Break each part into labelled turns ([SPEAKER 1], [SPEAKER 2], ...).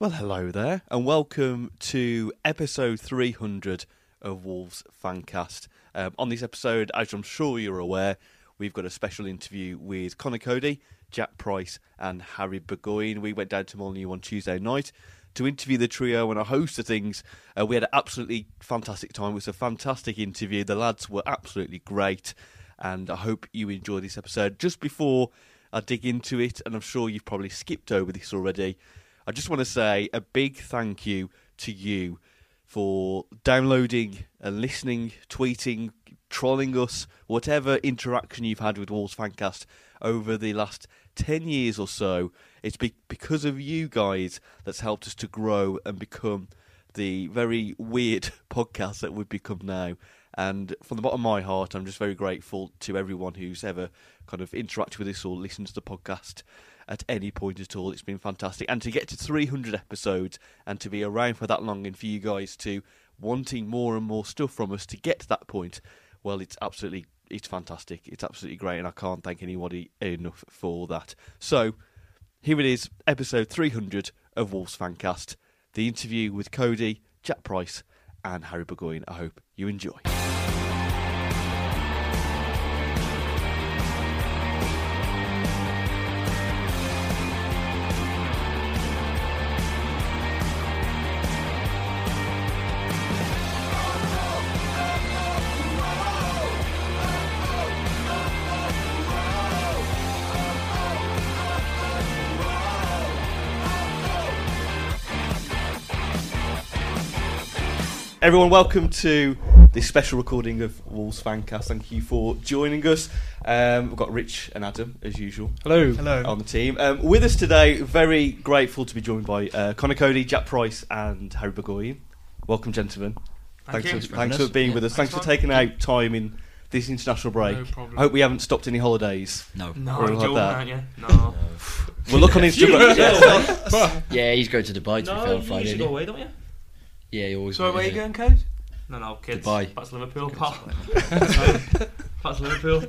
[SPEAKER 1] Well, hello there, and welcome to episode 300 of Wolves Fancast. Um, on this episode, as I'm sure you're aware, we've got a special interview with Connor Cody, Jack Price, and Harry Burgoyne. We went down to Molyneux on Tuesday night to interview the trio and a host of things. Uh, we had an absolutely fantastic time. It was a fantastic interview. The lads were absolutely great, and I hope you enjoy this episode. Just before I dig into it, and I'm sure you've probably skipped over this already. I just want to say a big thank you to you for downloading and listening, tweeting, trolling us, whatever interaction you've had with Wolves Fancast over the last 10 years or so. It's be- because of you guys that's helped us to grow and become the very weird podcast that we've become now. And from the bottom of my heart, I'm just very grateful to everyone who's ever kind of interacted with us or listened to the podcast at any point at all. It's been fantastic. And to get to 300 episodes and to be around for that long and for you guys to wanting more and more stuff from us to get to that point, well, it's absolutely it's fantastic. It's absolutely great and I can't thank anybody enough for that. So, here it is, episode 300 of Wolves Fancast. The interview with Cody, Jack Price, and Harry Burgoyne. I hope you enjoy. Everyone, welcome to this special recording of Wolves Fancast. Thank you for joining us. Um, we've got Rich and Adam, as usual,
[SPEAKER 2] Hello.
[SPEAKER 1] on
[SPEAKER 3] Hello.
[SPEAKER 1] the team. Um, with us today, very grateful to be joined by uh, Connor Cody, Jack Price, and Harry Burgoyne. Welcome, gentlemen.
[SPEAKER 3] Thank
[SPEAKER 1] thanks,
[SPEAKER 3] you.
[SPEAKER 1] for, thanks for being with us. Thanks, for taking out time in this international break.
[SPEAKER 4] No problem.
[SPEAKER 1] I hope we haven't stopped any holidays.
[SPEAKER 5] No.
[SPEAKER 4] No,
[SPEAKER 1] Or
[SPEAKER 4] I'm
[SPEAKER 1] like
[SPEAKER 4] joking,
[SPEAKER 1] that.
[SPEAKER 4] aren't you? No.
[SPEAKER 1] We'll look on Instagram. Yeah.
[SPEAKER 5] Yeah, he's going to Dubai to be fair on
[SPEAKER 2] you
[SPEAKER 5] Friday.
[SPEAKER 2] usually
[SPEAKER 5] isn't
[SPEAKER 2] go
[SPEAKER 5] he?
[SPEAKER 2] away, don't you?
[SPEAKER 5] Yeah, he always
[SPEAKER 4] So where
[SPEAKER 5] goes,
[SPEAKER 4] are you
[SPEAKER 5] yeah.
[SPEAKER 4] going, Code? No, no, kids.
[SPEAKER 5] Dubai.
[SPEAKER 4] That's Liverpool, pal. That's Liverpool.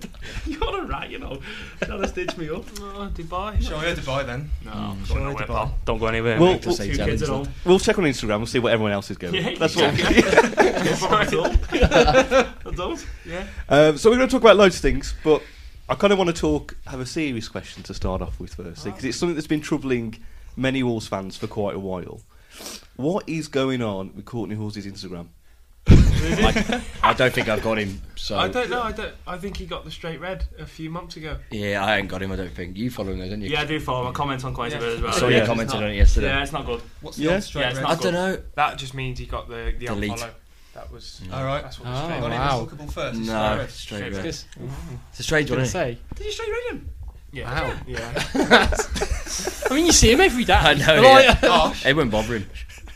[SPEAKER 2] You're alright, you know. Trying to stitch me up.
[SPEAKER 4] No, Dubai.
[SPEAKER 3] Shall we go to Dubai then?
[SPEAKER 4] No,
[SPEAKER 5] Mm.
[SPEAKER 4] go
[SPEAKER 3] Shall we
[SPEAKER 4] nowhere,
[SPEAKER 3] Dubai?
[SPEAKER 4] pal. Don't go anywhere.
[SPEAKER 1] Well,
[SPEAKER 4] mate.
[SPEAKER 5] Just say
[SPEAKER 2] Two
[SPEAKER 5] Jalen's
[SPEAKER 2] kids at
[SPEAKER 5] not-
[SPEAKER 2] home.
[SPEAKER 1] We'll check on Instagram. We'll see what everyone else is going.
[SPEAKER 4] Yeah,
[SPEAKER 1] That's what.
[SPEAKER 4] It's fine.
[SPEAKER 2] I don't.
[SPEAKER 4] Yeah.
[SPEAKER 1] Um, so we're going to talk about loads of things, but I kind of want to talk have a serious question to start off with
[SPEAKER 4] Oh.
[SPEAKER 1] firstly because it's something that's been troubling many Wolves fans for quite a while. What is going on with Courtney Hawes' Instagram?
[SPEAKER 5] I, I don't think I've got him. So
[SPEAKER 4] I don't know. I don't. I think he got the straight red a few months ago.
[SPEAKER 5] yeah, I ain't got him. I don't think you follow him, though, don't you?
[SPEAKER 2] Yeah, I do follow. I comment on quite
[SPEAKER 3] Yeah.
[SPEAKER 2] a bit as well.
[SPEAKER 5] I saw
[SPEAKER 1] Yeah,
[SPEAKER 5] you
[SPEAKER 1] it's
[SPEAKER 5] commented on it
[SPEAKER 4] So
[SPEAKER 5] yesterday.
[SPEAKER 4] yeah, it's not good.
[SPEAKER 3] What's
[SPEAKER 1] Yeah.
[SPEAKER 3] the straight
[SPEAKER 4] Yeah, it's
[SPEAKER 3] red?
[SPEAKER 4] not-
[SPEAKER 5] I don't know.
[SPEAKER 4] That just means he got the the
[SPEAKER 5] Delete.
[SPEAKER 4] unfollow. That was.
[SPEAKER 5] Mm.
[SPEAKER 3] All right.
[SPEAKER 4] That's what
[SPEAKER 6] Oh,
[SPEAKER 4] the straight
[SPEAKER 3] Got
[SPEAKER 4] red.
[SPEAKER 6] wow.
[SPEAKER 3] it in first. it's straight
[SPEAKER 5] No,
[SPEAKER 3] red.
[SPEAKER 5] straight
[SPEAKER 4] Straight
[SPEAKER 5] red.
[SPEAKER 6] Just
[SPEAKER 5] It's a strange one,
[SPEAKER 6] gonna
[SPEAKER 5] isn't it?
[SPEAKER 6] say.
[SPEAKER 2] Did you straight read him?
[SPEAKER 4] Yeah.
[SPEAKER 6] Wow.
[SPEAKER 4] Yeah.
[SPEAKER 6] I mean, you see him every day.
[SPEAKER 5] I know.
[SPEAKER 6] Like,
[SPEAKER 5] Yeah.
[SPEAKER 3] Gosh.
[SPEAKER 5] It wouldn't bother him.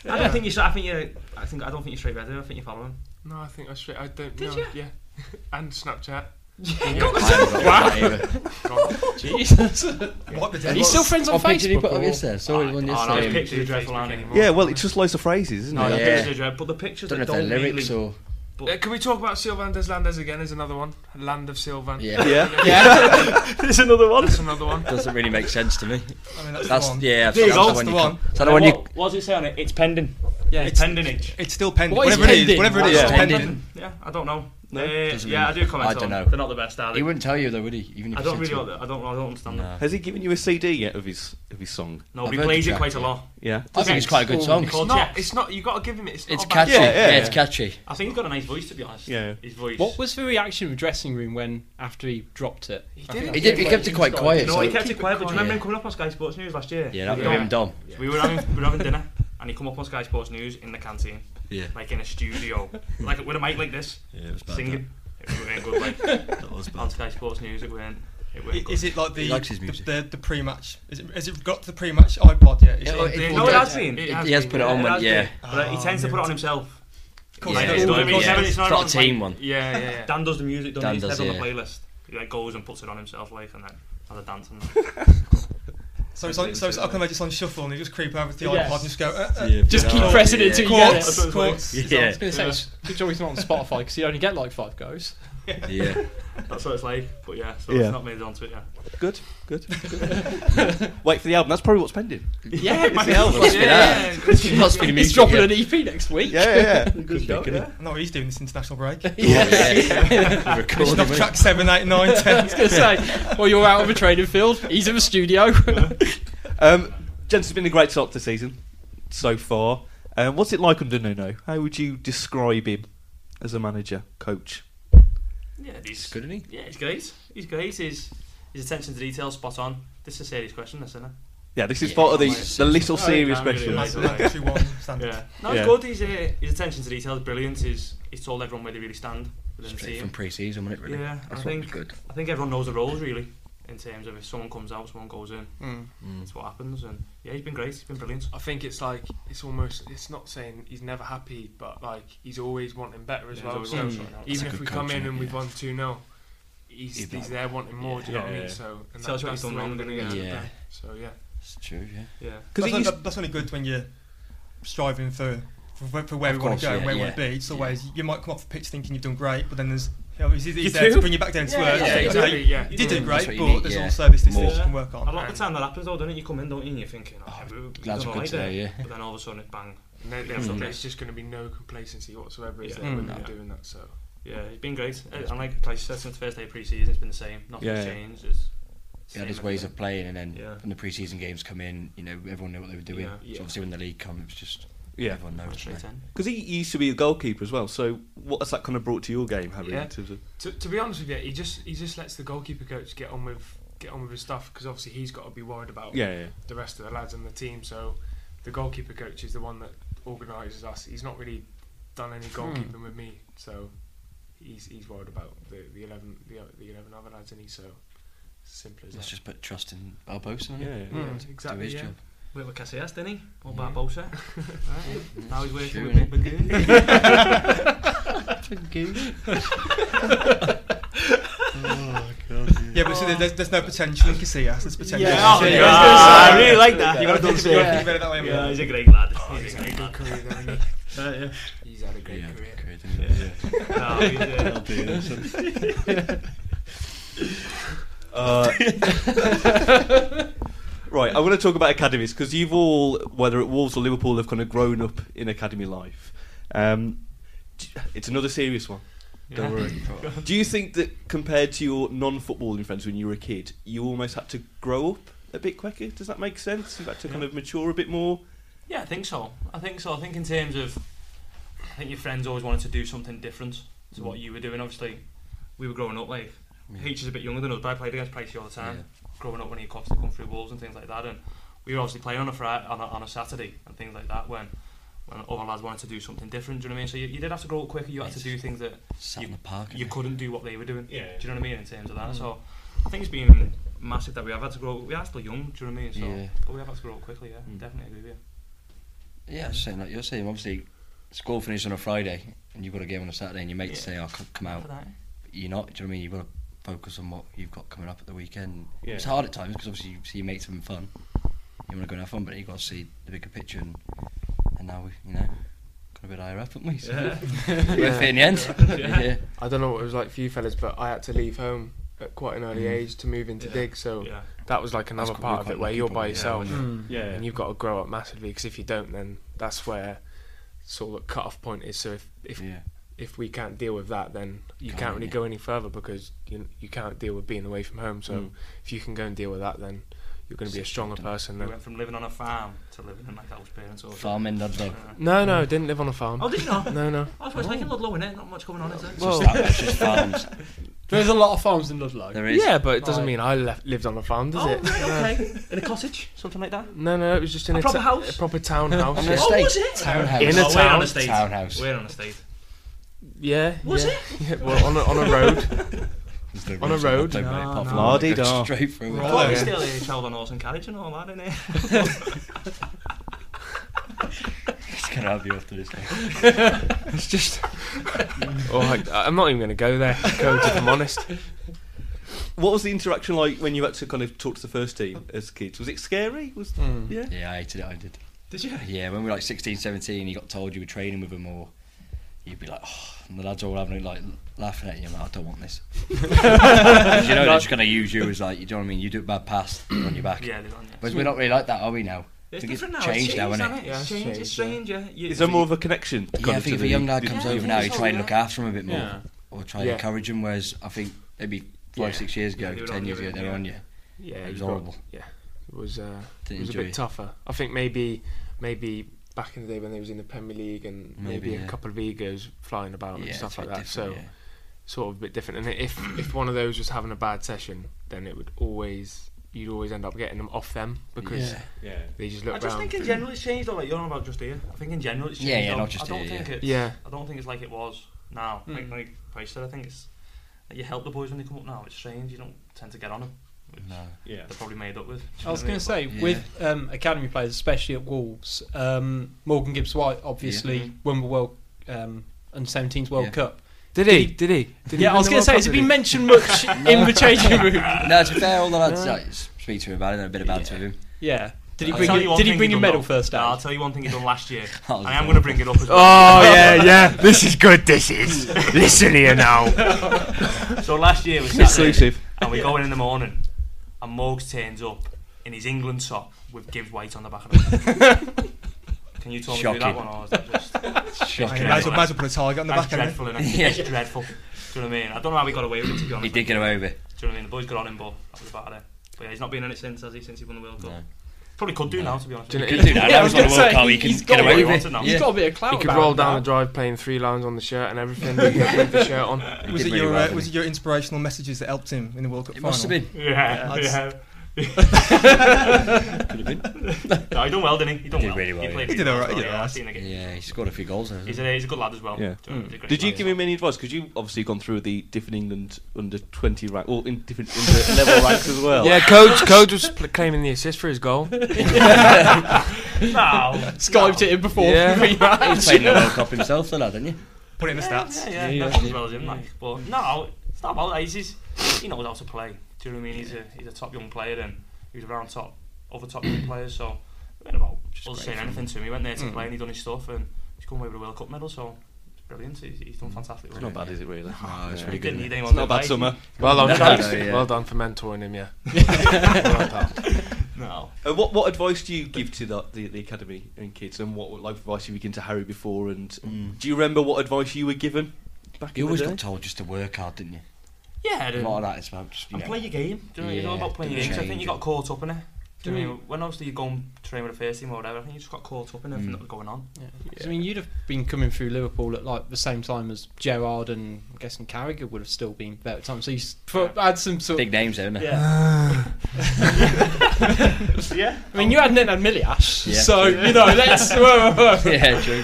[SPEAKER 2] I don't think you should. I think you. I think I don't think you straight better. I think you follow him.
[SPEAKER 4] No, I think I straight. I don't
[SPEAKER 2] Did
[SPEAKER 4] know.
[SPEAKER 2] you?
[SPEAKER 4] Yeah. and Snapchat.
[SPEAKER 5] I haven't got him either.
[SPEAKER 4] God.
[SPEAKER 6] Jesus.
[SPEAKER 3] What the devil?
[SPEAKER 6] He's still friends on
[SPEAKER 5] What picture did he
[SPEAKER 6] Facebook.
[SPEAKER 5] put up
[SPEAKER 6] or-
[SPEAKER 5] yesterday? I saw it
[SPEAKER 4] Oh,
[SPEAKER 5] one
[SPEAKER 4] no,
[SPEAKER 5] yesterday.
[SPEAKER 4] his pictures are dreadful, aren't they?
[SPEAKER 1] Yeah, well, it's just loads of phrases, isn't
[SPEAKER 4] No,
[SPEAKER 1] it?
[SPEAKER 4] the
[SPEAKER 5] yeah.
[SPEAKER 4] pictures are dreadful. The pictures
[SPEAKER 5] don't know
[SPEAKER 4] that
[SPEAKER 5] if they're
[SPEAKER 4] don't
[SPEAKER 5] lyrics
[SPEAKER 4] really.
[SPEAKER 5] or.
[SPEAKER 4] Uh, can we talk about Sylvan Deslandes again? Is another one. Land of Sylvan.
[SPEAKER 5] Yeah.
[SPEAKER 1] Yeah.
[SPEAKER 6] Yeah. There's another one.
[SPEAKER 4] That's another one.
[SPEAKER 5] Doesn't really make sense to me.
[SPEAKER 3] I mean, that's,
[SPEAKER 5] That's
[SPEAKER 3] the one.
[SPEAKER 5] yeah. I've
[SPEAKER 3] There you
[SPEAKER 5] seen-
[SPEAKER 3] go,
[SPEAKER 5] that's
[SPEAKER 3] that's
[SPEAKER 5] the one.
[SPEAKER 3] the one.
[SPEAKER 5] you- That's the one you.
[SPEAKER 2] what, what does it say on it? It's pending.
[SPEAKER 6] Yeah.
[SPEAKER 2] It's pending.
[SPEAKER 3] It's still pending.
[SPEAKER 6] What is
[SPEAKER 3] whatever it is,
[SPEAKER 6] pending?
[SPEAKER 3] whatever it is,
[SPEAKER 5] Yeah.
[SPEAKER 3] it's pending.
[SPEAKER 5] Pending.
[SPEAKER 4] Yeah, I don't know.
[SPEAKER 1] No?
[SPEAKER 4] Uh,
[SPEAKER 5] Doesn't
[SPEAKER 4] yeah, I
[SPEAKER 5] mean-
[SPEAKER 4] do comment on
[SPEAKER 5] I don't
[SPEAKER 4] them.
[SPEAKER 5] know.
[SPEAKER 4] They're not the best, are they?
[SPEAKER 5] He wouldn't tell you though, would he? Even if
[SPEAKER 4] I don't
[SPEAKER 5] you said
[SPEAKER 4] really.
[SPEAKER 5] to
[SPEAKER 4] know
[SPEAKER 5] him.
[SPEAKER 4] the- I don't. I don't understand them.
[SPEAKER 5] No.
[SPEAKER 1] Has he given you a CD yet of his of his song?
[SPEAKER 4] No,
[SPEAKER 5] I've
[SPEAKER 4] we
[SPEAKER 5] heard
[SPEAKER 4] plays
[SPEAKER 5] the
[SPEAKER 4] it
[SPEAKER 5] track,
[SPEAKER 4] quite a
[SPEAKER 5] yeah.
[SPEAKER 4] lot.
[SPEAKER 1] Yeah.
[SPEAKER 5] I think it's quite a good song.
[SPEAKER 4] It's not. It's not. You gotta give him. it, It's, not
[SPEAKER 5] It's
[SPEAKER 4] a bad
[SPEAKER 5] catchy.
[SPEAKER 4] song.
[SPEAKER 1] Yeah, yeah.
[SPEAKER 5] Yeah, it's catchy.
[SPEAKER 4] I think he's got a nice voice, to be honest.
[SPEAKER 1] Yeah.
[SPEAKER 4] His voice.
[SPEAKER 6] What was the reaction of the dressing room when after he dropped it?
[SPEAKER 4] He did.
[SPEAKER 5] He did. He kept it quite quiet.
[SPEAKER 4] No,
[SPEAKER 5] so-
[SPEAKER 4] he kept it quiet. But do you remember
[SPEAKER 5] Yeah.
[SPEAKER 4] him coming up on Sky Sports News last year?
[SPEAKER 5] Yeah, that
[SPEAKER 4] We
[SPEAKER 5] was
[SPEAKER 4] were-
[SPEAKER 5] him, Dom.
[SPEAKER 4] We were having we were having dinner, and he come up on Sky Sports News in the canteen,
[SPEAKER 5] Yeah.
[SPEAKER 4] like in a studio, like with a mic like this,
[SPEAKER 5] Yeah, it was
[SPEAKER 4] singing. It weren't good. Like
[SPEAKER 5] That was
[SPEAKER 4] on Sky Sports News, it weren't. It weren't.
[SPEAKER 3] I-
[SPEAKER 4] good.
[SPEAKER 3] Is it like the
[SPEAKER 5] He likes his
[SPEAKER 3] the-
[SPEAKER 5] music.
[SPEAKER 3] the, the pre-match? Is it, has it got to the pre-match iPod yet? Is
[SPEAKER 5] Yeah,
[SPEAKER 3] it
[SPEAKER 5] well,
[SPEAKER 3] in-
[SPEAKER 5] it-
[SPEAKER 4] No, it has been.
[SPEAKER 5] He- he has put it on when-
[SPEAKER 4] has
[SPEAKER 5] yeah.
[SPEAKER 4] been. But he
[SPEAKER 3] Oh,
[SPEAKER 4] tends to put it
[SPEAKER 3] yeah.
[SPEAKER 4] on himself.
[SPEAKER 3] Of course
[SPEAKER 5] Yeah,
[SPEAKER 3] it
[SPEAKER 4] Like,
[SPEAKER 3] does.
[SPEAKER 4] you know what I
[SPEAKER 5] it's
[SPEAKER 4] mean?
[SPEAKER 5] not- yeah,
[SPEAKER 4] Never-
[SPEAKER 5] it's
[SPEAKER 4] not
[SPEAKER 5] not
[SPEAKER 4] on,
[SPEAKER 5] a
[SPEAKER 4] like-
[SPEAKER 5] team one.
[SPEAKER 4] Yeah, yeah, yeah. Dan does the music, doesn't
[SPEAKER 5] Dan
[SPEAKER 4] he? He's
[SPEAKER 5] does,
[SPEAKER 4] never on
[SPEAKER 5] yeah.
[SPEAKER 4] the playlist. He like goes and puts it on himself, like, and then has a dance and
[SPEAKER 3] So it's on, so it's, I can imagine it's on shuffle and you just creep over to the
[SPEAKER 6] Yeah.
[SPEAKER 3] iPod and just go. Uh, uh,
[SPEAKER 6] Just
[SPEAKER 5] Yeah.
[SPEAKER 6] keep
[SPEAKER 5] Oh,
[SPEAKER 6] pressing
[SPEAKER 5] yeah.
[SPEAKER 6] it until you get
[SPEAKER 3] Quartz,
[SPEAKER 6] it.
[SPEAKER 4] Yeah.
[SPEAKER 3] quartz.
[SPEAKER 6] I
[SPEAKER 5] Yeah.
[SPEAKER 6] was going to say, it's, it's always not on Spotify because you only get like five goes.
[SPEAKER 5] Yeah.
[SPEAKER 4] That's what it's like. But yeah, so
[SPEAKER 1] Yeah.
[SPEAKER 4] it's not made it onto it yet.
[SPEAKER 1] Good, good. good. Wait for the album. That's probably what's pending.
[SPEAKER 6] Yeah,
[SPEAKER 1] It's the album.
[SPEAKER 6] yeah.
[SPEAKER 4] Yeah,
[SPEAKER 5] Must be the
[SPEAKER 6] He's
[SPEAKER 5] music,
[SPEAKER 6] dropping
[SPEAKER 5] yeah.
[SPEAKER 3] E
[SPEAKER 6] an EP next week.
[SPEAKER 1] Yeah, yeah. yeah.
[SPEAKER 5] Could be, couldn't
[SPEAKER 3] I know what he's doing this international break.
[SPEAKER 6] Yeah. yeah.
[SPEAKER 5] it? Recording,
[SPEAKER 3] Finishing off
[SPEAKER 5] wasn't it?
[SPEAKER 3] track 7, 8, 9, 10.
[SPEAKER 6] I was going to say, well, you're out of a training field. He's in a studio.
[SPEAKER 1] Um, gents, it's been a great start to the season so far. Um, what's it like under No No? How would you describe him as a manager, coach?
[SPEAKER 4] yeah,
[SPEAKER 5] It's
[SPEAKER 4] he's
[SPEAKER 5] good, isn't he?
[SPEAKER 4] yeah, he's great. He's great. His his attention to detail spot on. This is a serious question, this isn't it?
[SPEAKER 1] Yeah, this is
[SPEAKER 5] Yeah.
[SPEAKER 1] part of the,
[SPEAKER 5] Nice.
[SPEAKER 1] the little
[SPEAKER 4] Oh,
[SPEAKER 1] serious
[SPEAKER 4] yeah, really
[SPEAKER 1] question.
[SPEAKER 4] nice.
[SPEAKER 3] Two, one, standard.
[SPEAKER 4] Yeah. No, it's
[SPEAKER 1] Yeah.
[SPEAKER 4] good. His uh, his attention to detail is brilliant. He's he's told everyone where they really stand within the
[SPEAKER 5] Straight
[SPEAKER 4] team.
[SPEAKER 5] from pre-season, wasn't it? Really?
[SPEAKER 4] Yeah,
[SPEAKER 5] That's
[SPEAKER 4] I
[SPEAKER 5] what
[SPEAKER 4] think
[SPEAKER 5] was good.
[SPEAKER 4] I think everyone knows the roles really. In terms of if someone comes out, someone goes in.
[SPEAKER 3] Mm.
[SPEAKER 4] It's what happens, and yeah, he's been great. He's been brilliant. brilliant. I
[SPEAKER 6] I think it's like it's almost it's not saying he's never happy, but like he's always wanting better as
[SPEAKER 4] Yeah,
[SPEAKER 6] well.
[SPEAKER 4] he's
[SPEAKER 6] So
[SPEAKER 4] always wanting something
[SPEAKER 6] even
[SPEAKER 5] else.
[SPEAKER 6] if we
[SPEAKER 5] That's a
[SPEAKER 6] come
[SPEAKER 5] good
[SPEAKER 6] in
[SPEAKER 5] coach,
[SPEAKER 6] and we've
[SPEAKER 5] yeah.
[SPEAKER 6] won two 0 he's
[SPEAKER 5] He'd be
[SPEAKER 6] he's
[SPEAKER 5] like-
[SPEAKER 6] there wanting more. Do you know what I
[SPEAKER 1] Yeah.
[SPEAKER 6] mean? So and
[SPEAKER 4] Tell us what
[SPEAKER 6] that's
[SPEAKER 4] he's done
[SPEAKER 6] the way
[SPEAKER 4] wrong,
[SPEAKER 6] we're gonna
[SPEAKER 4] didn't
[SPEAKER 6] get
[SPEAKER 5] he?
[SPEAKER 6] it
[SPEAKER 5] Yeah.
[SPEAKER 6] back. So yeah,
[SPEAKER 5] It's true. Yeah.
[SPEAKER 4] Yeah.
[SPEAKER 1] Because
[SPEAKER 3] That's,
[SPEAKER 1] he
[SPEAKER 3] only,
[SPEAKER 1] used,
[SPEAKER 3] that's only good when you're striving for for, where- for where
[SPEAKER 5] Of
[SPEAKER 3] we want
[SPEAKER 5] course,
[SPEAKER 3] to go,
[SPEAKER 5] yeah,
[SPEAKER 3] where we
[SPEAKER 5] yeah.
[SPEAKER 3] want to be. It's
[SPEAKER 5] Yeah.
[SPEAKER 3] always you might come off the pitch thinking you've done great, but then there's you know, he's, he's
[SPEAKER 6] You
[SPEAKER 3] there
[SPEAKER 6] do?
[SPEAKER 3] to bring you back down to
[SPEAKER 4] Yeah,
[SPEAKER 3] earth.
[SPEAKER 4] yeah,
[SPEAKER 3] say,
[SPEAKER 4] exactly,
[SPEAKER 3] "Hey,
[SPEAKER 4] yeah.
[SPEAKER 3] You did do
[SPEAKER 4] Yeah.
[SPEAKER 5] Mm, That's
[SPEAKER 3] great,
[SPEAKER 5] what
[SPEAKER 3] but
[SPEAKER 5] you need,
[SPEAKER 3] there's
[SPEAKER 5] yeah.
[SPEAKER 3] also this, this
[SPEAKER 5] More.
[SPEAKER 3] thing you can work on.
[SPEAKER 4] A lot of the time that happens, though, doesn't it? You come in, don't you? And you're thinking, oh, we're
[SPEAKER 5] Lads were
[SPEAKER 4] all
[SPEAKER 5] good
[SPEAKER 4] right there.
[SPEAKER 5] today, yeah.
[SPEAKER 4] But then all of a sudden, it's bang.
[SPEAKER 6] and there,
[SPEAKER 4] Mm.
[SPEAKER 6] there's, there's just going to be no complacency whatsoever. Is
[SPEAKER 4] Yeah.
[SPEAKER 6] there when
[SPEAKER 3] Mm.
[SPEAKER 6] we're doing that? So
[SPEAKER 4] Yeah, he's been great. Uh, And like Clay said, since the first day of pre-season, it's been the same. Nothing's
[SPEAKER 1] Yeah.
[SPEAKER 4] changed. It's
[SPEAKER 5] He had
[SPEAKER 4] same
[SPEAKER 5] his
[SPEAKER 4] as
[SPEAKER 5] ways
[SPEAKER 4] been.
[SPEAKER 5] of playing, and then
[SPEAKER 4] Yeah.
[SPEAKER 5] when the pre-season games come in, you know everyone knew what they were doing.
[SPEAKER 4] Yeah.
[SPEAKER 5] So
[SPEAKER 4] Yeah.
[SPEAKER 5] obviously, when the league comes, it's just
[SPEAKER 1] yeah,
[SPEAKER 5] everyone knows. don't
[SPEAKER 4] Straight
[SPEAKER 5] they?
[SPEAKER 4] in.
[SPEAKER 1] because he he used to be a goalkeeper as well. So what has that kind of brought to your game, Harry?
[SPEAKER 6] Yeah.
[SPEAKER 1] In terms of
[SPEAKER 6] to, to be honest with you, he just he just lets the goalkeeper coach get on with get on with his stuff because obviously he's got to be worried about
[SPEAKER 1] yeah, yeah,
[SPEAKER 4] Mm-hmm.
[SPEAKER 6] the rest of the lads on the team. So the goalkeeper coach is the one that organises us. He's not really done any
[SPEAKER 5] Hmm.
[SPEAKER 6] goalkeeping with me, so he's he's worried about the, the eleven the, o- the eleven other lads, and he so simple as that.
[SPEAKER 5] Let's just put trust in Barbosa.
[SPEAKER 1] yeah, yeah.
[SPEAKER 7] Hmm,
[SPEAKER 1] yeah.
[SPEAKER 4] Mm-hmm.
[SPEAKER 6] Mm,
[SPEAKER 5] Do
[SPEAKER 6] exactly.
[SPEAKER 5] his
[SPEAKER 6] yeah.
[SPEAKER 5] job.
[SPEAKER 4] Bit of a Casillas, didn't he? Or
[SPEAKER 5] Yeah.
[SPEAKER 4] Barbosa. right. Now he's working
[SPEAKER 5] Sure,
[SPEAKER 4] with Big Bagoon.
[SPEAKER 3] Yeah, but see, there's, there's no potential in Casillas. There's potential.
[SPEAKER 6] Yeah.
[SPEAKER 3] in Casillas.
[SPEAKER 6] Yeah.
[SPEAKER 4] I really like that.
[SPEAKER 3] You gotta think about it-
[SPEAKER 4] yeah.
[SPEAKER 3] think about it that way,
[SPEAKER 4] Yeah,
[SPEAKER 3] man.
[SPEAKER 4] he's a great lad.
[SPEAKER 7] Oh,
[SPEAKER 6] He's
[SPEAKER 4] He's a
[SPEAKER 6] had a
[SPEAKER 4] great
[SPEAKER 6] good
[SPEAKER 4] lad.
[SPEAKER 6] career, though, hasn't he?
[SPEAKER 4] Right,
[SPEAKER 6] He's had
[SPEAKER 4] yeah.
[SPEAKER 6] a great career.
[SPEAKER 5] Yeah, career, didn't
[SPEAKER 4] No,
[SPEAKER 5] he?
[SPEAKER 4] he's, uh,
[SPEAKER 1] Uh, right, I want to talk about academies because you've all, whether at Wolves or Liverpool, have kind of grown up in academy life. Um, d- it's another serious one. Don't worry. Do you think that compared to your non-footballing friends when you were a kid, you almost had to grow up a bit quicker? Does that make sense? You had to kind of mature a bit more.
[SPEAKER 4] Yeah, I think so. I think so. I think in terms of, I think your friends always wanted to do something different to what you were doing. Obviously, we were growing up like
[SPEAKER 5] Yeah.
[SPEAKER 4] H is a bit younger than us, but I played against Pricey all the time.
[SPEAKER 5] Yeah.
[SPEAKER 4] Growing up when he cops the come through Wolves and things like that, and we were obviously playing on a Friday, on a, on a Saturday and things like that when when other lads wanted to do something different. Do you know what I mean? So you, you did have to grow up quicker. You had to do things that
[SPEAKER 5] Sat in the park.
[SPEAKER 4] you couldn't do what they were doing.
[SPEAKER 2] Yeah.
[SPEAKER 4] Do you know what I mean in terms of
[SPEAKER 5] Mm.
[SPEAKER 4] that? So I think it's been massive that we have had to grow. up. We are still young. Do you know what I mean? So
[SPEAKER 5] Yeah.
[SPEAKER 4] but we have had to grow up quickly. Yeah,
[SPEAKER 1] Mm.
[SPEAKER 4] definitely agree with you.
[SPEAKER 5] Yeah, it's the same like you're saying. Obviously, school finishes on a Friday, and you've got a game on a Saturday, and your mates say, "Oh, c- come
[SPEAKER 4] For
[SPEAKER 5] out."
[SPEAKER 4] that.
[SPEAKER 5] You're not. Do you know what I mean? You've got to focus on what you've got coming up at the weekend.
[SPEAKER 1] Yeah.
[SPEAKER 5] It's hard at times because obviously you see your mates having fun. You want to go and have fun, but you've got to see the bigger picture. And, and now we, you know, got a bit higher up, haven't we? So Worth it in the end. yeah.
[SPEAKER 7] I don't know what it was like for you fellas, but I had to leave home at quite an early
[SPEAKER 5] Mm.
[SPEAKER 7] age to move into
[SPEAKER 4] Yeah.
[SPEAKER 7] Dig,
[SPEAKER 5] Oh.
[SPEAKER 7] so
[SPEAKER 4] Yeah.
[SPEAKER 7] that was like another
[SPEAKER 5] quite-
[SPEAKER 7] part
[SPEAKER 5] we're
[SPEAKER 7] of it
[SPEAKER 5] quite
[SPEAKER 7] where
[SPEAKER 5] lucky
[SPEAKER 7] you're by
[SPEAKER 5] probably, yeah,
[SPEAKER 7] yourself
[SPEAKER 5] Mm.
[SPEAKER 1] Yeah.
[SPEAKER 7] and you've got to grow up massively because if you don't, then that's where sort of the cut off point is. So if if,
[SPEAKER 5] Yeah.
[SPEAKER 7] if we can't deal with that, then you
[SPEAKER 5] Can't,
[SPEAKER 7] can't, really
[SPEAKER 5] yeah.
[SPEAKER 7] go any further because you you can't deal with being away from home. So
[SPEAKER 1] Mm.
[SPEAKER 7] if you can go and deal with that, then you're going to be a
[SPEAKER 5] Six
[SPEAKER 7] stronger
[SPEAKER 5] foot,
[SPEAKER 7] person.
[SPEAKER 4] We
[SPEAKER 7] Then.
[SPEAKER 4] went from living on a farm to living in my house parents' or
[SPEAKER 5] Farming Ludlow.
[SPEAKER 7] No, no, I didn't live on a farm.
[SPEAKER 4] Oh, did you not?
[SPEAKER 7] No, no.
[SPEAKER 4] I was like in Ludlow, innit? Not much going on, is there?
[SPEAKER 7] Well,
[SPEAKER 5] That was just farms.
[SPEAKER 6] There's a lot of farms in Ludlow.
[SPEAKER 5] There is.
[SPEAKER 7] yeah, but it doesn't
[SPEAKER 6] Right.
[SPEAKER 7] mean I left, lived on a farm, does
[SPEAKER 4] oh,
[SPEAKER 7] it?
[SPEAKER 4] right,
[SPEAKER 7] No.
[SPEAKER 4] okay. In a cottage, something like that.
[SPEAKER 7] No, no, it was just in
[SPEAKER 4] A
[SPEAKER 7] a,
[SPEAKER 4] proper
[SPEAKER 7] ta-
[SPEAKER 4] house?
[SPEAKER 7] a proper townhouse. yeah.
[SPEAKER 4] Oh, was it?
[SPEAKER 5] Townhouse.
[SPEAKER 7] In a
[SPEAKER 4] Oh, we're on
[SPEAKER 7] town-
[SPEAKER 4] a state.
[SPEAKER 5] Townhouse.
[SPEAKER 4] We're on a state.
[SPEAKER 7] yeah,
[SPEAKER 4] Was
[SPEAKER 7] yeah. Yeah, well, on a, on a road. On a road?
[SPEAKER 5] Don't really pop
[SPEAKER 1] no.
[SPEAKER 5] along, it
[SPEAKER 1] La-di-da.
[SPEAKER 5] goes Straight through.
[SPEAKER 3] Right.
[SPEAKER 4] Oh,
[SPEAKER 3] Oh,
[SPEAKER 4] we
[SPEAKER 3] yeah.
[SPEAKER 4] still uh, travel on horse and carriage and all that, innit?
[SPEAKER 5] It's gonna have you after this. One.
[SPEAKER 7] It's just. oh, I, I'm not even going to go there. Coach, if I'm honest.
[SPEAKER 1] What was the interaction like when you had to kind of talk to the first team as kids? Was it scary? Was yeah.
[SPEAKER 5] Yeah, I hated it. I did.
[SPEAKER 4] Did you?
[SPEAKER 5] Yeah, when we were like 16, 17, you got told you were training with them, or you you'd be like, oh, and the lads all having like laughing at you. and You're like, I don't want this. 'Cause you know they're just gonna use you as like, you know what I mean? You do a bad pass they're on your back.
[SPEAKER 4] Yeah, they're on, yeah.
[SPEAKER 5] But we're not really like that, are we now?
[SPEAKER 4] It's
[SPEAKER 5] I think
[SPEAKER 4] different
[SPEAKER 5] it's
[SPEAKER 4] now.
[SPEAKER 5] changed
[SPEAKER 4] it's
[SPEAKER 5] now,
[SPEAKER 4] changed,
[SPEAKER 5] isn't
[SPEAKER 4] hasn't
[SPEAKER 5] it?
[SPEAKER 4] it? It's
[SPEAKER 7] Yeah, it's
[SPEAKER 4] changed. It's
[SPEAKER 7] changed,
[SPEAKER 4] strange. Yeah. You-
[SPEAKER 1] Is there more of a connection?
[SPEAKER 5] Yeah, I think if a young lad comes
[SPEAKER 4] Yeah,
[SPEAKER 5] over
[SPEAKER 4] yeah,
[SPEAKER 5] now, you
[SPEAKER 4] it's
[SPEAKER 5] try and
[SPEAKER 4] all
[SPEAKER 5] look after him a bit more,
[SPEAKER 7] Yeah.
[SPEAKER 5] or try and
[SPEAKER 7] Yeah.
[SPEAKER 5] encourage him. Whereas I think maybe five,
[SPEAKER 7] Yeah.
[SPEAKER 5] six years ago,
[SPEAKER 4] Yeah, they were
[SPEAKER 5] ten
[SPEAKER 4] on
[SPEAKER 5] years
[SPEAKER 4] you,
[SPEAKER 5] ago, they were
[SPEAKER 4] yeah.
[SPEAKER 5] on you.
[SPEAKER 7] Yeah,
[SPEAKER 5] It
[SPEAKER 7] you've
[SPEAKER 5] was
[SPEAKER 7] got-
[SPEAKER 5] horrible.
[SPEAKER 7] It was uh, it
[SPEAKER 5] Didn't
[SPEAKER 7] was a
[SPEAKER 5] enjoy
[SPEAKER 7] bit
[SPEAKER 5] it.
[SPEAKER 7] tougher. I think maybe maybe back in the day when they was in the Premier League and
[SPEAKER 5] Maybe,
[SPEAKER 7] maybe,
[SPEAKER 5] yeah.
[SPEAKER 7] a couple of egos flying about
[SPEAKER 5] Yeah,
[SPEAKER 7] and
[SPEAKER 5] it's
[SPEAKER 7] stuff
[SPEAKER 5] a
[SPEAKER 7] like
[SPEAKER 5] bit
[SPEAKER 7] that. So
[SPEAKER 5] different, yeah.
[SPEAKER 7] sort of a bit different. And if if one of those was having a bad session, then it would always you'd always end up getting them off them because
[SPEAKER 5] Yeah.
[SPEAKER 1] Yeah.
[SPEAKER 7] they just
[SPEAKER 4] I
[SPEAKER 7] look
[SPEAKER 4] just
[SPEAKER 7] round.
[SPEAKER 4] think in general it's changed. Though, like you're on about just here. I think in general it's changed.
[SPEAKER 5] Yeah, yeah,
[SPEAKER 4] though.
[SPEAKER 5] not just
[SPEAKER 4] I don't
[SPEAKER 5] here,
[SPEAKER 4] think
[SPEAKER 5] yeah.
[SPEAKER 4] it's.
[SPEAKER 7] Yeah.
[SPEAKER 4] I don't think it's like it was now.
[SPEAKER 3] Hmm.
[SPEAKER 4] Like, like I said, I think it's like you help the boys when they come up now. It's strange. You don't tend to get on them. Which
[SPEAKER 5] No.
[SPEAKER 1] Yeah.
[SPEAKER 4] They're probably made up with.
[SPEAKER 3] I was going to say
[SPEAKER 5] Yeah.
[SPEAKER 3] with um, academy players, especially at Wolves, um, Morgan Gibbs White obviously won the World um, Under 17s World
[SPEAKER 5] Yeah.
[SPEAKER 3] Cup.
[SPEAKER 7] Did he? Did he? Did he
[SPEAKER 3] yeah, I
[SPEAKER 7] win
[SPEAKER 3] was
[SPEAKER 7] the
[SPEAKER 3] going to
[SPEAKER 7] World
[SPEAKER 3] say,
[SPEAKER 7] Cup,
[SPEAKER 3] has it
[SPEAKER 7] did he?
[SPEAKER 3] been mentioned much in the changing room?
[SPEAKER 5] no, to be fair, all the lads
[SPEAKER 7] No.
[SPEAKER 5] like, speak to him about it. They're a bit about to him.
[SPEAKER 3] Yeah. Did he
[SPEAKER 4] I'll
[SPEAKER 3] bring?
[SPEAKER 4] tell
[SPEAKER 3] in-
[SPEAKER 4] you one
[SPEAKER 3] did he
[SPEAKER 4] thing
[SPEAKER 3] bring a
[SPEAKER 4] done
[SPEAKER 3] medal
[SPEAKER 4] though.
[SPEAKER 3] first?
[SPEAKER 4] No, I'll
[SPEAKER 3] out?
[SPEAKER 4] tell you one thing he done last year.
[SPEAKER 5] That was
[SPEAKER 4] I am
[SPEAKER 5] the
[SPEAKER 4] going to
[SPEAKER 5] thing.
[SPEAKER 4] bring it up as well.
[SPEAKER 7] Oh yeah, yeah. This is good. This is. Listen here now.
[SPEAKER 5] Oh.
[SPEAKER 4] so last year was
[SPEAKER 1] Exclusive.
[SPEAKER 4] and we go in in the morning, and Morgs turns up in his England top with Gibbs White on the back of him. Can you talk me through that
[SPEAKER 5] Shocking.
[SPEAKER 4] one, or is that just
[SPEAKER 5] Shocking.
[SPEAKER 4] Yeah.
[SPEAKER 3] Might as well might as well put a target on the
[SPEAKER 4] that's
[SPEAKER 3] back end.
[SPEAKER 4] dreadful? Isn't it?
[SPEAKER 5] Yeah.
[SPEAKER 4] It's dreadful. Do you know what I mean? I don't know how we got away with it. To be honest,
[SPEAKER 5] He did get away with it.
[SPEAKER 4] Do you know what I mean? The boys got on him, but that was about it. But yeah, he's not been in it since, has he? Since he won the World Cup,
[SPEAKER 5] No.
[SPEAKER 4] probably could do
[SPEAKER 5] No.
[SPEAKER 4] now. To be honest,
[SPEAKER 7] Do you
[SPEAKER 4] with
[SPEAKER 7] know-
[SPEAKER 4] you.
[SPEAKER 5] He can do that.
[SPEAKER 3] Yeah, I
[SPEAKER 5] Now
[SPEAKER 3] was
[SPEAKER 5] he's got a
[SPEAKER 3] gonna
[SPEAKER 5] World
[SPEAKER 3] say,
[SPEAKER 5] Cup. He
[SPEAKER 3] he's
[SPEAKER 5] can get away
[SPEAKER 3] got
[SPEAKER 4] away
[SPEAKER 5] with
[SPEAKER 4] with
[SPEAKER 5] it.
[SPEAKER 4] it now.
[SPEAKER 3] He's
[SPEAKER 5] Yeah.
[SPEAKER 3] got a bit of clout.
[SPEAKER 7] He could
[SPEAKER 3] about
[SPEAKER 7] roll
[SPEAKER 3] him
[SPEAKER 7] down
[SPEAKER 3] now.
[SPEAKER 7] the drive playing three lines on the shirt and everything with, with the shirt on.
[SPEAKER 5] He
[SPEAKER 3] Was
[SPEAKER 5] did
[SPEAKER 3] it
[SPEAKER 5] really
[SPEAKER 3] your
[SPEAKER 5] well,
[SPEAKER 3] uh,
[SPEAKER 5] didn't
[SPEAKER 3] was
[SPEAKER 5] he?
[SPEAKER 3] it your inspirational messages that helped him in the World Cup
[SPEAKER 5] It
[SPEAKER 3] final?
[SPEAKER 5] must have been.
[SPEAKER 4] Yeah,
[SPEAKER 3] That's-
[SPEAKER 4] yeah.
[SPEAKER 5] Could have been.
[SPEAKER 4] No, he done well, didn't he? He done
[SPEAKER 5] He did
[SPEAKER 4] well.
[SPEAKER 5] really well, yeah.
[SPEAKER 4] played
[SPEAKER 3] He did
[SPEAKER 4] really well,
[SPEAKER 3] alright,
[SPEAKER 4] so
[SPEAKER 3] he did
[SPEAKER 4] yeah, I've
[SPEAKER 3] alright.
[SPEAKER 4] seen it.
[SPEAKER 5] Yeah, he scored a few goals. hasn't he?
[SPEAKER 4] He's a he's a good lad as well.
[SPEAKER 1] Yeah.
[SPEAKER 4] Do you know what I mean? He's a great
[SPEAKER 1] Did you
[SPEAKER 4] lad.
[SPEAKER 1] give him any advice? Because you obviously gone through the different England under twenty rank, or in different under level ranks as well.
[SPEAKER 7] Yeah, Codes. Codes was pl- claiming the assist for his goal.
[SPEAKER 4] No.
[SPEAKER 3] Skyped it in before.
[SPEAKER 7] Yeah.
[SPEAKER 3] the
[SPEAKER 5] He
[SPEAKER 3] rematch.
[SPEAKER 5] was playing in the World Cup himself, the lad, didn't you?
[SPEAKER 3] Put it in the stats.
[SPEAKER 4] Yeah, yeah, yeah. That's as well as him, like. But no, it's not about that. He's, he's, he knows how to play. Do you know what I mean? He's a he's a top young player and he was around top other top young players. So it ain't about us saying anything to him. He went there to play and he done his stuff and he's come away with a World Cup medal. So it's brilliant. He's, he's done fantastic.
[SPEAKER 1] It's not bad, is it really?
[SPEAKER 5] No, it's
[SPEAKER 1] Yeah.
[SPEAKER 4] He
[SPEAKER 5] really good.
[SPEAKER 4] didn't
[SPEAKER 5] isn't
[SPEAKER 4] need
[SPEAKER 5] it?
[SPEAKER 4] anyone.
[SPEAKER 1] It's not a
[SPEAKER 4] to
[SPEAKER 1] bad
[SPEAKER 4] play.
[SPEAKER 1] summer.
[SPEAKER 7] Well done,
[SPEAKER 5] No,
[SPEAKER 7] Codes.
[SPEAKER 5] no, yeah.
[SPEAKER 7] Well done for mentoring him. Yeah. Well done.
[SPEAKER 4] No.
[SPEAKER 1] Uh, what what advice do you give to the, the, the academy and kids, and what like advice have you given to Harry before? And
[SPEAKER 5] Mm.
[SPEAKER 1] do you remember what advice you were given back
[SPEAKER 5] You
[SPEAKER 1] in the
[SPEAKER 5] always
[SPEAKER 1] day?
[SPEAKER 5] got told just to work hard, didn't you?
[SPEAKER 4] Yeah.
[SPEAKER 5] A
[SPEAKER 4] and-
[SPEAKER 5] lot of that is about just, you
[SPEAKER 4] And
[SPEAKER 5] know,
[SPEAKER 4] play your game. Do you know, you know
[SPEAKER 5] Yeah,
[SPEAKER 4] about playing your
[SPEAKER 5] don't
[SPEAKER 4] game? 'Cause I think
[SPEAKER 5] change
[SPEAKER 4] you
[SPEAKER 5] it.
[SPEAKER 4] got caught up in it. Do you know what I
[SPEAKER 3] Mm.
[SPEAKER 4] mean? When obviously you go and train with the first team or whatever, I think you just got caught up in everything
[SPEAKER 5] Mm.
[SPEAKER 4] that was going on.
[SPEAKER 3] Yeah. 'Cause, I mean, you'd have been coming through Liverpool at like the same time as Gerard and I'm guessing Carragher would have still been there at the time. So you s- pro- had some sort.
[SPEAKER 5] big names, there, isn't it?
[SPEAKER 3] yeah.
[SPEAKER 4] yeah.
[SPEAKER 3] I mean, you had Nenad Miliash,
[SPEAKER 5] Yeah.
[SPEAKER 3] so you know. Let's. whoa, whoa, whoa.
[SPEAKER 5] Yeah, true.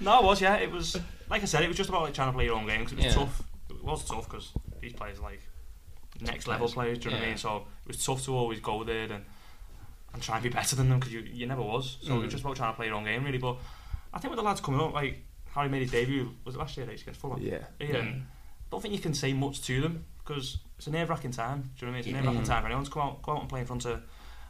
[SPEAKER 4] No, it was yeah. It was like I said, it was just about like trying to play your own game because it was
[SPEAKER 3] Yeah.
[SPEAKER 4] tough. It was tough because these players are, like next level players. Do you know what I
[SPEAKER 3] Yeah.
[SPEAKER 4] mean? So it was tough to always go there and and try and be better than them because you you never was. So it
[SPEAKER 3] Mm.
[SPEAKER 4] was just about trying to play your own game really. But I think with the lads coming up, like Harry made his debut was it last year actually, against Fulham.
[SPEAKER 7] Yeah.
[SPEAKER 4] Yeah. and I Um, don't think you can say much to them because it's a nerve wracking time. Do you know what I mean? It's a nerve wracking
[SPEAKER 3] Mm.
[SPEAKER 4] time for anyone to come out, go out and play in front of a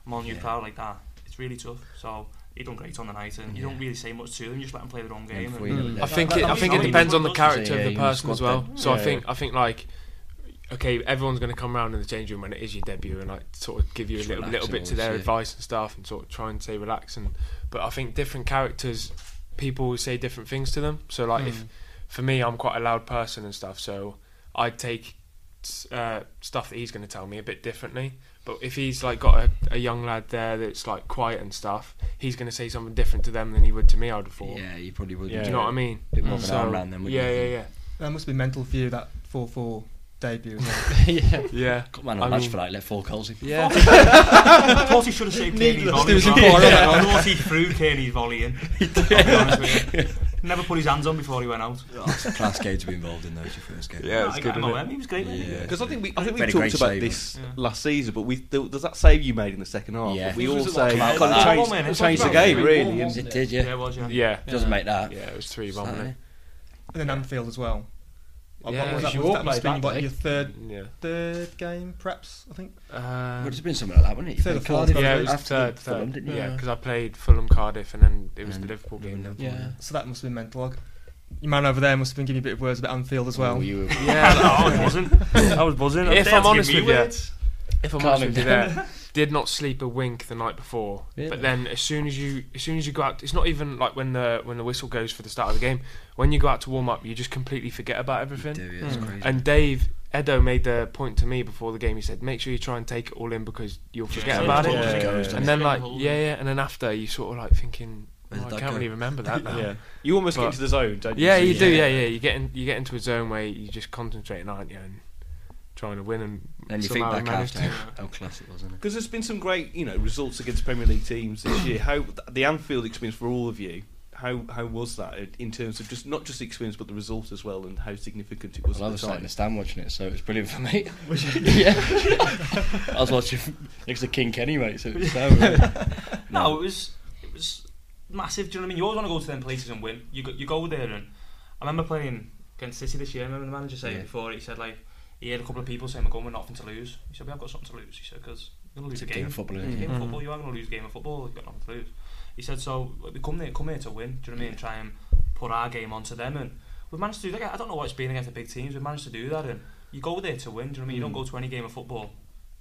[SPEAKER 4] Mon
[SPEAKER 5] Yeah.
[SPEAKER 4] crowd like that. It's really tough. So he done great on the night, and you
[SPEAKER 5] Yeah.
[SPEAKER 4] don't really say much to them. You just let them play their own
[SPEAKER 5] Yeah,
[SPEAKER 4] game.
[SPEAKER 5] before
[SPEAKER 4] and
[SPEAKER 5] you know
[SPEAKER 3] Mm.
[SPEAKER 5] it,
[SPEAKER 7] I
[SPEAKER 5] they're-
[SPEAKER 7] think
[SPEAKER 4] that-
[SPEAKER 7] it,
[SPEAKER 4] that
[SPEAKER 7] I
[SPEAKER 4] was
[SPEAKER 7] think it
[SPEAKER 4] nice.
[SPEAKER 7] depends on the
[SPEAKER 4] Yeah,
[SPEAKER 7] character of
[SPEAKER 5] you
[SPEAKER 7] the
[SPEAKER 5] need
[SPEAKER 7] person
[SPEAKER 5] a
[SPEAKER 7] as
[SPEAKER 5] squad
[SPEAKER 7] well. So I
[SPEAKER 3] Yeah.
[SPEAKER 7] think I think like okay, everyone's going to come round in the change room when it is your debut and like sort of give you a
[SPEAKER 5] Just
[SPEAKER 7] little
[SPEAKER 5] relax
[SPEAKER 7] little
[SPEAKER 5] and
[SPEAKER 7] bit to
[SPEAKER 5] always,
[SPEAKER 7] their
[SPEAKER 5] yeah.
[SPEAKER 7] advice and stuff and sort of try and say relax and but I think different characters people will say different things to them. So like if
[SPEAKER 5] Hmm.
[SPEAKER 3] Mm.
[SPEAKER 7] for me I'm quite a loud person and stuff, so I'd take uh, stuff that he's going to tell me a bit differently. But if he's like got a, a young lad there that's like quiet and stuff, he's going to say something different to them than he would to me. I'd have thought.
[SPEAKER 5] Yeah, you probably would.
[SPEAKER 1] Yeah.
[SPEAKER 7] Do you know what I mean?
[SPEAKER 5] Bit more of an
[SPEAKER 7] Mm. So,
[SPEAKER 5] arm round then, wouldn't
[SPEAKER 7] yeah,
[SPEAKER 5] you?
[SPEAKER 7] yeah, yeah,
[SPEAKER 3] That must be mental for you that four four debut.
[SPEAKER 5] yeah.
[SPEAKER 7] yeah.
[SPEAKER 5] Got man
[SPEAKER 7] I
[SPEAKER 5] on match
[SPEAKER 7] mean-
[SPEAKER 5] for like let four goals in.
[SPEAKER 7] Yeah.
[SPEAKER 4] Of course, he should have saved Kearney's
[SPEAKER 3] Needless
[SPEAKER 4] volley.
[SPEAKER 3] to
[SPEAKER 4] as well.
[SPEAKER 3] inquire on that
[SPEAKER 4] I thought he threw Kearney's volley in. I'll be honest with you. Never put his hands on before he went out.
[SPEAKER 5] It's a class game to be involved in those your first game.
[SPEAKER 7] Yeah, it's
[SPEAKER 4] I
[SPEAKER 7] good,
[SPEAKER 4] got him
[SPEAKER 7] innit?
[SPEAKER 4] away. He was great. wasn't he?
[SPEAKER 5] Yeah.
[SPEAKER 1] Because I think we, I think we
[SPEAKER 5] Made a
[SPEAKER 1] talked
[SPEAKER 5] great
[SPEAKER 1] about
[SPEAKER 5] save,
[SPEAKER 1] this
[SPEAKER 4] wasn't
[SPEAKER 1] last season, but we th- does that save you made in the second half?
[SPEAKER 5] Yeah.
[SPEAKER 1] We
[SPEAKER 5] It
[SPEAKER 1] all
[SPEAKER 5] was
[SPEAKER 1] say
[SPEAKER 5] like
[SPEAKER 1] kind
[SPEAKER 5] come
[SPEAKER 1] of
[SPEAKER 5] out
[SPEAKER 1] changed,
[SPEAKER 4] of nowhere,
[SPEAKER 1] changed,
[SPEAKER 4] it's
[SPEAKER 1] the
[SPEAKER 4] like
[SPEAKER 1] game
[SPEAKER 4] three
[SPEAKER 1] really.
[SPEAKER 3] balls.
[SPEAKER 1] And
[SPEAKER 5] It did, yeah.
[SPEAKER 4] Yeah, it was, yeah.
[SPEAKER 7] Yeah.
[SPEAKER 5] Doesn't make that. eh?
[SPEAKER 7] Yeah, it was three
[SPEAKER 5] It's that,
[SPEAKER 7] one.
[SPEAKER 3] and then Anfield as well. Uh,
[SPEAKER 7] Yeah,
[SPEAKER 3] what
[SPEAKER 7] because
[SPEAKER 3] was that?
[SPEAKER 5] you
[SPEAKER 3] Was
[SPEAKER 5] all
[SPEAKER 3] that must
[SPEAKER 5] played
[SPEAKER 3] have been
[SPEAKER 5] that
[SPEAKER 3] like
[SPEAKER 5] day.
[SPEAKER 3] your third
[SPEAKER 7] Yeah.
[SPEAKER 3] third game, perhaps. I think.
[SPEAKER 7] Uh,
[SPEAKER 5] Would have been something like that, wouldn't it? You
[SPEAKER 3] Third or
[SPEAKER 5] played
[SPEAKER 3] fourth
[SPEAKER 5] Cardiff,
[SPEAKER 3] goal.
[SPEAKER 7] yeah,
[SPEAKER 5] you
[SPEAKER 7] it was
[SPEAKER 5] played
[SPEAKER 7] third,
[SPEAKER 5] Fulham,
[SPEAKER 7] third.
[SPEAKER 5] didn't you?
[SPEAKER 7] Yeah,
[SPEAKER 3] Yeah.
[SPEAKER 7] because I played Fulham, Cardiff, and then it was
[SPEAKER 5] And
[SPEAKER 7] the Liverpool game.
[SPEAKER 5] Liverpool.
[SPEAKER 7] then.
[SPEAKER 3] So that must have been mental. I,
[SPEAKER 8] your man over there must have been giving you a bit of words about Anfield as well.
[SPEAKER 5] Ooh, you were-
[SPEAKER 7] Yeah,
[SPEAKER 4] no, I wasn't. I was buzzing.
[SPEAKER 7] If
[SPEAKER 4] They had
[SPEAKER 7] I'm
[SPEAKER 4] to give
[SPEAKER 7] honest
[SPEAKER 4] Oh, me
[SPEAKER 7] with you,
[SPEAKER 4] words.
[SPEAKER 7] if I'm
[SPEAKER 5] Calm
[SPEAKER 7] honest
[SPEAKER 5] him
[SPEAKER 7] with you, there did not sleep a wink the night before.
[SPEAKER 5] Really?
[SPEAKER 7] But then, as soon as you, as soon as you go out, it's not even like when the when the whistle goes for the start of the game. When you go out to warm up, you just completely forget about
[SPEAKER 5] you
[SPEAKER 7] everything.
[SPEAKER 5] do, yeah, it's crazy.
[SPEAKER 7] And Dave Edo made the point to me before the game. He said, "Make sure you try and take it all in because you'll forget
[SPEAKER 4] Yeah,
[SPEAKER 7] about it."
[SPEAKER 4] yeah,
[SPEAKER 5] Just
[SPEAKER 4] yeah,
[SPEAKER 5] goes,
[SPEAKER 4] yeah.
[SPEAKER 5] doesn't
[SPEAKER 7] And
[SPEAKER 5] it?
[SPEAKER 7] then
[SPEAKER 4] Yeah.
[SPEAKER 7] like yeah, yeah, and then after you sort of like thinking,
[SPEAKER 5] Where did
[SPEAKER 7] "Oh, I
[SPEAKER 5] that
[SPEAKER 7] can't
[SPEAKER 5] go?"
[SPEAKER 7] really remember that now.
[SPEAKER 1] yeah. You almost get
[SPEAKER 7] But-
[SPEAKER 1] into the zone, don't you?
[SPEAKER 7] Yeah, you do.
[SPEAKER 5] Yeah.
[SPEAKER 7] Yeah, yeah. You get in, you get into a zone where you're just concentrating, aren't you, and trying to win. And
[SPEAKER 5] Then you think
[SPEAKER 7] somehow
[SPEAKER 5] back
[SPEAKER 7] managed
[SPEAKER 5] after
[SPEAKER 7] to-
[SPEAKER 5] how, how class it was, isn't it?
[SPEAKER 1] Because there's been some great, you know, results against Premier League teams this year. How the Anfield experience for all of you? How how was that in terms of just not just the experience but the result as well, and how significant it was
[SPEAKER 5] Well, I
[SPEAKER 1] at
[SPEAKER 5] was
[SPEAKER 1] the
[SPEAKER 5] sat in
[SPEAKER 1] time?
[SPEAKER 5] the stand watching it, so it was brilliant for me. yeah, I was watching next to King Kenny, mate. So it was so. uh,
[SPEAKER 4] No, it was it was massive. Do you know what I mean? You always want to go to them places and win. You go, you go there and I remember playing against City this year. I remember the manager saying
[SPEAKER 5] Yeah.
[SPEAKER 4] before he said like he had a couple of people saying we're going with nothing to lose. He said we have got something to lose. He said because we're gonna lose
[SPEAKER 5] it's
[SPEAKER 4] a
[SPEAKER 5] a game
[SPEAKER 4] game.
[SPEAKER 5] of football.
[SPEAKER 4] It's a
[SPEAKER 5] Isn't it? Mm.
[SPEAKER 4] game of football. You are going to lose a game of football. You've got nothing to lose. He said, so we come here, come here to win. Do you know what I mean? Try and put our game onto them, and we've managed to do that. I don't know what it's been against the big teams. We've managed to do that, and you go there to win. Do you know what I mean? You
[SPEAKER 5] Mm.
[SPEAKER 4] don't go to any game of football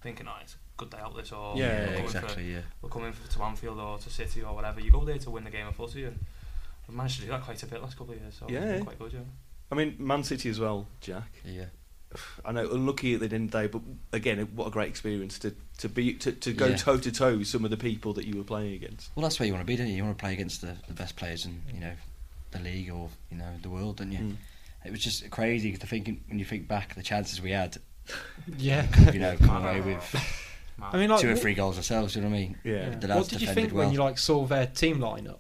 [SPEAKER 4] thinking, oh, it's a good day out this, or
[SPEAKER 1] Yeah,
[SPEAKER 4] we're
[SPEAKER 5] Yeah,
[SPEAKER 4] going for-
[SPEAKER 5] exactly. Yeah,
[SPEAKER 4] we're coming f- to Anfield or to City or whatever. You go there to win the game of footy, and we've managed to do that quite a bit last couple of years. So it's been
[SPEAKER 1] Yeah.
[SPEAKER 4] quite good, yeah.
[SPEAKER 1] I mean, Man City as well, Jack.
[SPEAKER 5] yeah.
[SPEAKER 1] I know, unlucky at the end of the day, but again, what a great experience to to be to, to go
[SPEAKER 5] Yeah.
[SPEAKER 1] toe to toe with some of the people that you were playing against.
[SPEAKER 5] Well, that's where you want to be, don't you? You want to play against the, the best players in you know the league or you know the world, don't you?
[SPEAKER 1] Mm.
[SPEAKER 5] It was just crazy because thinking when you think back, the chances we had,
[SPEAKER 3] Yeah.
[SPEAKER 5] you know, come away with
[SPEAKER 3] I mean, like,
[SPEAKER 5] two or
[SPEAKER 3] what-
[SPEAKER 5] three goals ourselves. Do you know what I mean?
[SPEAKER 1] Yeah.
[SPEAKER 5] The lads
[SPEAKER 3] what did you
[SPEAKER 5] defended
[SPEAKER 3] think
[SPEAKER 5] well.
[SPEAKER 3] when you like saw their team lineup?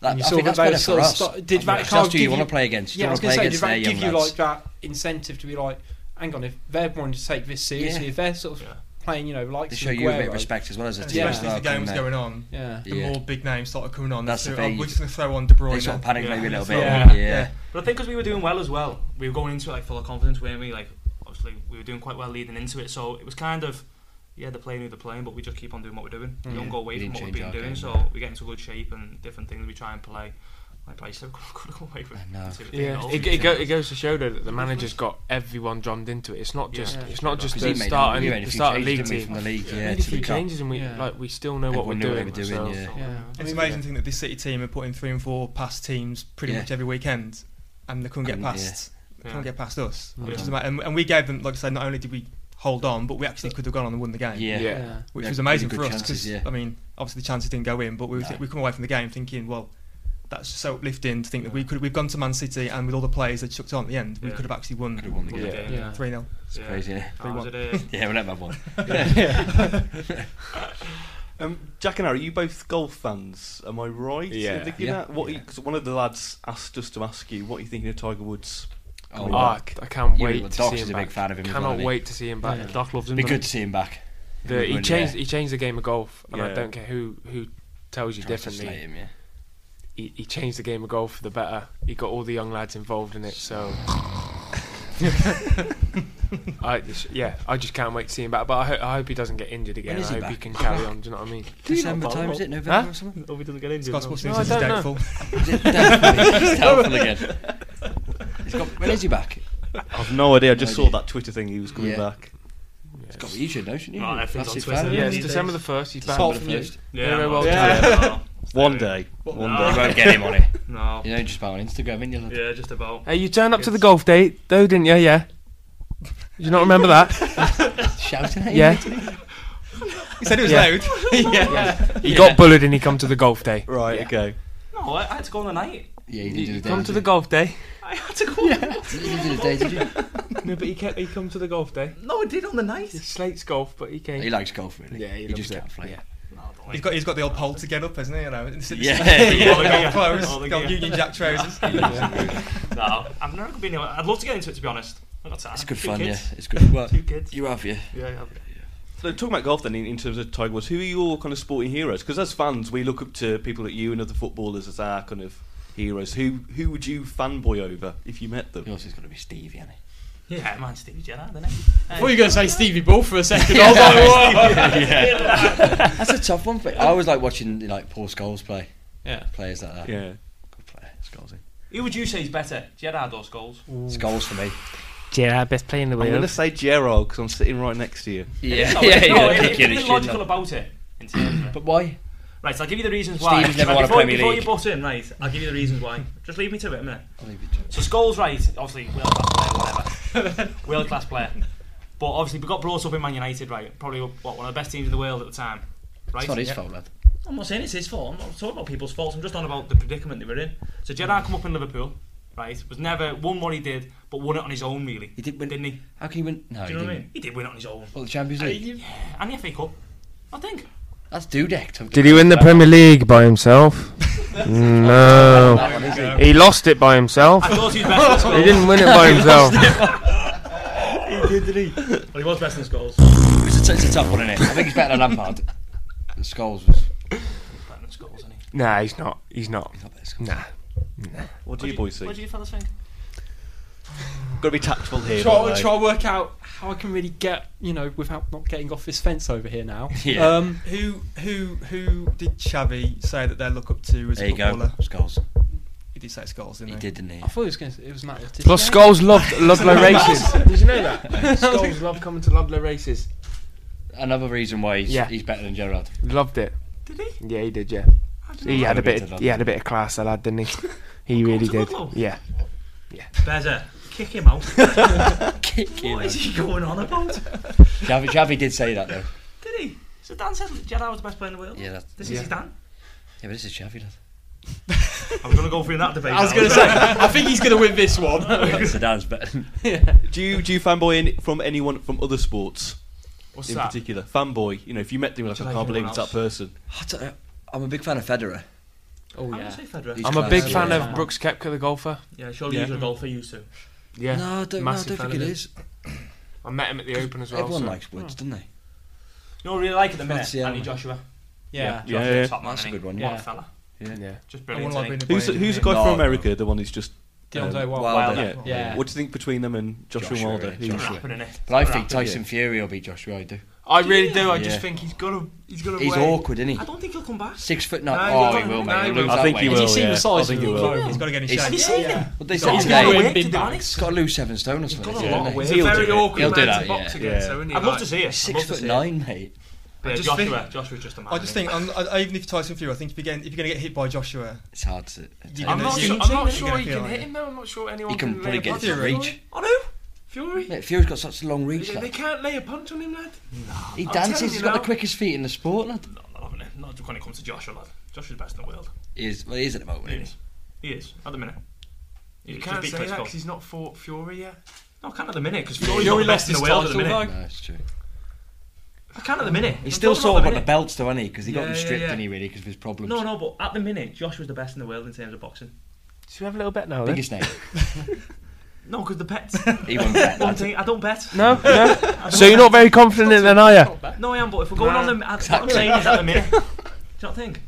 [SPEAKER 5] That,
[SPEAKER 3] and you
[SPEAKER 5] I
[SPEAKER 3] saw
[SPEAKER 5] think that's
[SPEAKER 3] that
[SPEAKER 5] better
[SPEAKER 3] they
[SPEAKER 5] for
[SPEAKER 3] sort of
[SPEAKER 5] us.
[SPEAKER 3] sta-
[SPEAKER 5] I
[SPEAKER 3] did
[SPEAKER 5] think
[SPEAKER 3] Van
[SPEAKER 5] that's
[SPEAKER 3] Gaal
[SPEAKER 5] just who you
[SPEAKER 3] give
[SPEAKER 5] want to
[SPEAKER 3] you-
[SPEAKER 5] play against. You
[SPEAKER 3] yeah, I
[SPEAKER 5] want
[SPEAKER 3] was
[SPEAKER 5] to
[SPEAKER 3] going
[SPEAKER 5] play
[SPEAKER 3] to
[SPEAKER 5] against
[SPEAKER 3] say, did
[SPEAKER 5] their
[SPEAKER 3] that
[SPEAKER 5] young
[SPEAKER 3] give you
[SPEAKER 5] lads.
[SPEAKER 3] like that incentive to be like, hang on, if they're wanting to take this seriously,
[SPEAKER 5] Yeah.
[SPEAKER 3] if they're sort of playing, you know, like
[SPEAKER 5] they
[SPEAKER 3] some
[SPEAKER 5] show you a bit
[SPEAKER 3] Aguero,
[SPEAKER 5] of respect as well as a
[SPEAKER 8] And
[SPEAKER 5] team.
[SPEAKER 3] Yeah.
[SPEAKER 5] as
[SPEAKER 8] Especially
[SPEAKER 5] well,
[SPEAKER 8] as the game was
[SPEAKER 5] couldn't
[SPEAKER 8] going on,
[SPEAKER 3] Yeah.
[SPEAKER 5] they?
[SPEAKER 8] the
[SPEAKER 5] Yeah.
[SPEAKER 8] more big names started coming on.
[SPEAKER 5] That's
[SPEAKER 8] so,
[SPEAKER 5] the
[SPEAKER 8] oh,
[SPEAKER 5] thing, you
[SPEAKER 8] we're just
[SPEAKER 5] just-
[SPEAKER 8] going to throw on De Bruyne.
[SPEAKER 5] They sort of panicked
[SPEAKER 4] Yeah.
[SPEAKER 5] maybe a little
[SPEAKER 8] as
[SPEAKER 5] bit.
[SPEAKER 8] well.
[SPEAKER 5] Yeah.
[SPEAKER 8] Yeah.
[SPEAKER 4] But I think because we were doing well as well, we were going into it like full of confidence, weren't we? Like obviously we were doing quite well leading into it, so it was kind of yeah they're playing who they're playing, but we just keep on doing what we're doing. We don't go away
[SPEAKER 5] We
[SPEAKER 4] from
[SPEAKER 5] didn't
[SPEAKER 4] what we've
[SPEAKER 5] change
[SPEAKER 4] been
[SPEAKER 5] our
[SPEAKER 4] doing,
[SPEAKER 5] game.
[SPEAKER 4] so we get into good shape and different things we try and play. Like I said, could go away with
[SPEAKER 5] I know.
[SPEAKER 4] two or three
[SPEAKER 7] Yeah,
[SPEAKER 4] goals.
[SPEAKER 7] it, it, go, it goes to show though that the manager's got everyone drummed into it. It's not just
[SPEAKER 3] Yeah.
[SPEAKER 7] it's not just
[SPEAKER 5] Because he
[SPEAKER 7] the
[SPEAKER 5] made,
[SPEAKER 7] start
[SPEAKER 5] he
[SPEAKER 7] and
[SPEAKER 5] made
[SPEAKER 7] the
[SPEAKER 5] a few
[SPEAKER 7] start of
[SPEAKER 5] changes
[SPEAKER 7] league
[SPEAKER 5] didn't we,
[SPEAKER 7] team.
[SPEAKER 5] from the league.
[SPEAKER 7] He
[SPEAKER 5] Yeah,
[SPEAKER 7] made a
[SPEAKER 5] to
[SPEAKER 7] few
[SPEAKER 5] the cup.
[SPEAKER 7] changes and we
[SPEAKER 3] Yeah.
[SPEAKER 7] like we still know what we're
[SPEAKER 5] Everyone knew
[SPEAKER 7] doing.
[SPEAKER 5] what they were doing,
[SPEAKER 7] so-
[SPEAKER 5] yeah.
[SPEAKER 3] Yeah.
[SPEAKER 8] It's
[SPEAKER 3] It's
[SPEAKER 8] amazing to think that this City team are putting three and four past teams pretty
[SPEAKER 5] Yeah.
[SPEAKER 8] much every weekend, and they couldn't get
[SPEAKER 5] And,
[SPEAKER 8] past.
[SPEAKER 4] yeah.
[SPEAKER 8] Can't get past us,
[SPEAKER 4] Yeah.
[SPEAKER 8] which is ama- and, and we gave them. Like I said, not only did we hold on, but we actually could have gone on and won the game,
[SPEAKER 5] Yeah.
[SPEAKER 7] Yeah.
[SPEAKER 8] which
[SPEAKER 5] Yeah,
[SPEAKER 8] was amazing
[SPEAKER 5] really
[SPEAKER 8] for
[SPEAKER 5] good
[SPEAKER 8] us.
[SPEAKER 5] chances,
[SPEAKER 8] Because
[SPEAKER 5] yeah.
[SPEAKER 8] I mean, obviously the chances didn't go in, but we were
[SPEAKER 5] No.
[SPEAKER 8] th- we come away from the game thinking, well, that's so uplifting to think that we could we've gone to Man City and with all the players they chucked on at the end, we
[SPEAKER 4] Yeah.
[SPEAKER 8] could have actually won
[SPEAKER 5] Could have won the
[SPEAKER 4] Good
[SPEAKER 5] game.
[SPEAKER 4] game,
[SPEAKER 3] Yeah.
[SPEAKER 4] yeah.
[SPEAKER 8] three 0
[SPEAKER 5] It's
[SPEAKER 4] Yeah.
[SPEAKER 5] crazy, yeah.
[SPEAKER 4] I was uh, at a-
[SPEAKER 5] Yeah, we'll never have one.
[SPEAKER 1] Um, Jack and Harry, you both golf fans, am I right? in
[SPEAKER 7] Yeah.
[SPEAKER 1] thinking
[SPEAKER 5] Yeah.
[SPEAKER 1] that? What?
[SPEAKER 5] Yeah.
[SPEAKER 1] Because one of the lads asked us to ask you, what are you thinking of Tiger Woods?
[SPEAKER 5] Oh,
[SPEAKER 7] Ah, I can't
[SPEAKER 5] You
[SPEAKER 7] wait
[SPEAKER 5] were-
[SPEAKER 7] to
[SPEAKER 5] Doc's
[SPEAKER 7] see
[SPEAKER 5] is
[SPEAKER 7] him
[SPEAKER 5] a big
[SPEAKER 7] back.
[SPEAKER 5] fan of him. as well,
[SPEAKER 7] Cannot
[SPEAKER 5] isn't he?
[SPEAKER 7] wait to see him back.
[SPEAKER 3] Yeah.
[SPEAKER 7] Doc loves him.
[SPEAKER 5] Be
[SPEAKER 7] doesn't
[SPEAKER 5] good to see him back.
[SPEAKER 7] he? The- he
[SPEAKER 5] Everyone,
[SPEAKER 7] changed
[SPEAKER 5] yeah.
[SPEAKER 7] he changed the game of golf, and I
[SPEAKER 1] Yeah.
[SPEAKER 7] don't care who who tells you
[SPEAKER 5] Trying to
[SPEAKER 7] differently.
[SPEAKER 5] slate him, yeah.
[SPEAKER 7] he, he changed the game of golf for the better. He got all the young lads involved in it, so. I just, yeah, I just can't wait to see him back. But I, ho- I hope he doesn't get injured again.
[SPEAKER 5] is
[SPEAKER 7] I
[SPEAKER 5] he
[SPEAKER 7] hope he
[SPEAKER 5] back?
[SPEAKER 7] can carry on. Do you know what I mean?
[SPEAKER 5] December time, is it? November
[SPEAKER 7] Huh?
[SPEAKER 5] or something?
[SPEAKER 4] Hope he doesn't get injured.
[SPEAKER 8] Scott's
[SPEAKER 4] no.
[SPEAKER 8] watching
[SPEAKER 7] No,
[SPEAKER 8] this
[SPEAKER 7] I
[SPEAKER 8] is
[SPEAKER 7] don't know.
[SPEAKER 8] doubtful.
[SPEAKER 5] Is it doubtful? It's doubtful again. He's got, when is he back?
[SPEAKER 1] I've no idea. I just
[SPEAKER 5] No idea.
[SPEAKER 1] saw that Twitter thing he was coming
[SPEAKER 5] Yeah.
[SPEAKER 1] back.
[SPEAKER 5] It's got, you should know, shouldn't you?
[SPEAKER 4] Right, I think on
[SPEAKER 5] Massive
[SPEAKER 4] Twitter.
[SPEAKER 5] fan.
[SPEAKER 7] Yeah,
[SPEAKER 4] Yeah,
[SPEAKER 7] it's
[SPEAKER 4] he
[SPEAKER 7] December the first. He's back.
[SPEAKER 5] December
[SPEAKER 3] from
[SPEAKER 5] the
[SPEAKER 3] you.
[SPEAKER 5] first.
[SPEAKER 4] Yeah,
[SPEAKER 7] Very
[SPEAKER 4] I'm
[SPEAKER 7] well
[SPEAKER 4] not-
[SPEAKER 7] done.
[SPEAKER 4] yeah,
[SPEAKER 1] One day, one
[SPEAKER 4] No.
[SPEAKER 5] You
[SPEAKER 1] day.
[SPEAKER 5] won't get him on it.
[SPEAKER 4] No. no.
[SPEAKER 5] You know, just about on Instagram, and you'll
[SPEAKER 4] Yeah, just about.
[SPEAKER 7] Hey, you turned up to the golf date though, didn't you? Yeah. Do you not remember that?
[SPEAKER 5] shouting at him.
[SPEAKER 7] Yeah.
[SPEAKER 8] He said it was
[SPEAKER 7] Yeah.
[SPEAKER 8] loud. yeah.
[SPEAKER 7] He got bullied and he come to the golf day.
[SPEAKER 1] Right. Okay.
[SPEAKER 4] No, I, I had to go on the night.
[SPEAKER 5] Yeah, you didn't do the day.
[SPEAKER 7] come to the
[SPEAKER 5] did
[SPEAKER 7] golf day.
[SPEAKER 4] I had to go. on the-
[SPEAKER 5] you? You didn't do the day, did you?
[SPEAKER 7] No, but he kept, he come to the golf day.
[SPEAKER 4] No, I did on the night.
[SPEAKER 7] He slates golf, but he came.
[SPEAKER 5] He likes golf, really.
[SPEAKER 7] Yeah, he
[SPEAKER 5] he
[SPEAKER 7] loves
[SPEAKER 5] just
[SPEAKER 7] it.
[SPEAKER 5] can't play.
[SPEAKER 4] No, I don't like
[SPEAKER 8] He's got he's got the old pole to get up, hasn't he? You know, It's- it's-
[SPEAKER 5] Yeah.
[SPEAKER 8] golf
[SPEAKER 4] Yeah.
[SPEAKER 8] clothes,
[SPEAKER 4] All the
[SPEAKER 8] golf
[SPEAKER 4] gear.
[SPEAKER 8] Union Jack trousers.
[SPEAKER 4] No, I've never been here. I'd love to get into it to be honest. I've got time.
[SPEAKER 5] It's good
[SPEAKER 4] Two
[SPEAKER 5] fun, yeah.
[SPEAKER 4] kids.
[SPEAKER 5] It's good. Well,
[SPEAKER 4] Two kids.
[SPEAKER 5] you have, yeah.
[SPEAKER 4] Yeah, yeah.
[SPEAKER 1] So talking about golf then, in, in terms of Tiger Woods, who are your kind of sporting heroes? Because as fans, we look up to people like you and other footballers as our kind of heroes. Who who would you fanboy over if you met them?
[SPEAKER 5] Yours is going to be Steve, Yanni.
[SPEAKER 4] Yeah, man, Stevie Gerrard, isn't it?
[SPEAKER 3] I thought you were going to say Stevie Ball for a second. I was like, "Whoa."
[SPEAKER 5] That's a tough one. For I always like watching like Paul Scholes play.
[SPEAKER 3] Yeah.
[SPEAKER 5] Players like that.
[SPEAKER 1] Yeah.
[SPEAKER 5] Good player, Scholes.
[SPEAKER 4] Who would you say is better, Gerard or Scholes?
[SPEAKER 5] It's goals for me.
[SPEAKER 9] Gerard best player in the
[SPEAKER 1] I'm going to
[SPEAKER 9] world.
[SPEAKER 1] say Gerard because I'm sitting right next to you.
[SPEAKER 5] Yeah,
[SPEAKER 4] No, no,
[SPEAKER 5] yeah, you're
[SPEAKER 4] if- if
[SPEAKER 5] kicking
[SPEAKER 4] you're
[SPEAKER 5] the shit
[SPEAKER 4] logical
[SPEAKER 5] out.
[SPEAKER 4] about it. in terms of it.
[SPEAKER 5] But why?
[SPEAKER 4] Right, so I'll give you the reasons why.
[SPEAKER 5] Steve's never
[SPEAKER 4] Right,
[SPEAKER 5] won a
[SPEAKER 4] before,
[SPEAKER 5] Premier
[SPEAKER 4] before
[SPEAKER 5] League.
[SPEAKER 4] you butt in, right, I'll give you the reasons why. Just leave me to it a minute.
[SPEAKER 5] I'll leave you to it.
[SPEAKER 4] So Scholes, right, obviously world class player, whatever, world class player. But obviously, we got brought up in Man United, right? Probably what one of the best teams in the world at the time, right?
[SPEAKER 5] It's not his fault, lad.
[SPEAKER 4] I'm not saying it's his fault. I'm not talking about people's faults. I'm just on about the predicament they were in. So Gerrard come up in Liverpool, right? Was never won what he did, but won it on his own, really.
[SPEAKER 5] He did win.
[SPEAKER 4] Didn't he?
[SPEAKER 5] How can you win? No,
[SPEAKER 4] Do you know
[SPEAKER 5] he didn't.
[SPEAKER 4] what I mean? He did win it on his own.
[SPEAKER 5] Well, the Champions League.
[SPEAKER 4] And the FA Cup, I think.
[SPEAKER 5] That's Dudek. to-
[SPEAKER 9] Did he win the Premier League by himself? no.
[SPEAKER 5] That one, is it?
[SPEAKER 9] He lost it by himself.
[SPEAKER 4] I thought he was best in
[SPEAKER 9] He
[SPEAKER 4] the
[SPEAKER 9] didn't win it by himself.
[SPEAKER 4] goals. Well, he was best in the goals.
[SPEAKER 5] It's a, it's a tough one, isn't it? I think he's better than Lampard. And Scholes was.
[SPEAKER 4] Better than Scholes, isn't he?
[SPEAKER 7] Nah, he's not. He's not.
[SPEAKER 5] He's not better. than Scholes.
[SPEAKER 7] Nah.
[SPEAKER 1] What do you boys
[SPEAKER 4] What do
[SPEAKER 1] think?
[SPEAKER 4] you fellas think?
[SPEAKER 1] Got to be tactful here.
[SPEAKER 3] try,
[SPEAKER 1] don't they?
[SPEAKER 3] try work out how I can really get you know without not getting off this fence over here now.
[SPEAKER 5] Yeah.
[SPEAKER 3] Um,
[SPEAKER 8] Who who who did Xavi say that they look up to as
[SPEAKER 5] There
[SPEAKER 8] a
[SPEAKER 5] you go.
[SPEAKER 8] footballer?
[SPEAKER 5] Scholes.
[SPEAKER 8] He did say Scholes, didn't
[SPEAKER 5] He
[SPEAKER 8] he?
[SPEAKER 5] did, didn't he?
[SPEAKER 3] I thought it was going to, it was Matt Letizia.
[SPEAKER 7] Plus, Scholes loved Ludlow races. Did you know that?
[SPEAKER 3] Scholes
[SPEAKER 7] Scholes loved coming to Ludlow races.
[SPEAKER 5] Another reason why he's,
[SPEAKER 7] Yeah.
[SPEAKER 5] he's better than Gerrard.
[SPEAKER 7] Loved it.
[SPEAKER 4] Did he?
[SPEAKER 7] Yeah, he did. Yeah,
[SPEAKER 4] didn't
[SPEAKER 7] he
[SPEAKER 4] know
[SPEAKER 7] had a
[SPEAKER 5] that.
[SPEAKER 7] bit. Of, he had a bit of class, that lad, didn't he? He
[SPEAKER 4] course
[SPEAKER 7] really
[SPEAKER 4] he
[SPEAKER 7] did.
[SPEAKER 4] would, though.
[SPEAKER 7] Yeah.
[SPEAKER 4] Better. Kick him out.
[SPEAKER 5] Kick him.
[SPEAKER 4] what is he going on about?
[SPEAKER 5] Xavi, Xavi did say that though.
[SPEAKER 4] Did he? So Dan said Gerrard was the best player in the world.
[SPEAKER 5] Yeah, that's,
[SPEAKER 4] This
[SPEAKER 7] Yeah.
[SPEAKER 4] is Dan.
[SPEAKER 5] yeah, but this is Xavi, lad.
[SPEAKER 4] I was going to go through that debate.
[SPEAKER 3] I was going to say I think he's going to win this one.
[SPEAKER 5] Zidane's better.
[SPEAKER 1] Do you do you fanboy any, from anyone from other sports
[SPEAKER 6] What's
[SPEAKER 1] in
[SPEAKER 6] that?
[SPEAKER 1] particular? Fanboy, you know, if you met them, you're like,
[SPEAKER 4] Do you
[SPEAKER 1] I
[SPEAKER 4] like
[SPEAKER 1] can't believe
[SPEAKER 4] anyone
[SPEAKER 1] it's that person.
[SPEAKER 5] I don't know. I'm a big fan of Federer.
[SPEAKER 3] Oh
[SPEAKER 4] I'm
[SPEAKER 3] yeah.
[SPEAKER 4] gonna say Federer.
[SPEAKER 5] He's
[SPEAKER 7] I'm a
[SPEAKER 5] class,
[SPEAKER 7] big
[SPEAKER 5] yeah.
[SPEAKER 7] fan
[SPEAKER 3] Yeah.
[SPEAKER 7] of Brooks Koepka, the golfer.
[SPEAKER 4] Yeah, surely
[SPEAKER 1] Yeah.
[SPEAKER 4] you're a golfer, you two.
[SPEAKER 7] Yeah,
[SPEAKER 5] No, I don't, no, I
[SPEAKER 7] massive
[SPEAKER 5] don't think
[SPEAKER 7] fan
[SPEAKER 5] it
[SPEAKER 7] of him.
[SPEAKER 5] is.
[SPEAKER 7] I met him at the Open as well.
[SPEAKER 5] Everyone
[SPEAKER 7] so-
[SPEAKER 5] likes Woods, doesn't they?
[SPEAKER 4] You know, what I really like at the minute,
[SPEAKER 5] That's the
[SPEAKER 4] Andy
[SPEAKER 5] element.
[SPEAKER 4] Joshua.
[SPEAKER 3] yeah.
[SPEAKER 1] Yeah,
[SPEAKER 4] Joshua's
[SPEAKER 1] yeah.
[SPEAKER 4] Top man,
[SPEAKER 5] That's a
[SPEAKER 4] isn't he?
[SPEAKER 5] good one,
[SPEAKER 4] What a
[SPEAKER 3] yeah.
[SPEAKER 4] fella.
[SPEAKER 7] Yeah.
[SPEAKER 4] Just
[SPEAKER 8] I wouldn't
[SPEAKER 4] brilliant.
[SPEAKER 8] like being
[SPEAKER 4] isn't
[SPEAKER 8] a
[SPEAKER 4] he?
[SPEAKER 1] Who's who's
[SPEAKER 8] player,
[SPEAKER 1] the
[SPEAKER 8] didn't he?
[SPEAKER 1] guy
[SPEAKER 5] No,
[SPEAKER 1] from America? The one who's just.
[SPEAKER 3] Deontay
[SPEAKER 1] Um,
[SPEAKER 3] Wilder.
[SPEAKER 5] Wilder.
[SPEAKER 1] Yeah.
[SPEAKER 3] Yeah.
[SPEAKER 1] What do you think between them and Joshua,
[SPEAKER 5] Joshua,
[SPEAKER 1] Wilder?
[SPEAKER 5] yeah,
[SPEAKER 1] Who's-
[SPEAKER 5] Joshua.
[SPEAKER 4] Rapping, innit?
[SPEAKER 5] But I think
[SPEAKER 4] Rapping.
[SPEAKER 5] Tyson Fury will be Joshua. I do.
[SPEAKER 7] I really do. I
[SPEAKER 5] Yeah.
[SPEAKER 7] just think he's gonna. He's gonna.
[SPEAKER 5] He's
[SPEAKER 7] win.
[SPEAKER 5] awkward, isn't he?
[SPEAKER 4] I don't think he'll come back.
[SPEAKER 5] Six foot nine.
[SPEAKER 7] No,
[SPEAKER 5] oh,
[SPEAKER 7] he
[SPEAKER 5] he will,
[SPEAKER 7] won't.
[SPEAKER 5] mate.
[SPEAKER 7] No, he
[SPEAKER 5] He'll
[SPEAKER 7] won't.
[SPEAKER 5] lose
[SPEAKER 1] I
[SPEAKER 5] that
[SPEAKER 1] think he
[SPEAKER 5] weight.
[SPEAKER 1] will.
[SPEAKER 3] Has he seen
[SPEAKER 1] yeah.
[SPEAKER 3] the
[SPEAKER 1] I
[SPEAKER 3] size
[SPEAKER 1] think
[SPEAKER 3] of
[SPEAKER 1] he
[SPEAKER 3] him?
[SPEAKER 1] will.
[SPEAKER 8] He's got to get in
[SPEAKER 5] He's-
[SPEAKER 8] shape.
[SPEAKER 4] Have you seen him?
[SPEAKER 5] What they
[SPEAKER 4] He's
[SPEAKER 5] say
[SPEAKER 4] got
[SPEAKER 5] he's
[SPEAKER 4] a lot of
[SPEAKER 5] gay.
[SPEAKER 4] weight,
[SPEAKER 7] Big
[SPEAKER 4] to be
[SPEAKER 7] bags.
[SPEAKER 4] honest.
[SPEAKER 5] He's got to lose seven stone or
[SPEAKER 4] He's
[SPEAKER 5] something.
[SPEAKER 4] got a
[SPEAKER 5] yeah,
[SPEAKER 4] lot of
[SPEAKER 5] isn't he?
[SPEAKER 7] He's
[SPEAKER 1] He'll
[SPEAKER 7] a very
[SPEAKER 1] do it.
[SPEAKER 7] awkward
[SPEAKER 5] He'll do
[SPEAKER 7] man
[SPEAKER 5] that,
[SPEAKER 7] to box
[SPEAKER 5] yeah.
[SPEAKER 7] against,
[SPEAKER 1] Yeah.
[SPEAKER 7] though, isn't he?
[SPEAKER 4] I'd love to see it. I'd
[SPEAKER 5] Six
[SPEAKER 4] love to
[SPEAKER 5] foot
[SPEAKER 4] see it.
[SPEAKER 5] nine, mate.
[SPEAKER 4] But
[SPEAKER 8] I just
[SPEAKER 4] Joshua, Joshua's just a man.
[SPEAKER 8] I just
[SPEAKER 4] isn't
[SPEAKER 8] think, un- I, even if Tyson Fury, I think if you're going, if you're going to get hit by Joshua,
[SPEAKER 5] It's hard to.
[SPEAKER 8] you're
[SPEAKER 7] I'm
[SPEAKER 8] gonna-
[SPEAKER 7] not.
[SPEAKER 8] you're
[SPEAKER 7] Sure,
[SPEAKER 8] gonna
[SPEAKER 7] I'm
[SPEAKER 8] feel
[SPEAKER 7] not
[SPEAKER 8] it,
[SPEAKER 7] sure
[SPEAKER 8] you're
[SPEAKER 7] he
[SPEAKER 8] gonna
[SPEAKER 7] can
[SPEAKER 8] feel
[SPEAKER 7] hit
[SPEAKER 8] it.
[SPEAKER 7] him though. I'm not sure anyone
[SPEAKER 5] He can
[SPEAKER 7] lay
[SPEAKER 5] probably
[SPEAKER 7] a
[SPEAKER 5] get
[SPEAKER 7] punch
[SPEAKER 5] to
[SPEAKER 7] on
[SPEAKER 5] the
[SPEAKER 7] him.
[SPEAKER 5] reach.
[SPEAKER 4] he? Oh
[SPEAKER 7] Fury.
[SPEAKER 5] Mate, Fury's got such a long reach.
[SPEAKER 7] They
[SPEAKER 5] Lad.
[SPEAKER 7] can't lay a punch on him, lad.
[SPEAKER 5] He dances.
[SPEAKER 7] I'm telling
[SPEAKER 5] He's
[SPEAKER 7] you
[SPEAKER 5] got the
[SPEAKER 7] now.
[SPEAKER 5] quickest feet in the sport, lad.
[SPEAKER 4] no! I'm not having it. Not when it comes to Joshua, lad. Joshua's best in the world.
[SPEAKER 5] He is. Well, he is at the moment.
[SPEAKER 4] He
[SPEAKER 5] isn't
[SPEAKER 4] is. He is. At the minute. He
[SPEAKER 7] You
[SPEAKER 4] is.
[SPEAKER 7] can't
[SPEAKER 4] Just
[SPEAKER 7] say
[SPEAKER 4] beat
[SPEAKER 7] that
[SPEAKER 4] Klitschko.
[SPEAKER 7] 'cause he's not fought Fury yet.
[SPEAKER 4] No, I can't at the minute because
[SPEAKER 3] Fury
[SPEAKER 4] Fury's not the
[SPEAKER 3] lost
[SPEAKER 4] best in the
[SPEAKER 3] his
[SPEAKER 4] world at the
[SPEAKER 3] title,
[SPEAKER 5] he?
[SPEAKER 4] minute.
[SPEAKER 5] No, it's true.
[SPEAKER 4] I can't at the minute.
[SPEAKER 5] He's
[SPEAKER 4] I'm
[SPEAKER 5] still
[SPEAKER 4] talking
[SPEAKER 5] sort of
[SPEAKER 4] about
[SPEAKER 5] got the belts, though, hasn't he? Because he got
[SPEAKER 4] Yeah,
[SPEAKER 5] them
[SPEAKER 4] yeah,
[SPEAKER 5] stripped,
[SPEAKER 4] yeah.
[SPEAKER 5] didn't he, really, because of his problems.
[SPEAKER 4] No, no, but at the minute, Josh was the best in the world in terms of boxing.
[SPEAKER 7] Should we have a little bet now? Then?
[SPEAKER 5] Biggest name.
[SPEAKER 4] No, because the pets.
[SPEAKER 5] He won't bet,
[SPEAKER 4] One
[SPEAKER 5] lad.
[SPEAKER 4] thing, I don't bet.
[SPEAKER 7] No, no. so you're not very confident in then, are you?
[SPEAKER 4] No, I am, but if we're going
[SPEAKER 7] Nah.
[SPEAKER 4] on the. That's what I'm saying is at the minute. Do you not think?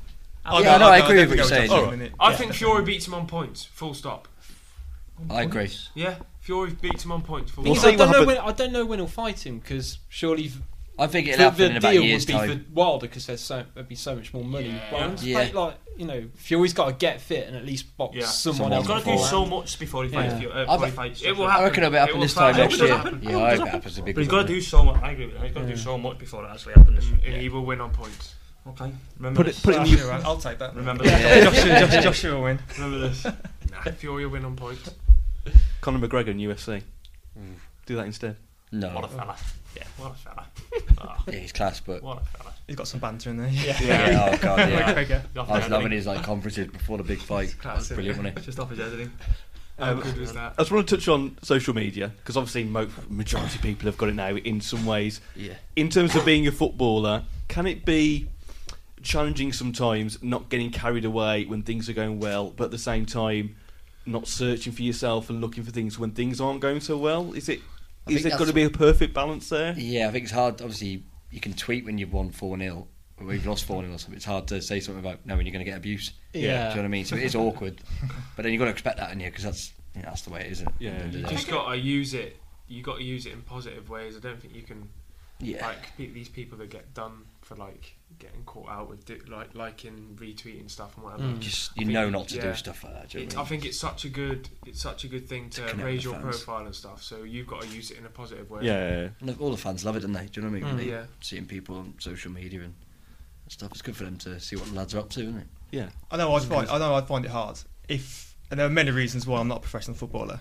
[SPEAKER 8] I'll go-
[SPEAKER 5] Yeah, no,
[SPEAKER 8] I'll
[SPEAKER 5] I
[SPEAKER 8] go-
[SPEAKER 5] agree
[SPEAKER 8] I'll
[SPEAKER 5] with
[SPEAKER 8] go
[SPEAKER 5] what you're
[SPEAKER 8] Joshua in
[SPEAKER 5] saying.
[SPEAKER 8] a minute.
[SPEAKER 7] I think Fury beats him on points. Full stop.
[SPEAKER 5] I agree.
[SPEAKER 7] Yeah, Fury beats him on points. Full
[SPEAKER 1] We'll
[SPEAKER 3] I
[SPEAKER 1] see what
[SPEAKER 7] stop.
[SPEAKER 3] don't know
[SPEAKER 1] happens.
[SPEAKER 3] when I don't know when he'll fight him because surely v-
[SPEAKER 5] I think it'll
[SPEAKER 3] the, the
[SPEAKER 5] happen in about a
[SPEAKER 3] deal
[SPEAKER 5] year's
[SPEAKER 3] would be
[SPEAKER 5] time.
[SPEAKER 3] for Wilder because there's so there'd be so much more money. But
[SPEAKER 5] Yeah.
[SPEAKER 3] like, like you know, Fury's got to get fit and at least box
[SPEAKER 4] Yeah.
[SPEAKER 3] someone,
[SPEAKER 5] Someone
[SPEAKER 3] else.
[SPEAKER 4] He's got to do
[SPEAKER 3] beforehand.
[SPEAKER 4] so much before he fights.
[SPEAKER 3] Yeah.
[SPEAKER 4] Fu- Uh, before he
[SPEAKER 5] I've-
[SPEAKER 4] fights
[SPEAKER 7] It will
[SPEAKER 4] Joshua.
[SPEAKER 7] happen.
[SPEAKER 5] I reckon it'll be happening
[SPEAKER 7] will
[SPEAKER 5] this time
[SPEAKER 7] happen.
[SPEAKER 5] next
[SPEAKER 4] It will
[SPEAKER 5] year.
[SPEAKER 4] happen.
[SPEAKER 5] Yeah, I hope it happens. a big
[SPEAKER 4] But he's
[SPEAKER 5] one,
[SPEAKER 4] got to
[SPEAKER 5] isn't
[SPEAKER 4] do
[SPEAKER 5] it?
[SPEAKER 4] so much. I agree with that. He's got to
[SPEAKER 3] Yeah.
[SPEAKER 4] do so much before it actually happens.
[SPEAKER 7] And he will win on points.
[SPEAKER 4] Mm. Okay. Remember
[SPEAKER 1] Put it
[SPEAKER 4] this.
[SPEAKER 1] put it in the
[SPEAKER 8] Fury, I'll take that.
[SPEAKER 4] Remember
[SPEAKER 5] Yeah.
[SPEAKER 4] this.
[SPEAKER 8] Joshua, Joshua, Joshua will win.
[SPEAKER 4] Remember this.
[SPEAKER 7] Nah, Fury will win on points.
[SPEAKER 1] Conor McGregor in UFC. Do that instead.
[SPEAKER 4] What a
[SPEAKER 5] No.
[SPEAKER 4] fella. Yeah, what a fella. Ah,
[SPEAKER 5] Yeah, he's class, but.
[SPEAKER 4] What a fella.
[SPEAKER 8] He's got some banter in there. Yeah.
[SPEAKER 5] Yeah, oh, God, yeah.
[SPEAKER 8] McGregor.
[SPEAKER 5] I was loving his like conferences before the big fight. That was brilliant, wasn't it?
[SPEAKER 4] Just off his head, isn't he?
[SPEAKER 7] How
[SPEAKER 1] Um,
[SPEAKER 7] good was that?
[SPEAKER 1] I just want to touch on social media because obviously mo- majority of people have got it now in some ways.
[SPEAKER 5] Yeah.
[SPEAKER 1] In terms of being a footballer, can it be challenging sometimes not getting carried away when things are going well, but at the same time not searching for yourself and looking for things when things aren't going so well? Is it
[SPEAKER 5] I
[SPEAKER 1] is
[SPEAKER 5] think
[SPEAKER 1] there got to
[SPEAKER 5] that's-
[SPEAKER 1] be a perfect balance there?
[SPEAKER 5] Yeah, I think it's hard. Obviously, you can tweet when you've won 4 0 or we've lost 4 0 or something. It's hard to say something about knowing you're going to get abuse.
[SPEAKER 3] Yeah.
[SPEAKER 5] Do you know what I mean? So it is awkward. But then you've got to expect that in you because that's, you know, that's the way it is, isn't it?
[SPEAKER 1] Yeah.
[SPEAKER 5] At the end of
[SPEAKER 7] You
[SPEAKER 5] the day.
[SPEAKER 7] just got to use it. You got to use it in positive ways. I don't think you can
[SPEAKER 5] Yeah.
[SPEAKER 7] like pe- these people that get done for like
[SPEAKER 6] getting caught out with di- like liking, retweeting stuff and whatever.
[SPEAKER 3] Mm.
[SPEAKER 5] Just
[SPEAKER 6] I
[SPEAKER 5] you
[SPEAKER 6] think
[SPEAKER 5] know
[SPEAKER 6] it-
[SPEAKER 5] not to
[SPEAKER 6] yeah.
[SPEAKER 5] do stuff like that. Do you
[SPEAKER 6] It,
[SPEAKER 5] know
[SPEAKER 6] I
[SPEAKER 5] what I mean?
[SPEAKER 6] think it's such a good it's such a good thing to,
[SPEAKER 5] connect
[SPEAKER 6] raise
[SPEAKER 5] with
[SPEAKER 6] your
[SPEAKER 5] fans.
[SPEAKER 6] profile and stuff. So you've got to use it in a positive way.
[SPEAKER 1] Yeah,
[SPEAKER 5] And All the fans love it, don't they? Do you know what I mean?
[SPEAKER 3] Mm.
[SPEAKER 5] They-
[SPEAKER 6] Yeah.
[SPEAKER 5] Seeing people on social media and stuff, it's good for them to see what the lads are up to, isn't it?
[SPEAKER 1] yeah.
[SPEAKER 8] I know I'd find I know I'd find it hard if and there are many reasons why I'm not a professional footballer.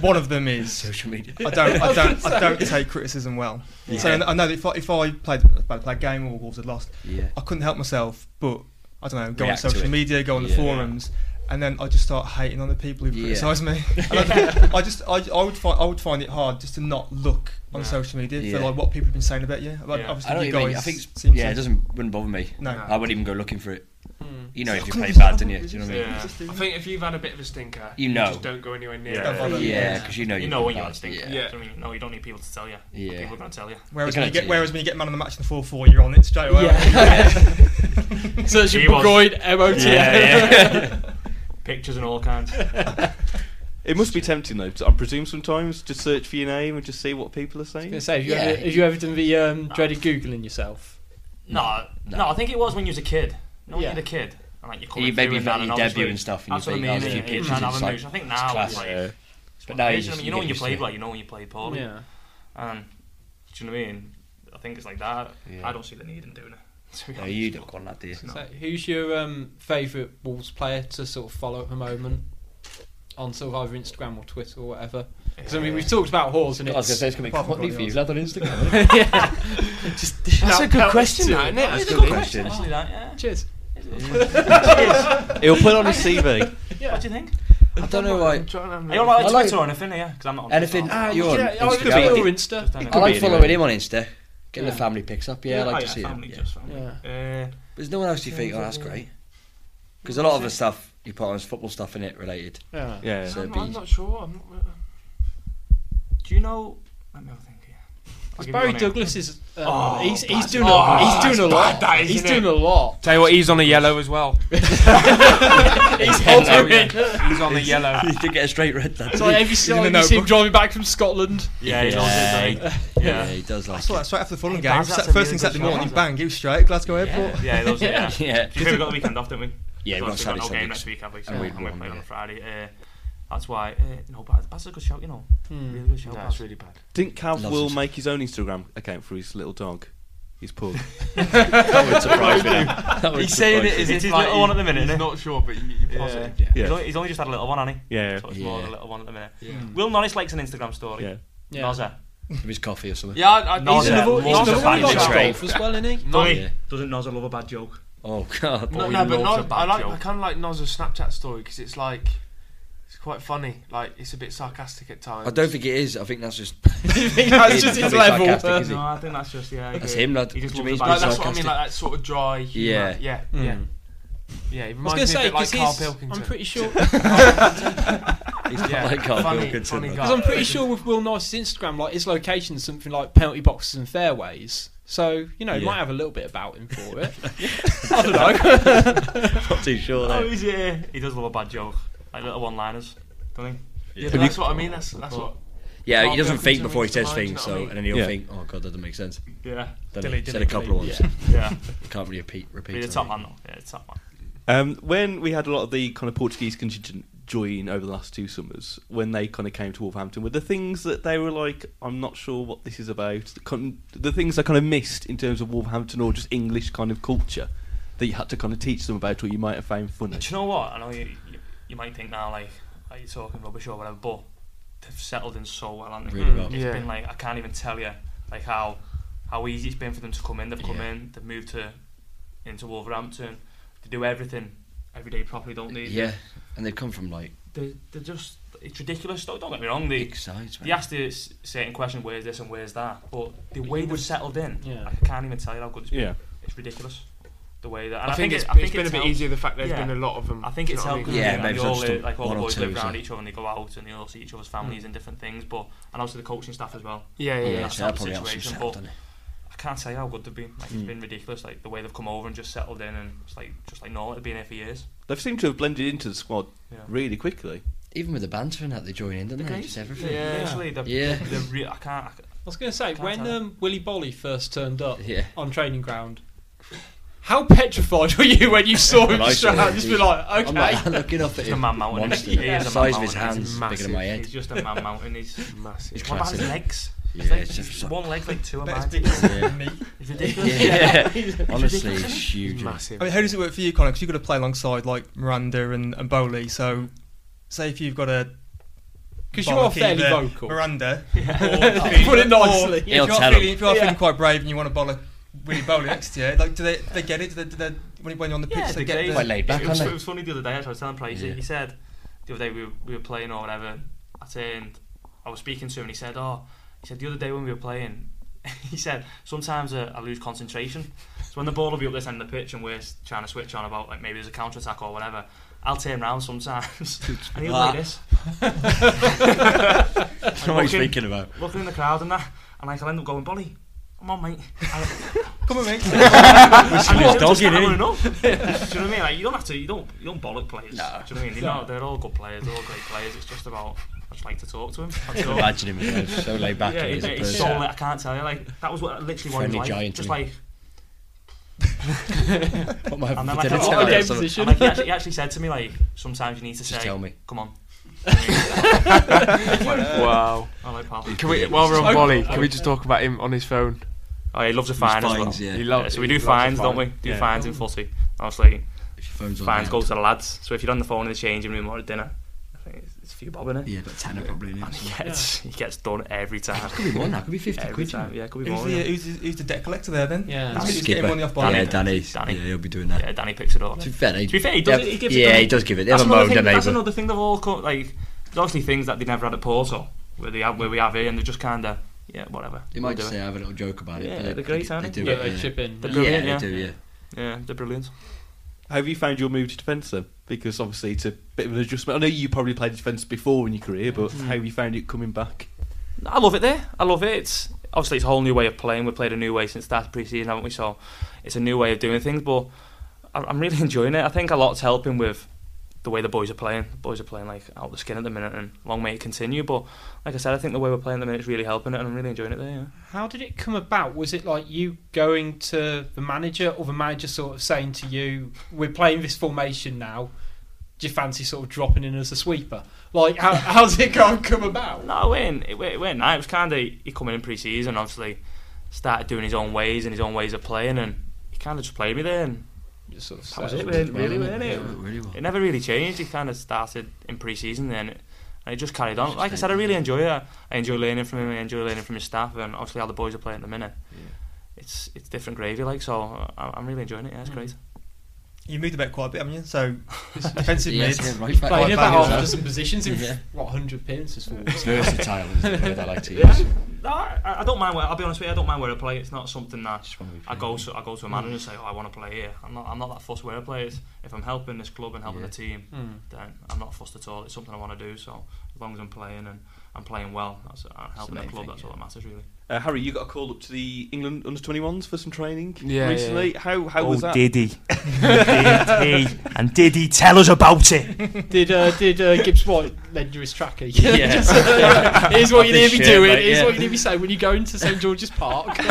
[SPEAKER 8] One of them is
[SPEAKER 5] Social media.
[SPEAKER 8] I don't I don't I don't take criticism well. So I know that if I, if I played if I played a game or Wolves had lost,
[SPEAKER 5] Yeah.
[SPEAKER 8] I couldn't help myself but I don't know go
[SPEAKER 5] React to
[SPEAKER 8] on social
[SPEAKER 5] it.
[SPEAKER 8] media, go on the
[SPEAKER 5] Yeah.
[SPEAKER 8] forums. And then I just start hating on the people who
[SPEAKER 5] Yeah.
[SPEAKER 8] criticise me. And I, I just, I, I would find, I would find it hard just to not look on
[SPEAKER 6] Yeah.
[SPEAKER 8] social media
[SPEAKER 5] Yeah.
[SPEAKER 8] for like what people have been saying about you. But
[SPEAKER 6] Yeah.
[SPEAKER 8] Obviously,
[SPEAKER 5] I don't
[SPEAKER 8] you
[SPEAKER 5] even.
[SPEAKER 8] guys
[SPEAKER 5] I think. it's-
[SPEAKER 8] seem
[SPEAKER 5] Yeah,
[SPEAKER 8] to-
[SPEAKER 5] it doesn't wouldn't bother me.
[SPEAKER 8] no.
[SPEAKER 6] No.
[SPEAKER 5] I wouldn't even go looking for it.
[SPEAKER 6] Mm.
[SPEAKER 5] You know, if you
[SPEAKER 8] couldn't
[SPEAKER 5] play
[SPEAKER 8] resist- I
[SPEAKER 5] bad, don't you?
[SPEAKER 8] couldn't
[SPEAKER 5] Do you know what I mean?
[SPEAKER 4] resist
[SPEAKER 6] I
[SPEAKER 8] Just do-
[SPEAKER 6] think if you've had a bit of a stinker,
[SPEAKER 5] You know.
[SPEAKER 6] just don't go anywhere near.
[SPEAKER 4] Yeah.
[SPEAKER 6] it.
[SPEAKER 8] Don't bother me.
[SPEAKER 5] Yeah, because you know
[SPEAKER 4] you
[SPEAKER 5] you've
[SPEAKER 4] know
[SPEAKER 5] been
[SPEAKER 4] when you're
[SPEAKER 5] bad,
[SPEAKER 4] on stink.
[SPEAKER 5] Yeah.
[SPEAKER 4] Yeah. Do you know what I mean? No, you don't need people to tell you.
[SPEAKER 5] Yeah.
[SPEAKER 4] People are going to tell you.
[SPEAKER 8] Whereas when,
[SPEAKER 5] They're gonna
[SPEAKER 8] you
[SPEAKER 5] have
[SPEAKER 8] get,
[SPEAKER 5] to-
[SPEAKER 8] whereas when you get man on the match in the 4 4, you're on it straight away.
[SPEAKER 3] Search
[SPEAKER 4] He
[SPEAKER 3] your
[SPEAKER 4] was-
[SPEAKER 3] Burgoyne MOT.
[SPEAKER 4] yeah. Pictures and all kinds.
[SPEAKER 1] It must be tempting though. To, I presume sometimes to search for your name and just see what people are
[SPEAKER 3] I was
[SPEAKER 1] saying.
[SPEAKER 3] gonna say, have you,
[SPEAKER 5] Yeah.
[SPEAKER 3] ever, have you ever done the um, dreaded googling yourself?
[SPEAKER 4] No, no,
[SPEAKER 5] No.
[SPEAKER 4] I think it was when you was a kid. No, when you
[SPEAKER 3] Yeah.
[SPEAKER 4] were a kid. And like, you're coming
[SPEAKER 5] You maybe
[SPEAKER 4] through
[SPEAKER 5] you've
[SPEAKER 4] that
[SPEAKER 5] got
[SPEAKER 4] and
[SPEAKER 5] your
[SPEAKER 4] obviously-
[SPEAKER 5] debut and stuff, and
[SPEAKER 4] That's what I
[SPEAKER 5] you've
[SPEAKER 4] mean.
[SPEAKER 5] got a
[SPEAKER 4] innit?
[SPEAKER 5] few
[SPEAKER 4] You
[SPEAKER 5] pictures.
[SPEAKER 4] can't have
[SPEAKER 5] it's
[SPEAKER 4] a
[SPEAKER 5] like-
[SPEAKER 4] moose. I think now,
[SPEAKER 5] class.
[SPEAKER 4] it's like,
[SPEAKER 1] Yeah.
[SPEAKER 4] it's
[SPEAKER 5] But
[SPEAKER 4] one
[SPEAKER 5] now you
[SPEAKER 4] page,
[SPEAKER 5] just-
[SPEAKER 4] I mean,
[SPEAKER 5] you
[SPEAKER 4] you know
[SPEAKER 5] get
[SPEAKER 4] when you
[SPEAKER 5] used to
[SPEAKER 4] played
[SPEAKER 5] it.
[SPEAKER 4] like, you know when you played poorly.
[SPEAKER 3] Yeah.
[SPEAKER 4] And do you know what I mean? I think it's like that.
[SPEAKER 5] Yeah.
[SPEAKER 4] I don't see the need in doing it. to be
[SPEAKER 5] No,
[SPEAKER 4] honest.
[SPEAKER 5] you don't want that, do you?
[SPEAKER 4] No.
[SPEAKER 3] So who's your um, favourite Wolves player to sort of follow at the moment on sort of either Instagram or Twitter or whatever? Because I mean, we've talked about Hawes and
[SPEAKER 5] I
[SPEAKER 3] it's.
[SPEAKER 5] was gonna say it's gonna be
[SPEAKER 8] Apart from
[SPEAKER 5] funny for you.
[SPEAKER 8] Guardiola's.
[SPEAKER 5] lad on Instagram.
[SPEAKER 3] yeah. Just dish
[SPEAKER 7] That's
[SPEAKER 3] out
[SPEAKER 7] a good
[SPEAKER 3] pelts
[SPEAKER 7] question,
[SPEAKER 3] to
[SPEAKER 7] that, isn't
[SPEAKER 3] him.
[SPEAKER 7] it?
[SPEAKER 4] That's
[SPEAKER 5] That's
[SPEAKER 4] a
[SPEAKER 5] a
[SPEAKER 4] good
[SPEAKER 5] good
[SPEAKER 4] question. actually,
[SPEAKER 5] question.
[SPEAKER 4] that, yeah.
[SPEAKER 3] Cheers.
[SPEAKER 4] It's a good question.
[SPEAKER 1] He'll put it on his CV.
[SPEAKER 4] What do you think?
[SPEAKER 5] I don't know why.
[SPEAKER 6] I'm trying to
[SPEAKER 4] Are you on like
[SPEAKER 5] I like-
[SPEAKER 4] Twitter or anything? Ah, Yeah, because I'm not on
[SPEAKER 5] Anything.
[SPEAKER 4] Twitter.
[SPEAKER 5] you're on
[SPEAKER 3] yeah, oh, it could
[SPEAKER 5] Instagram.
[SPEAKER 3] be your Insta.
[SPEAKER 4] Just on it.
[SPEAKER 5] I
[SPEAKER 1] Could
[SPEAKER 5] like
[SPEAKER 1] be
[SPEAKER 5] following
[SPEAKER 1] anywhere.
[SPEAKER 5] him on Insta. Getting
[SPEAKER 3] Yeah.
[SPEAKER 5] the family pics up. Yeah, I like
[SPEAKER 4] oh,
[SPEAKER 5] to see
[SPEAKER 4] family,
[SPEAKER 5] him. Yeah.
[SPEAKER 4] Just family.
[SPEAKER 3] Yeah.
[SPEAKER 4] Uh,
[SPEAKER 5] There's no one else you think, oh, that's great. Because a lot of the stuff you put on is football stuff in it related.
[SPEAKER 3] Yeah.
[SPEAKER 1] Yeah.
[SPEAKER 5] So
[SPEAKER 6] I'm,
[SPEAKER 5] it'd
[SPEAKER 6] I'm
[SPEAKER 5] be
[SPEAKER 6] not sure. I'm not.
[SPEAKER 4] do you know? Let me have a think. Yeah. I'll give you
[SPEAKER 3] Barry
[SPEAKER 4] one here.
[SPEAKER 3] Douglas is. Um,
[SPEAKER 4] Oh,
[SPEAKER 3] he's, he's
[SPEAKER 4] that's
[SPEAKER 3] doing
[SPEAKER 4] bad.
[SPEAKER 3] a, he's doing a lot.
[SPEAKER 6] that,
[SPEAKER 3] he's
[SPEAKER 6] isn't
[SPEAKER 3] doing a lot.
[SPEAKER 7] Tell you what, he's on a yellow as well.
[SPEAKER 3] He's
[SPEAKER 7] Hello,
[SPEAKER 3] altering.
[SPEAKER 7] yeah. He's on the yellow.
[SPEAKER 5] you did get a straight red then.
[SPEAKER 3] It's like every
[SPEAKER 8] in the
[SPEAKER 3] time you see him
[SPEAKER 8] notebook.
[SPEAKER 3] driving back from Scotland.
[SPEAKER 4] Yeah, he's
[SPEAKER 5] Yeah.
[SPEAKER 4] on it.
[SPEAKER 5] Yeah,
[SPEAKER 4] Yeah.
[SPEAKER 5] he does
[SPEAKER 8] I
[SPEAKER 5] like
[SPEAKER 8] saw that
[SPEAKER 5] it.
[SPEAKER 8] straight after the Fulham
[SPEAKER 4] Hey,
[SPEAKER 8] game.
[SPEAKER 4] Baz,
[SPEAKER 8] Sa-
[SPEAKER 4] that's a
[SPEAKER 8] First
[SPEAKER 4] really
[SPEAKER 8] thing
[SPEAKER 4] good
[SPEAKER 8] Saturday
[SPEAKER 4] shot,
[SPEAKER 8] morning,
[SPEAKER 4] Baz.
[SPEAKER 8] bang, he was straight, Glasgow Airport.
[SPEAKER 4] Yeah, those. Yeah.
[SPEAKER 5] Yeah.
[SPEAKER 4] Do you think we got the weekend off, didn't we?
[SPEAKER 5] Yeah, we've
[SPEAKER 4] So
[SPEAKER 5] got
[SPEAKER 4] obviously
[SPEAKER 5] Saturday,
[SPEAKER 4] no
[SPEAKER 5] Sunday.
[SPEAKER 4] game next week, have we? So
[SPEAKER 5] And
[SPEAKER 4] and
[SPEAKER 5] we'd
[SPEAKER 4] we're playing
[SPEAKER 5] won,
[SPEAKER 4] on
[SPEAKER 5] yeah.
[SPEAKER 4] a Friday. Uh, that's why. Uh, no, Baz, Baz is a good shout. You know, really good shout. Baz.
[SPEAKER 6] That's really bad.
[SPEAKER 1] Didn't Cav
[SPEAKER 5] Loves
[SPEAKER 1] will
[SPEAKER 5] it.
[SPEAKER 1] make his own Instagram account for his little dog? His pug.
[SPEAKER 5] That would surprise me. now. That would
[SPEAKER 4] He's saying
[SPEAKER 5] surprise
[SPEAKER 4] it is
[SPEAKER 5] me.
[SPEAKER 4] his little one at the minute.
[SPEAKER 6] He's
[SPEAKER 4] innit?
[SPEAKER 6] not sure, but you, you're positive.
[SPEAKER 4] Yeah.
[SPEAKER 1] Yeah.
[SPEAKER 4] He's, only, he's only just had a little one, hasn't he?
[SPEAKER 1] Yeah.
[SPEAKER 4] So it's more than
[SPEAKER 5] Yeah.
[SPEAKER 4] a little one at the minute.
[SPEAKER 5] Yeah.
[SPEAKER 4] Will Norris likes an Instagram story.
[SPEAKER 1] Yeah.
[SPEAKER 3] Yeah.
[SPEAKER 4] Nozza.
[SPEAKER 5] It was coffee or something.
[SPEAKER 6] Yeah, I, I,
[SPEAKER 4] Not
[SPEAKER 6] he's
[SPEAKER 4] that.
[SPEAKER 6] another-
[SPEAKER 4] Ah,
[SPEAKER 6] he's
[SPEAKER 4] Not that.
[SPEAKER 6] another one
[SPEAKER 5] Not
[SPEAKER 6] like
[SPEAKER 5] that.
[SPEAKER 6] that.
[SPEAKER 5] Straight.
[SPEAKER 3] golf as well, isn't he?
[SPEAKER 4] Doesn't he?
[SPEAKER 5] yeah.
[SPEAKER 4] Doesn't Nozza love a bad joke?
[SPEAKER 5] Oh, God.
[SPEAKER 6] No,
[SPEAKER 4] But
[SPEAKER 6] no,
[SPEAKER 4] we
[SPEAKER 6] but
[SPEAKER 4] love
[SPEAKER 6] Noz,
[SPEAKER 4] a bad
[SPEAKER 6] I like I
[SPEAKER 4] joke.
[SPEAKER 6] kind of like Noz's Snapchat story because it's like it's quite funny. Like it's a bit sarcastic at times.
[SPEAKER 5] I don't think it is. I think that's just.
[SPEAKER 3] That's just his
[SPEAKER 5] Probably
[SPEAKER 3] level.
[SPEAKER 5] sarcastic, is he?
[SPEAKER 4] No, I think that's just yeah.
[SPEAKER 5] That's him, lad.
[SPEAKER 4] He just
[SPEAKER 5] What do
[SPEAKER 4] loves
[SPEAKER 5] you
[SPEAKER 6] Like,
[SPEAKER 4] a
[SPEAKER 5] mean?
[SPEAKER 4] bad
[SPEAKER 6] that's
[SPEAKER 4] joke.
[SPEAKER 6] what I mean.
[SPEAKER 5] sarcastic.
[SPEAKER 6] Like that sort of dry. Humor.
[SPEAKER 5] Yeah.
[SPEAKER 6] yeah,
[SPEAKER 7] Hmm.
[SPEAKER 3] Mm.
[SPEAKER 6] yeah, yeah. It
[SPEAKER 3] I was
[SPEAKER 6] reminds me
[SPEAKER 3] going to say
[SPEAKER 6] a bit like
[SPEAKER 3] because
[SPEAKER 6] Carl
[SPEAKER 3] he's. I'm
[SPEAKER 6] Pilkington.
[SPEAKER 3] pretty sure.
[SPEAKER 5] He's not
[SPEAKER 6] Yeah.
[SPEAKER 5] like Carl
[SPEAKER 6] Funny-
[SPEAKER 5] Wilkinson,
[SPEAKER 6] funny
[SPEAKER 5] lad.
[SPEAKER 6] guy.
[SPEAKER 3] Because I'm pretty sure with Will Nice's Instagram, like his location's something like penalty boxes and fairways. So you know, you
[SPEAKER 5] Yeah.
[SPEAKER 3] might have a little bit about him for it. I don't know.
[SPEAKER 5] Not too sure
[SPEAKER 4] Oh,
[SPEAKER 5] there.
[SPEAKER 4] is he? He does love a bad joke, like little one-liners, doesn't he?
[SPEAKER 6] Yeah, but that's what I mean. That's that's what.
[SPEAKER 5] Yeah,
[SPEAKER 6] Carl
[SPEAKER 5] he doesn't think
[SPEAKER 6] Pilkington
[SPEAKER 5] before he
[SPEAKER 6] rings to
[SPEAKER 5] says
[SPEAKER 6] mind,
[SPEAKER 5] things,
[SPEAKER 6] do you know
[SPEAKER 5] so.
[SPEAKER 6] what I
[SPEAKER 5] And then he'll
[SPEAKER 1] mean?
[SPEAKER 5] think, oh, God, that doesn't make sense.
[SPEAKER 4] Yeah,
[SPEAKER 5] Then
[SPEAKER 6] Dilly,
[SPEAKER 5] he said
[SPEAKER 6] dilly,
[SPEAKER 5] a couple of
[SPEAKER 6] dilly.
[SPEAKER 5] ones.
[SPEAKER 4] yeah.
[SPEAKER 5] Can't really repeat. repeat
[SPEAKER 4] He's a
[SPEAKER 5] on
[SPEAKER 4] top
[SPEAKER 5] it.
[SPEAKER 4] man though. Yeah, he's a top man.
[SPEAKER 1] Um, when we had a lot of the kind of Portuguese contingent join over the last two summers, when they kind of came to Wolverhampton, were the things that they were like, I'm not sure what this is about. The, con- the things I kind of missed in terms of Wolverhampton or just English kind of culture that you had to kind of teach them about, or you might have found funny.
[SPEAKER 4] Do you know what? I know you, you, you might think now, like, are you talking rubbish or whatever, but they've settled in so well, haven't they?
[SPEAKER 5] Really well.
[SPEAKER 4] It's
[SPEAKER 6] Yeah.
[SPEAKER 4] been like, I can't even tell you, like, how how easy it's been for them to come in. They've come
[SPEAKER 5] Yeah.
[SPEAKER 4] in, they've moved to into Wolverhampton, they do everything every day properly, don't they?
[SPEAKER 5] Yeah, and they've come from like
[SPEAKER 4] They, they're just, it's ridiculous. Don't, don't get me wrong, they,
[SPEAKER 5] big sides.
[SPEAKER 4] they
[SPEAKER 5] Man.
[SPEAKER 4] asked the s- certain question, where's this and where's that, but the way they've settled in,
[SPEAKER 3] Yeah.
[SPEAKER 4] like, I can't even tell you how good it's been.
[SPEAKER 1] Yeah.
[SPEAKER 4] It's ridiculous. The way that,
[SPEAKER 6] I,
[SPEAKER 4] and I,
[SPEAKER 6] think,
[SPEAKER 4] it-
[SPEAKER 6] it's,
[SPEAKER 4] I think
[SPEAKER 6] it's been a bit
[SPEAKER 4] helped-
[SPEAKER 6] easier the fact there's
[SPEAKER 4] yeah.
[SPEAKER 6] been a lot of them.
[SPEAKER 4] I think
[SPEAKER 6] do you
[SPEAKER 4] it's
[SPEAKER 6] know what
[SPEAKER 4] helped.
[SPEAKER 6] I mean?
[SPEAKER 5] Yeah,
[SPEAKER 4] and
[SPEAKER 5] maybe
[SPEAKER 4] they
[SPEAKER 5] it's
[SPEAKER 4] all
[SPEAKER 5] just
[SPEAKER 4] live, like all
[SPEAKER 5] one
[SPEAKER 4] the
[SPEAKER 5] or
[SPEAKER 4] boys
[SPEAKER 5] two,
[SPEAKER 4] live
[SPEAKER 5] so.
[SPEAKER 4] around each other and they go out and they all see each other's families and different things. But and also the coaching staff as well.
[SPEAKER 6] Yeah, yeah,
[SPEAKER 5] Yeah,
[SPEAKER 6] yeah.
[SPEAKER 4] that's
[SPEAKER 5] so that
[SPEAKER 4] not the
[SPEAKER 5] probably helps them
[SPEAKER 4] situation,
[SPEAKER 5] settle, Mm.
[SPEAKER 4] but-
[SPEAKER 5] doesn't it?
[SPEAKER 4] I can't say how good they've been. Like it's been ridiculous. Like the way they've come over and just settled in and it's like just like no, they've been here for years.
[SPEAKER 1] They've seemed to have blended into the squad
[SPEAKER 4] Yeah.
[SPEAKER 1] really quickly.
[SPEAKER 5] Even with the banter and that, they join in, don't
[SPEAKER 4] They're
[SPEAKER 5] they?
[SPEAKER 4] great.
[SPEAKER 5] Just everything. Yeah.
[SPEAKER 4] Yeah. Literally, they're,
[SPEAKER 5] Yeah.
[SPEAKER 4] they're re- I can't. I, c-
[SPEAKER 3] I was going to say
[SPEAKER 4] Can't
[SPEAKER 3] when
[SPEAKER 4] tell.
[SPEAKER 3] um, Willy Bolly first turned up
[SPEAKER 5] Yeah.
[SPEAKER 3] on training ground, How petrified were you when you saw him just run out? Just be like,
[SPEAKER 5] I'm
[SPEAKER 3] okay.
[SPEAKER 5] like looking up at
[SPEAKER 4] He's a
[SPEAKER 5] him.
[SPEAKER 4] man mountain.
[SPEAKER 5] Monster.
[SPEAKER 4] He is a
[SPEAKER 5] the
[SPEAKER 4] man
[SPEAKER 5] size of his
[SPEAKER 4] mountain.
[SPEAKER 5] hands
[SPEAKER 4] He's
[SPEAKER 5] bigger than my
[SPEAKER 4] He's
[SPEAKER 5] head.
[SPEAKER 4] just a man mountain. He's
[SPEAKER 6] Massive.
[SPEAKER 5] He's
[SPEAKER 4] what about his
[SPEAKER 5] classic.
[SPEAKER 4] legs? His
[SPEAKER 5] Yeah,
[SPEAKER 4] legs
[SPEAKER 5] it's just like-
[SPEAKER 4] one leg like two.
[SPEAKER 8] That's
[SPEAKER 4] Imagine.
[SPEAKER 8] bigger
[SPEAKER 5] Yeah.
[SPEAKER 8] than me.
[SPEAKER 4] It's ridiculous.
[SPEAKER 5] Yeah.
[SPEAKER 4] It's
[SPEAKER 5] Honestly,
[SPEAKER 4] ridiculous,
[SPEAKER 5] it's
[SPEAKER 4] isn't it?
[SPEAKER 5] huge.
[SPEAKER 6] Massive.
[SPEAKER 8] I mean, how does it work for you, Connor? Because you've got to play alongside like Miranda and, and Bowley. So, say if you've got a
[SPEAKER 3] Because you are
[SPEAKER 8] bollock
[SPEAKER 3] fairly
[SPEAKER 8] either
[SPEAKER 3] vocal.
[SPEAKER 8] Miranda.
[SPEAKER 3] Put it nicely.
[SPEAKER 8] If
[SPEAKER 5] He'll
[SPEAKER 8] you're
[SPEAKER 5] tell
[SPEAKER 8] feeling,
[SPEAKER 5] 'em.
[SPEAKER 8] if you're
[SPEAKER 3] Yeah.
[SPEAKER 8] feeling quite brave and you want to bollock Willie Bowley next to you, like do they, do they get it? Do they, do they, when you- when you're on the pitch,
[SPEAKER 4] Yeah,
[SPEAKER 8] they
[SPEAKER 4] the
[SPEAKER 8] get
[SPEAKER 4] guys-
[SPEAKER 5] Quite laid back,
[SPEAKER 4] it, was,
[SPEAKER 5] aren't they?
[SPEAKER 4] it was funny the other day. Actually, I was telling Price.
[SPEAKER 5] Yeah.
[SPEAKER 4] He said the other day we were, we were playing or whatever. I turned. I was speaking to him and he said, "Oh, he said the other day when we were playing, he said sometimes uh, I lose concentration. So when the ball will be up this end of the pitch and we're s- trying to switch on about like maybe there's a counter attack or whatever, I'll turn round sometimes and he'll like this,
[SPEAKER 5] That's what he's
[SPEAKER 4] Looking-
[SPEAKER 5] thinking about.
[SPEAKER 4] looking in the crowd and that, and like I'll end up going, Bolly, come on, mate. And-
[SPEAKER 8] Come on, mate.
[SPEAKER 4] And
[SPEAKER 5] He's
[SPEAKER 4] they'll just
[SPEAKER 5] dogging,
[SPEAKER 4] start
[SPEAKER 5] isn't he?
[SPEAKER 4] running up. Do you know what I mean? Like you don't have to. You don't. You don't bollock players.
[SPEAKER 5] No.
[SPEAKER 4] Do you know what I mean? They're, not, they're all good players. They're all great players. It's just about. I just like to talk to him. That's all.
[SPEAKER 5] Imagine him as well, so laid back
[SPEAKER 4] yeah,
[SPEAKER 5] he
[SPEAKER 4] it,
[SPEAKER 5] is a
[SPEAKER 4] it's
[SPEAKER 5] person.
[SPEAKER 4] so like, I can't tell you. Like that was what literally what he was
[SPEAKER 5] Friendly
[SPEAKER 4] like.
[SPEAKER 5] giant,
[SPEAKER 4] just
[SPEAKER 5] isn't
[SPEAKER 4] like,
[SPEAKER 5] What am I
[SPEAKER 4] and then
[SPEAKER 5] having for
[SPEAKER 4] like,
[SPEAKER 5] dinner
[SPEAKER 4] oh,
[SPEAKER 5] tonight or
[SPEAKER 4] okay,
[SPEAKER 5] something?
[SPEAKER 4] and, like he, actually, he actually said to me like, sometimes you need to
[SPEAKER 5] Just
[SPEAKER 4] say,
[SPEAKER 5] tell me.
[SPEAKER 4] come on. I
[SPEAKER 7] Wow.
[SPEAKER 4] like pal.
[SPEAKER 7] Can we, while we're on volley, can we just talk about him on his phone?
[SPEAKER 4] Oh, he loves a
[SPEAKER 5] These
[SPEAKER 4] fine as well.
[SPEAKER 5] fines, yeah.
[SPEAKER 7] He loves
[SPEAKER 4] Yeah, so
[SPEAKER 7] it.
[SPEAKER 4] we do
[SPEAKER 7] He loves a
[SPEAKER 4] fines,
[SPEAKER 7] fine.
[SPEAKER 4] don't we? Do
[SPEAKER 1] Yeah.
[SPEAKER 4] fines in footy. Obviously,
[SPEAKER 5] If your phone's on
[SPEAKER 4] fines
[SPEAKER 5] loud.
[SPEAKER 4] go to the lads. So if you're on the phone in the changing room or at dinner, I think it's, it's a few bob in it.
[SPEAKER 5] Yeah, but 10 are probably in it.
[SPEAKER 4] And he gets he gets done every time.
[SPEAKER 5] Could be more now, could be 50
[SPEAKER 4] every
[SPEAKER 5] quid.
[SPEAKER 4] time, yeah, could be
[SPEAKER 8] who's,
[SPEAKER 4] more.
[SPEAKER 8] the,
[SPEAKER 4] Yeah.
[SPEAKER 8] who's, the, who's the debt collector there then?
[SPEAKER 3] Yeah.
[SPEAKER 8] Who's
[SPEAKER 5] Skipper.
[SPEAKER 8] getting money off by
[SPEAKER 5] Yeah,
[SPEAKER 8] him?
[SPEAKER 5] Danny.
[SPEAKER 4] Danny.
[SPEAKER 5] Yeah, he'll be doing that.
[SPEAKER 4] yeah, Danny picks it up.
[SPEAKER 5] To be fair, eh?
[SPEAKER 4] To be fair, he does.
[SPEAKER 5] Yeah,
[SPEAKER 4] He gives it.
[SPEAKER 5] yeah,
[SPEAKER 4] done.
[SPEAKER 5] he does give it. They
[SPEAKER 4] That's
[SPEAKER 5] have a
[SPEAKER 4] another
[SPEAKER 5] moan,
[SPEAKER 4] thing.
[SPEAKER 5] don't they?
[SPEAKER 4] That's
[SPEAKER 5] but-
[SPEAKER 4] another thing they've all co- like. There's obviously things that they've never had at Porto, where they have, where we have here, and they're just kind of yeah, whatever.
[SPEAKER 5] They might
[SPEAKER 4] we'll
[SPEAKER 5] just
[SPEAKER 4] do
[SPEAKER 5] say, have a little joke about it.
[SPEAKER 4] Yeah,
[SPEAKER 5] but
[SPEAKER 4] they're
[SPEAKER 5] they-
[SPEAKER 4] great,
[SPEAKER 5] they-
[SPEAKER 4] aren't
[SPEAKER 5] They
[SPEAKER 4] they?
[SPEAKER 5] do
[SPEAKER 3] Yeah,
[SPEAKER 5] it.
[SPEAKER 3] they chip in.
[SPEAKER 4] They're
[SPEAKER 3] yeah.
[SPEAKER 5] Yeah,
[SPEAKER 4] brilliant,
[SPEAKER 5] they
[SPEAKER 4] yeah.
[SPEAKER 5] do, yeah.
[SPEAKER 4] it. Yeah, they're brilliant.
[SPEAKER 1] Have you found your move to defence then? Because obviously it's a bit of an adjustment. I know you probably played defence before in your career, but how have you found it coming back?
[SPEAKER 4] I love it there. I love it. It's obviously it's a whole new way of playing. We've played a new way since that pre-season, haven't we? So it's a new way of doing things, but I- I'm really enjoying it. I think a lot's helping with the way the boys are playing. The boys are playing like out the skin at the minute, and long may it continue. But like I said, I think the way we're playing at the minute is really helping it, and I'm really enjoying it there. Yeah.
[SPEAKER 3] How did it come about? Was it like you going to the manager or the manager sort of saying to you, we're playing this formation now, do you fancy sort of dropping in as a sweeper? Like, how, how's it going to come about?
[SPEAKER 4] No, it went, it went, it went nice. It was kind of, he coming in pre-season, obviously, started doing his own ways and his own ways of playing, and he kind of just played me there, and
[SPEAKER 3] Just sort of
[SPEAKER 4] that was
[SPEAKER 3] say
[SPEAKER 4] it,
[SPEAKER 3] it.
[SPEAKER 4] really, really,
[SPEAKER 5] Well,
[SPEAKER 4] wasn't it?
[SPEAKER 5] yeah, Really well.
[SPEAKER 4] It never really changed. He kind of started in pre-season, then, and it just carried on.
[SPEAKER 5] Just
[SPEAKER 4] Like I said, I
[SPEAKER 5] stayed,
[SPEAKER 4] really
[SPEAKER 5] yeah.
[SPEAKER 4] enjoy it. I enjoy learning from him. I enjoy learning from his staff, and obviously how the boys are playing at the minute. It's it's different gravy, like so. I, I'm really enjoying it. Yeah, it's great.
[SPEAKER 8] You moved about quite a bit, haven't you? So, defensive
[SPEAKER 5] Yeah,
[SPEAKER 8] mids.
[SPEAKER 5] yeah, right back.
[SPEAKER 3] Playing
[SPEAKER 8] Right back
[SPEAKER 3] about half a
[SPEAKER 8] as
[SPEAKER 3] dozen positions in,
[SPEAKER 5] Yeah.
[SPEAKER 3] what, 100 appearances for
[SPEAKER 5] It's versatile, is the word I like to use.
[SPEAKER 4] Yeah. No, I, I don't mind. Where, I'll be honest with you. I don't mind where I play. It's not something that
[SPEAKER 5] Just wanna be
[SPEAKER 4] I
[SPEAKER 5] playing.
[SPEAKER 4] go to I go to a manager and say, "Oh, I want to play here." I'm not I'm not that fussed where I play. It's, if I'm helping this club and helping
[SPEAKER 5] Yeah.
[SPEAKER 4] the team, then I'm not fussed at all. It's something I want to do. So as long as I'm playing and I'm playing well, that's I'm helping the,
[SPEAKER 5] main
[SPEAKER 4] club.
[SPEAKER 5] thing,
[SPEAKER 4] that's all
[SPEAKER 5] yeah.
[SPEAKER 4] that matters, really.
[SPEAKER 1] Uh, Harry, you got a call up to the England under 21s for some training
[SPEAKER 7] Yeah,
[SPEAKER 1] recently. How how was that?
[SPEAKER 4] Diddy, Diddy, and Diddy, tell us about it.
[SPEAKER 3] Did uh, did uh, Gibbs White lend you his tracker?
[SPEAKER 5] Yeah.
[SPEAKER 3] Just, uh, here's what you need
[SPEAKER 5] Off his
[SPEAKER 3] to be
[SPEAKER 5] shirt,
[SPEAKER 3] doing.
[SPEAKER 5] mate,
[SPEAKER 3] Here's
[SPEAKER 5] yeah.
[SPEAKER 3] what you need to be saying when you go into St George's Park.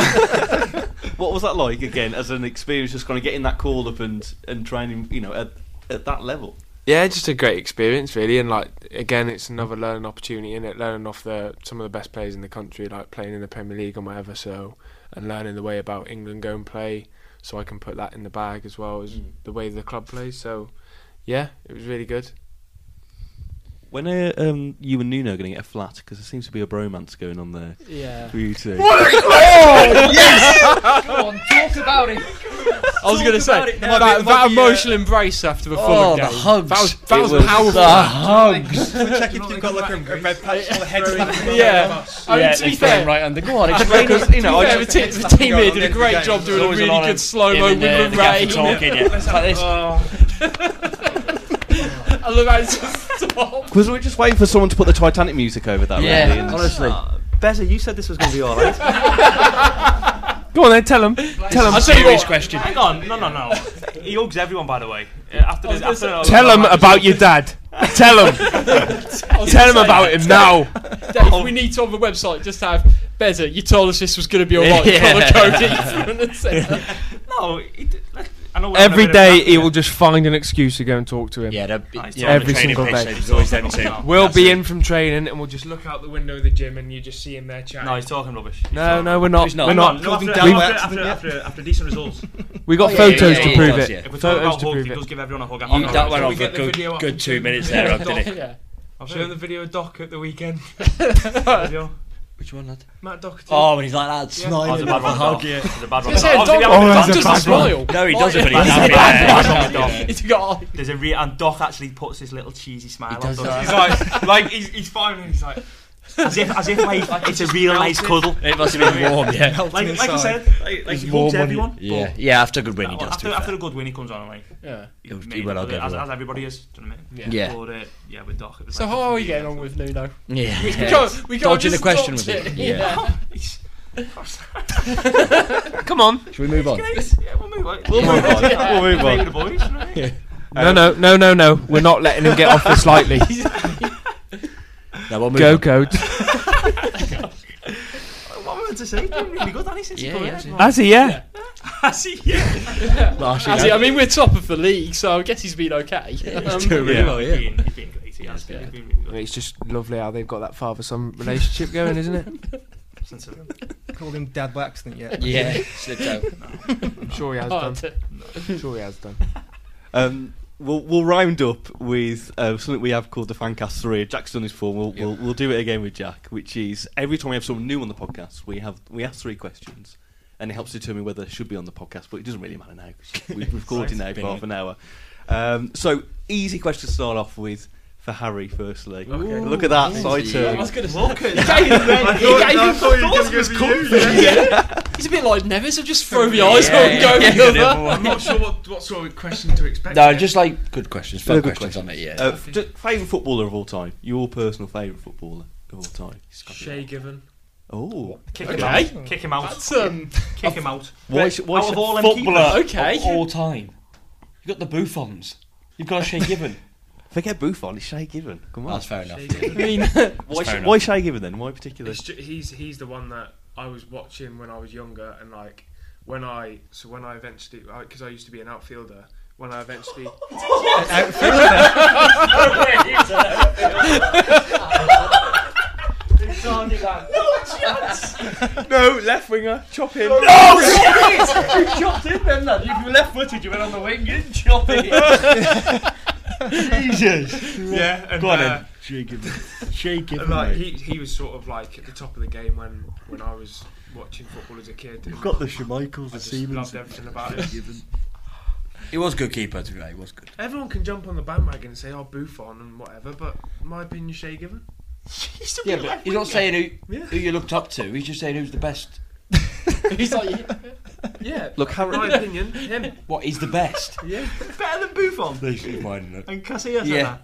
[SPEAKER 1] What was that like again as an experience, just kind of getting that call up and and training, you know, at at that level?
[SPEAKER 7] Yeah, just a great experience, really. And like again, it's another learning opportunity in it, learning off the some of the best players in the country, like playing in the Premier League and whatever. So, and learning the way about England go and play, so I can put that in the bag as well as the way the club plays. So, yeah, it was really good.
[SPEAKER 1] When are um, you and Nuno going to get a flat? Because there seems to be a bromance going on there
[SPEAKER 3] yeah.
[SPEAKER 1] for you two.
[SPEAKER 5] Go on, talk about it.
[SPEAKER 3] I was going to say
[SPEAKER 8] now. It might be-
[SPEAKER 3] that, that
[SPEAKER 8] might be, uh,
[SPEAKER 3] emotional embrace after the
[SPEAKER 5] Oh,
[SPEAKER 3] Fulham
[SPEAKER 5] the
[SPEAKER 3] game.
[SPEAKER 5] hugs.
[SPEAKER 3] That was,
[SPEAKER 5] It
[SPEAKER 3] that was,
[SPEAKER 5] was
[SPEAKER 3] powerful.
[SPEAKER 5] The hugs.
[SPEAKER 8] Check if you've got like a, a red patch on the head.
[SPEAKER 3] yeah. I
[SPEAKER 5] yeah,
[SPEAKER 3] mean, to be
[SPEAKER 5] they
[SPEAKER 3] fair,
[SPEAKER 5] stand right under. Go on, explain us.
[SPEAKER 3] you know, the, te- the team here did a great job doing a
[SPEAKER 5] Always
[SPEAKER 3] really
[SPEAKER 5] an honour
[SPEAKER 3] good slow mo
[SPEAKER 5] him
[SPEAKER 3] with
[SPEAKER 5] and, uh, the gaffer
[SPEAKER 3] Lorraine.
[SPEAKER 5] talking, yeah. It's like this.
[SPEAKER 3] I love how it's just stopped.
[SPEAKER 1] Because we're just waiting for someone to put the Titanic music over that.
[SPEAKER 5] Yeah,
[SPEAKER 1] really, and-
[SPEAKER 5] honestly.
[SPEAKER 4] Beza, you said this was going to be all right.
[SPEAKER 7] Go on then, tell them. Tell them.
[SPEAKER 3] I'll tell you
[SPEAKER 5] Serious
[SPEAKER 3] what.
[SPEAKER 5] question.
[SPEAKER 4] Hang on, no, no, no. He hugs everyone, by the way. Uh, After this, after
[SPEAKER 3] Oh,
[SPEAKER 7] Tell them about your dad. Tell them.
[SPEAKER 3] I was
[SPEAKER 7] Tell
[SPEAKER 3] gonna
[SPEAKER 7] them
[SPEAKER 3] say,
[SPEAKER 7] about him now.
[SPEAKER 3] Dave, we need to on the website just have Beza. You told us this was going to be alright.
[SPEAKER 5] Yeah.
[SPEAKER 3] Connor Cody. front and centre.
[SPEAKER 4] No, No, he d- let- I know we're having a
[SPEAKER 7] Every
[SPEAKER 4] bit of
[SPEAKER 7] day
[SPEAKER 4] crack
[SPEAKER 7] he
[SPEAKER 4] here.
[SPEAKER 7] will just find an excuse to go and talk to him.
[SPEAKER 5] Yeah,
[SPEAKER 4] Oh, he's
[SPEAKER 7] yeah,
[SPEAKER 4] on the
[SPEAKER 7] every
[SPEAKER 4] training
[SPEAKER 7] single
[SPEAKER 4] pitch,
[SPEAKER 7] day.
[SPEAKER 4] so
[SPEAKER 5] There's always them
[SPEAKER 4] talking
[SPEAKER 5] two.
[SPEAKER 4] rubbish.
[SPEAKER 7] We'll
[SPEAKER 4] That's
[SPEAKER 7] be
[SPEAKER 4] it.
[SPEAKER 7] in from training and we'll just look out the window of the gym and you just see him there chatting.
[SPEAKER 4] No, he's talking rubbish. He's
[SPEAKER 7] No,
[SPEAKER 4] talking
[SPEAKER 7] no, we're not.
[SPEAKER 5] He's not.
[SPEAKER 7] We're
[SPEAKER 4] Hang on,
[SPEAKER 7] not.
[SPEAKER 4] no, after,
[SPEAKER 8] Talking
[SPEAKER 4] after,
[SPEAKER 8] down by
[SPEAKER 4] after,
[SPEAKER 8] accident, yeah.
[SPEAKER 4] after, after decent results.
[SPEAKER 7] We got
[SPEAKER 5] Yeah, yeah,
[SPEAKER 7] photos
[SPEAKER 5] yeah,
[SPEAKER 7] to
[SPEAKER 5] yeah,
[SPEAKER 7] prove
[SPEAKER 5] he does,
[SPEAKER 7] it.
[SPEAKER 5] yeah.
[SPEAKER 4] If we talk
[SPEAKER 7] Photos
[SPEAKER 4] about
[SPEAKER 7] to
[SPEAKER 4] Hulk, he
[SPEAKER 7] prove
[SPEAKER 4] does
[SPEAKER 7] it.
[SPEAKER 4] give everyone a hug.
[SPEAKER 5] You, that went
[SPEAKER 4] I've
[SPEAKER 5] on
[SPEAKER 7] we
[SPEAKER 5] for a
[SPEAKER 7] get the video
[SPEAKER 5] good,
[SPEAKER 7] up
[SPEAKER 5] good
[SPEAKER 7] and
[SPEAKER 5] two
[SPEAKER 7] do-
[SPEAKER 5] minutes there, on, didn't it?
[SPEAKER 3] yeah.
[SPEAKER 6] Show the video of Doc at the weekend.
[SPEAKER 4] video.
[SPEAKER 5] Which one, lad?
[SPEAKER 6] Matt Doherty.
[SPEAKER 5] Oh, when he's like that,
[SPEAKER 6] Yeah.
[SPEAKER 4] Oh, it's a
[SPEAKER 5] sniding.
[SPEAKER 4] bad one. Dom.
[SPEAKER 8] hug, yeah.
[SPEAKER 4] It's a bad one.
[SPEAKER 3] Say,
[SPEAKER 4] Obviously,
[SPEAKER 3] Dom-
[SPEAKER 4] we haven't
[SPEAKER 3] Dom
[SPEAKER 4] done
[SPEAKER 3] doesn't
[SPEAKER 4] bad one.
[SPEAKER 3] smile.
[SPEAKER 5] No, he
[SPEAKER 3] Like,
[SPEAKER 5] doesn't, but he's
[SPEAKER 4] That's
[SPEAKER 5] happy.
[SPEAKER 4] a bad
[SPEAKER 5] Yeah.
[SPEAKER 4] one,
[SPEAKER 5] Yeah.
[SPEAKER 4] Dom.
[SPEAKER 3] He's got like,
[SPEAKER 4] There's a re- and Doc actually puts his little cheesy smile on.
[SPEAKER 5] does
[SPEAKER 4] doesn't
[SPEAKER 5] that.
[SPEAKER 6] He's like, like he's, he's fine and he's like,
[SPEAKER 4] as if as if like it's a real nice cuddle.
[SPEAKER 5] It must have been warm, yeah.
[SPEAKER 4] Like like I said, like, like he hugs everyone.
[SPEAKER 5] Yeah, yeah. After a good win,
[SPEAKER 4] But
[SPEAKER 5] he does.
[SPEAKER 4] after,
[SPEAKER 5] After,
[SPEAKER 4] after a good win, he comes on and like
[SPEAKER 3] yeah.
[SPEAKER 5] He was- he
[SPEAKER 4] made
[SPEAKER 5] went
[SPEAKER 4] it,
[SPEAKER 5] on
[SPEAKER 4] as,
[SPEAKER 5] everyone.
[SPEAKER 4] as everybody is. Do you know what I mean?
[SPEAKER 5] yeah,
[SPEAKER 4] But, uh, yeah, with Doc. It was
[SPEAKER 3] So
[SPEAKER 4] like
[SPEAKER 3] how are we getting on with Nuno?
[SPEAKER 5] yeah.
[SPEAKER 3] We
[SPEAKER 5] yeah.
[SPEAKER 3] can't- we can't
[SPEAKER 5] Dodging the
[SPEAKER 3] just
[SPEAKER 5] question
[SPEAKER 3] adopt
[SPEAKER 5] with it.
[SPEAKER 3] Yeah.
[SPEAKER 5] Yeah.
[SPEAKER 7] Come on.
[SPEAKER 5] Should we move on?
[SPEAKER 4] Yeah, we'll move on.
[SPEAKER 1] We'll move on. We'll move
[SPEAKER 4] Play with
[SPEAKER 1] on.
[SPEAKER 4] the boys, right?
[SPEAKER 7] No, no, no, no, no. We're not letting him get off this lightly.
[SPEAKER 5] No, we'll move
[SPEAKER 7] Go
[SPEAKER 5] on.
[SPEAKER 7] code.
[SPEAKER 4] What am I meant to say? He's been really good, hasn't he, since
[SPEAKER 5] Yeah,
[SPEAKER 4] he's
[SPEAKER 5] yeah,
[SPEAKER 4] come in?
[SPEAKER 7] Has he? Yeah.
[SPEAKER 4] Has he? Yeah.
[SPEAKER 5] Martial.
[SPEAKER 3] Actually, I mean, we're top of the league, so I guess he's been okay. Um,
[SPEAKER 5] doing really well.
[SPEAKER 4] He's
[SPEAKER 5] Yeah.
[SPEAKER 4] been- He's been great. He has been. He's been really good.
[SPEAKER 7] It's just lovely how they've got that father-son relationship going, isn't it?
[SPEAKER 4] Since I've-
[SPEAKER 8] Called him dad by accident yet.
[SPEAKER 5] Yeah. Slipped out.
[SPEAKER 7] I'm sure he has done.
[SPEAKER 3] hard to-
[SPEAKER 7] I'm sure he has done.
[SPEAKER 1] Um, we'll, we'll round up with uh, something we have called the Fancast 3. Jack's done his form. We'll, we'll, we'll do it again with Jack, which is every time we have someone new on the podcast, we have we ask three questions. And it helps determine whether it should be on the podcast, but it doesn't really matter now. 'cause We've recorded now for half an hour. Um, so, easy question to start off with for Harry, firstly. Look at that side
[SPEAKER 3] I
[SPEAKER 1] turn.
[SPEAKER 3] was gonna say.
[SPEAKER 4] Walker.
[SPEAKER 3] He gave him- he gave him
[SPEAKER 4] thought it was confident.
[SPEAKER 3] He's a bit like Nevis. I just throw the eyes on and go the other.
[SPEAKER 6] I'm not sure what, what sort of question to expect.
[SPEAKER 5] No, just like good questions. Fun
[SPEAKER 1] Good
[SPEAKER 5] questions on it. Yeah.
[SPEAKER 1] Uh, f- just favourite footballer of all time? Your personal favourite footballer of all time?
[SPEAKER 6] Shay Given.
[SPEAKER 1] Oh,
[SPEAKER 4] Kick him
[SPEAKER 3] Okay.
[SPEAKER 4] out. Kick him out.
[SPEAKER 3] That's um.
[SPEAKER 4] Kick him out.
[SPEAKER 1] why? Should, why
[SPEAKER 4] Out
[SPEAKER 1] should,
[SPEAKER 4] of all them
[SPEAKER 5] Footballer
[SPEAKER 4] keepers.
[SPEAKER 3] Uh, Okay.
[SPEAKER 5] of all time. You have got the Buffons. You've got a Shea Given.
[SPEAKER 1] forget Buffon. It's Shay Given. Come on.
[SPEAKER 5] That's fair enough.
[SPEAKER 3] I mean,
[SPEAKER 1] Why,
[SPEAKER 5] fair
[SPEAKER 1] sh-
[SPEAKER 5] enough.
[SPEAKER 1] why Shay Given then? Why particular?
[SPEAKER 6] It's ju- he's he's the one that I was watching when I was younger, and like when I so when I eventually because I used to be an outfielder. When I eventually,
[SPEAKER 7] No left winger. Chop him.
[SPEAKER 6] yeah, and,
[SPEAKER 5] Go on
[SPEAKER 6] uh,
[SPEAKER 5] then. Shea Given. Shea
[SPEAKER 6] and, like he, he was sort of like at the top of the game when when I was watching football as a kid. and
[SPEAKER 5] the Schmeichels,
[SPEAKER 6] I just loved everything about it.
[SPEAKER 5] He was a good keeper, to be fair, He was good.
[SPEAKER 6] Everyone can jump on the bandwagon and say, "Oh, Buffon" and whatever, but my opinion, Shea Given.
[SPEAKER 4] He's still
[SPEAKER 5] Yeah,
[SPEAKER 4] been
[SPEAKER 5] but
[SPEAKER 4] left
[SPEAKER 5] he's not
[SPEAKER 4] winger.
[SPEAKER 5] saying who,
[SPEAKER 6] Yeah.
[SPEAKER 5] who you looked up to. He's just saying who's the best.
[SPEAKER 3] he's like,
[SPEAKER 6] Yeah,
[SPEAKER 1] Look, Harry.
[SPEAKER 6] my opinion, him.
[SPEAKER 5] What is the best?
[SPEAKER 6] Yeah,
[SPEAKER 4] better than Buffon
[SPEAKER 5] That's
[SPEAKER 4] and Casillas.
[SPEAKER 5] Yeah.
[SPEAKER 4] Yeah. That.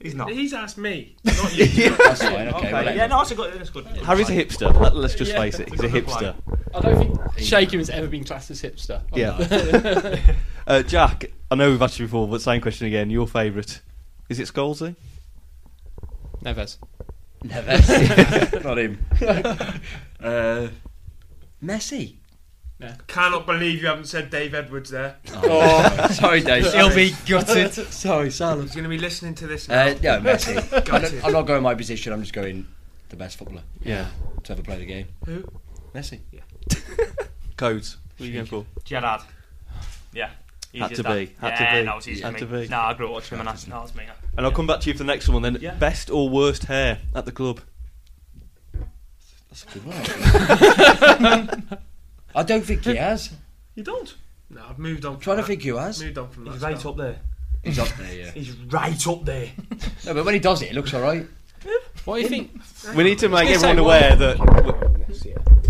[SPEAKER 4] He's not.
[SPEAKER 6] he's asked me.
[SPEAKER 5] fine. Okay. we'll let
[SPEAKER 4] yeah,
[SPEAKER 5] him.
[SPEAKER 4] no, that's a good. That's a good.
[SPEAKER 1] Harry's a hipster. Let, us just
[SPEAKER 3] Yeah.
[SPEAKER 1] face it. He's a
[SPEAKER 4] It's a good
[SPEAKER 1] hipster.
[SPEAKER 3] I don't think Shaken has ever been classed as hipster.
[SPEAKER 1] Yeah. uh, Jack, I know we've asked you before, but same question again. Your favourite? Is it Scholesy?
[SPEAKER 3] Neves.
[SPEAKER 5] Never. Not him. uh, Messi.
[SPEAKER 6] Cannot believe you haven't said Dave Edwards there.
[SPEAKER 5] Oh, sorry, Dave.
[SPEAKER 8] He'll be gutted.
[SPEAKER 5] sorry, Salah.
[SPEAKER 6] He's going to be listening to this now.
[SPEAKER 5] Uh, yeah, Messi.
[SPEAKER 6] Gutted.
[SPEAKER 5] I'm not going my position. I'm just going the best footballer
[SPEAKER 1] Yeah.
[SPEAKER 5] to ever play the game.
[SPEAKER 6] Who?
[SPEAKER 5] Messi.
[SPEAKER 1] Codes. What are you going for?
[SPEAKER 4] Gerard. Yeah. He's
[SPEAKER 1] Had
[SPEAKER 4] just
[SPEAKER 1] to be, had to
[SPEAKER 4] yeah,
[SPEAKER 1] be,
[SPEAKER 4] No, it's easy
[SPEAKER 1] had
[SPEAKER 4] for
[SPEAKER 1] to
[SPEAKER 4] me.
[SPEAKER 1] be.
[SPEAKER 4] Nah, I grew up watching him, and that's no, it's me.
[SPEAKER 1] And I'll come back to you for the next one then.
[SPEAKER 4] Yeah.
[SPEAKER 1] Best or worst hair at the club?
[SPEAKER 5] That's a good one. I don't think he has.
[SPEAKER 4] You don't.
[SPEAKER 6] No, I've moved on.
[SPEAKER 5] I'm trying to
[SPEAKER 6] from
[SPEAKER 5] think who
[SPEAKER 6] that.
[SPEAKER 5] has.
[SPEAKER 6] Moved on from that.
[SPEAKER 4] He's right
[SPEAKER 6] spell.
[SPEAKER 4] up there.
[SPEAKER 5] He's up there, yeah.
[SPEAKER 4] He's right up there.
[SPEAKER 5] No, but when he does it, it looks all right.
[SPEAKER 3] What do you think?
[SPEAKER 1] We need to make
[SPEAKER 3] It's
[SPEAKER 1] everyone
[SPEAKER 3] like-
[SPEAKER 1] aware that.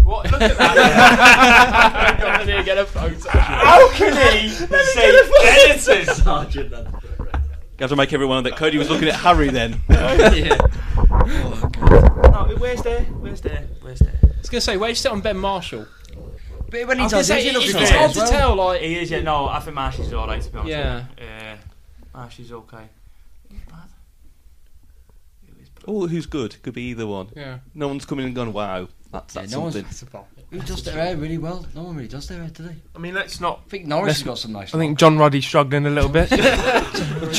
[SPEAKER 3] What? Look at that. I'm going to get a photo.
[SPEAKER 4] How can he say editors?
[SPEAKER 1] You have to make everyone aware that Cody was looking at Harry then.
[SPEAKER 4] No, where's there? Where's there? Where's there?
[SPEAKER 3] I was going to say, where you sit on Ben Marshall?
[SPEAKER 5] But when
[SPEAKER 3] I
[SPEAKER 5] he
[SPEAKER 3] was going to
[SPEAKER 5] does it,
[SPEAKER 3] say,
[SPEAKER 5] it
[SPEAKER 3] it-
[SPEAKER 5] looks
[SPEAKER 3] it's,
[SPEAKER 5] all
[SPEAKER 3] it's
[SPEAKER 5] right.
[SPEAKER 3] hard
[SPEAKER 5] as
[SPEAKER 3] to
[SPEAKER 5] well.
[SPEAKER 3] tell. Like,
[SPEAKER 4] He is, yeah. No, I think Marsh is alright, to be honest.
[SPEAKER 3] Yeah.
[SPEAKER 4] With you. Uh, Marsh is okay. Who's bad? Who is
[SPEAKER 1] Or Oh, who's good? Could be either one.
[SPEAKER 7] Yeah.
[SPEAKER 1] No one's coming and gone. Wow, that's
[SPEAKER 5] Yeah,
[SPEAKER 1] that's
[SPEAKER 5] no one's-
[SPEAKER 1] something.
[SPEAKER 5] Who does their hair really well? No one really does their hair, do they?
[SPEAKER 7] I mean, let's not.
[SPEAKER 5] I think Norris has got some nice.
[SPEAKER 7] I think John Roddy's struggling a little bit.
[SPEAKER 3] I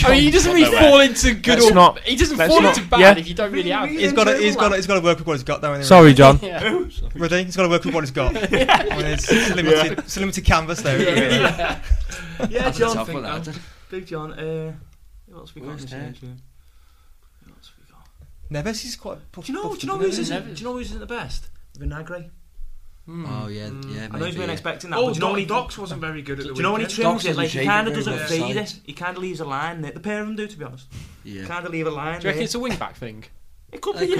[SPEAKER 3] mean, he doesn't really fall into good
[SPEAKER 7] Let's
[SPEAKER 3] or
[SPEAKER 7] not-
[SPEAKER 3] he doesn't
[SPEAKER 7] let's
[SPEAKER 3] fall
[SPEAKER 7] not-
[SPEAKER 3] into bad
[SPEAKER 7] yeah.
[SPEAKER 3] if you don't really have.
[SPEAKER 8] He's got to, he's got to, he's got to work with what he's got, though. ain't he,
[SPEAKER 7] Sorry, John.
[SPEAKER 3] Yeah.
[SPEAKER 8] Rudy? Rudy, he's got to work with what he's got. I mean, it's, it's a limited, it's a limited canvas, though.
[SPEAKER 5] Yeah,
[SPEAKER 4] Yeah,
[SPEAKER 5] John.
[SPEAKER 4] John. Think, uh, Big John. Uh, what else we got? in
[SPEAKER 5] Where's
[SPEAKER 4] this
[SPEAKER 5] Ted?
[SPEAKER 4] section? What else we got?
[SPEAKER 8] Neves is quite. a-
[SPEAKER 4] Do you know? Do you know who isn't? Do you know who isn't the best? Vinagre.
[SPEAKER 5] Oh yeah, yeah.
[SPEAKER 4] um, I know he's been
[SPEAKER 5] maybe, yeah.
[SPEAKER 4] expecting that.
[SPEAKER 7] Oh,
[SPEAKER 4] but do you know when he
[SPEAKER 7] Docs wasn't very good at the
[SPEAKER 4] Do you know when he
[SPEAKER 7] weekend.
[SPEAKER 4] trims
[SPEAKER 5] Docs
[SPEAKER 4] it?
[SPEAKER 5] doesn't
[SPEAKER 4] Like he
[SPEAKER 5] shave it
[SPEAKER 4] kind of
[SPEAKER 5] very
[SPEAKER 4] doesn't
[SPEAKER 5] well.
[SPEAKER 4] fade
[SPEAKER 5] Sides.
[SPEAKER 4] it. He kind of leaves a line there. The pair of them do, to be honest.
[SPEAKER 5] Yeah.
[SPEAKER 4] Kind of leave a line
[SPEAKER 3] Do you reckon
[SPEAKER 4] there.
[SPEAKER 3] it's a wing back thing?
[SPEAKER 4] It could be.
[SPEAKER 5] It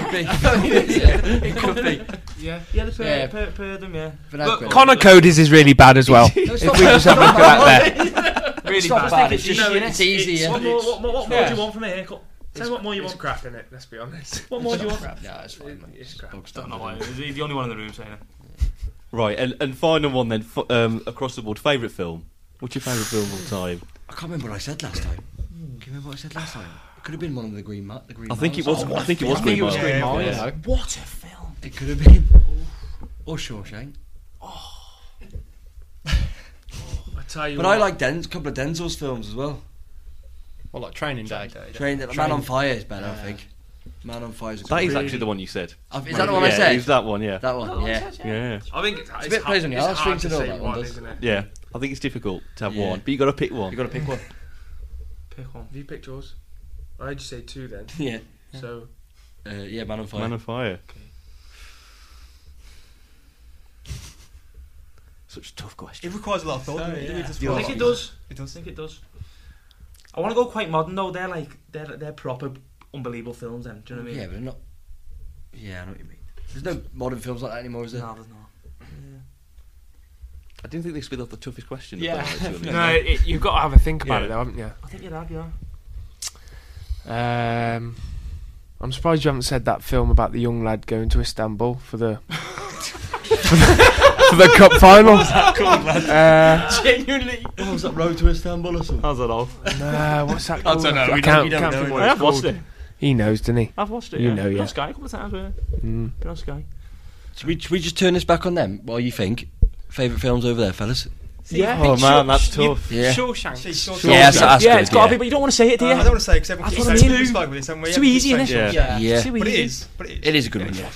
[SPEAKER 5] could
[SPEAKER 4] Yeah,
[SPEAKER 5] be. It could be.
[SPEAKER 7] Yeah.
[SPEAKER 4] yeah the pair,
[SPEAKER 5] Yeah.
[SPEAKER 4] pair, pair of them. Yeah,
[SPEAKER 5] But I've
[SPEAKER 7] Look,
[SPEAKER 5] got-
[SPEAKER 7] Connor Cody's is really bad as well.
[SPEAKER 5] No, it's
[SPEAKER 7] if
[SPEAKER 5] not
[SPEAKER 7] we just have a look at that there.
[SPEAKER 4] really
[SPEAKER 5] It's not
[SPEAKER 4] bad.
[SPEAKER 5] bad, it's just
[SPEAKER 4] you know,
[SPEAKER 5] it's easy, yeah.
[SPEAKER 4] What more? What, what, what more do you want from a haircut? Tell me what more you
[SPEAKER 6] It's
[SPEAKER 4] want.
[SPEAKER 6] crap in it. Let's be honest.
[SPEAKER 4] What more do you want?
[SPEAKER 5] Yeah, it's fine. mate.
[SPEAKER 6] It's crap.
[SPEAKER 5] Bog standard,
[SPEAKER 4] Don't know why.
[SPEAKER 5] isn't
[SPEAKER 4] He's he's the only one in the room saying it.
[SPEAKER 1] Right, and, and final one then f- um, across the board. Favorite film? What's your favorite film of all time?
[SPEAKER 5] it? I can't remember what I said last time. Can you remember what I said last time? It could have been one of the green mat. The green
[SPEAKER 1] I think
[SPEAKER 5] Mile
[SPEAKER 1] it was.
[SPEAKER 5] songs.
[SPEAKER 1] I think it was Green Mile.
[SPEAKER 3] Green Mile,
[SPEAKER 1] yeah.
[SPEAKER 3] you know.
[SPEAKER 4] What a film!
[SPEAKER 5] It could have been. Or Shawshank.
[SPEAKER 6] I tell you
[SPEAKER 5] But I
[SPEAKER 6] what,
[SPEAKER 5] like Den- a couple of Denzel's films as well.
[SPEAKER 3] Well, like training day.
[SPEAKER 5] Train, Man on Fire is better, I think. Man on Fire is. a
[SPEAKER 1] That is
[SPEAKER 5] good-
[SPEAKER 1] actually the one you said.
[SPEAKER 5] Uh, Is that the one I
[SPEAKER 1] Yeah,
[SPEAKER 5] said? Oh,
[SPEAKER 1] It's that one. Yeah.
[SPEAKER 5] That one. Yeah.
[SPEAKER 1] Yeah.
[SPEAKER 6] I think it's, it's,
[SPEAKER 5] bit
[SPEAKER 6] hard,
[SPEAKER 5] plays on the
[SPEAKER 6] it's hard
[SPEAKER 5] heartstrings
[SPEAKER 6] to
[SPEAKER 5] and all
[SPEAKER 6] say
[SPEAKER 5] that one,
[SPEAKER 6] one,
[SPEAKER 5] doesn't
[SPEAKER 6] isn't it?
[SPEAKER 1] Yeah. I think it's difficult to have
[SPEAKER 5] Yeah.
[SPEAKER 1] one, but you got to pick one.
[SPEAKER 5] You got to pick one.
[SPEAKER 4] Pick one.
[SPEAKER 6] Have you picked yours? I heard you say two then.
[SPEAKER 5] Yeah.
[SPEAKER 6] So
[SPEAKER 5] Uh, yeah, Man on Fire.
[SPEAKER 1] Man of Fire. Such a tough question.
[SPEAKER 8] It requires a lot of thought. doesn't
[SPEAKER 3] So,
[SPEAKER 8] it?
[SPEAKER 3] yeah.
[SPEAKER 8] It's just
[SPEAKER 4] I
[SPEAKER 8] well-
[SPEAKER 4] think it does.
[SPEAKER 8] It
[SPEAKER 4] I
[SPEAKER 8] does.
[SPEAKER 4] think it does. I want to go quite modern though. They're like they're they're proper unbelievable films. Then do you know what I mean?
[SPEAKER 5] Yeah, but they're not. Yeah, I know what you mean. There's no modern films like that anymore, is there?
[SPEAKER 4] No, there's not.
[SPEAKER 1] I didn't think this would be the toughest question. of
[SPEAKER 3] Yeah.
[SPEAKER 1] them, actually, wasn't it?
[SPEAKER 7] No, it, you've got to have a think about
[SPEAKER 1] Yeah.
[SPEAKER 7] it though, haven't you?
[SPEAKER 4] I think you'd have, yeah.
[SPEAKER 7] Um, I'm surprised you haven't said that film about the young lad going to Istanbul for the for the cup final. Uh,
[SPEAKER 3] Genuinely.
[SPEAKER 5] What was that Road to Istanbul or something?
[SPEAKER 1] How's that off?
[SPEAKER 7] no, uh, what's that?
[SPEAKER 5] I don't
[SPEAKER 7] called?
[SPEAKER 5] know, we don't-
[SPEAKER 7] can't,
[SPEAKER 5] we don't
[SPEAKER 7] can't
[SPEAKER 5] know
[SPEAKER 7] think
[SPEAKER 5] it.
[SPEAKER 7] what
[SPEAKER 5] I have
[SPEAKER 7] it's called. He knows, doesn't he?
[SPEAKER 4] I've watched it.
[SPEAKER 7] You
[SPEAKER 4] yeah.
[SPEAKER 7] know,
[SPEAKER 4] Been
[SPEAKER 7] yeah.
[SPEAKER 4] on Sky a couple of times. Yeah.
[SPEAKER 7] Mm.
[SPEAKER 4] Been on Sky.
[SPEAKER 5] Should we, should we just turn this back on them? What do you think? Favourite films over there, fellas?
[SPEAKER 3] Yeah.
[SPEAKER 1] Oh man, that's
[SPEAKER 3] You-
[SPEAKER 1] tough.
[SPEAKER 5] Yeah.
[SPEAKER 3] Shawshank.
[SPEAKER 5] Yeah, so that's
[SPEAKER 4] yeah,
[SPEAKER 5] good,
[SPEAKER 4] it's got to
[SPEAKER 5] yeah.
[SPEAKER 4] be, but you don't want to say it, do you?
[SPEAKER 8] Uh, I don't want to say because everyone
[SPEAKER 4] That's
[SPEAKER 8] keeps
[SPEAKER 4] what I
[SPEAKER 8] saying
[SPEAKER 4] mean.
[SPEAKER 8] it's like with this, haven't we?
[SPEAKER 4] It's too
[SPEAKER 8] Everyone keeps saying
[SPEAKER 4] easy, innit?
[SPEAKER 8] Shawshank.
[SPEAKER 1] Yeah.
[SPEAKER 5] Yeah.
[SPEAKER 4] Too
[SPEAKER 8] But it
[SPEAKER 4] easy.
[SPEAKER 8] is. But it is.
[SPEAKER 5] It is a good one. yeah.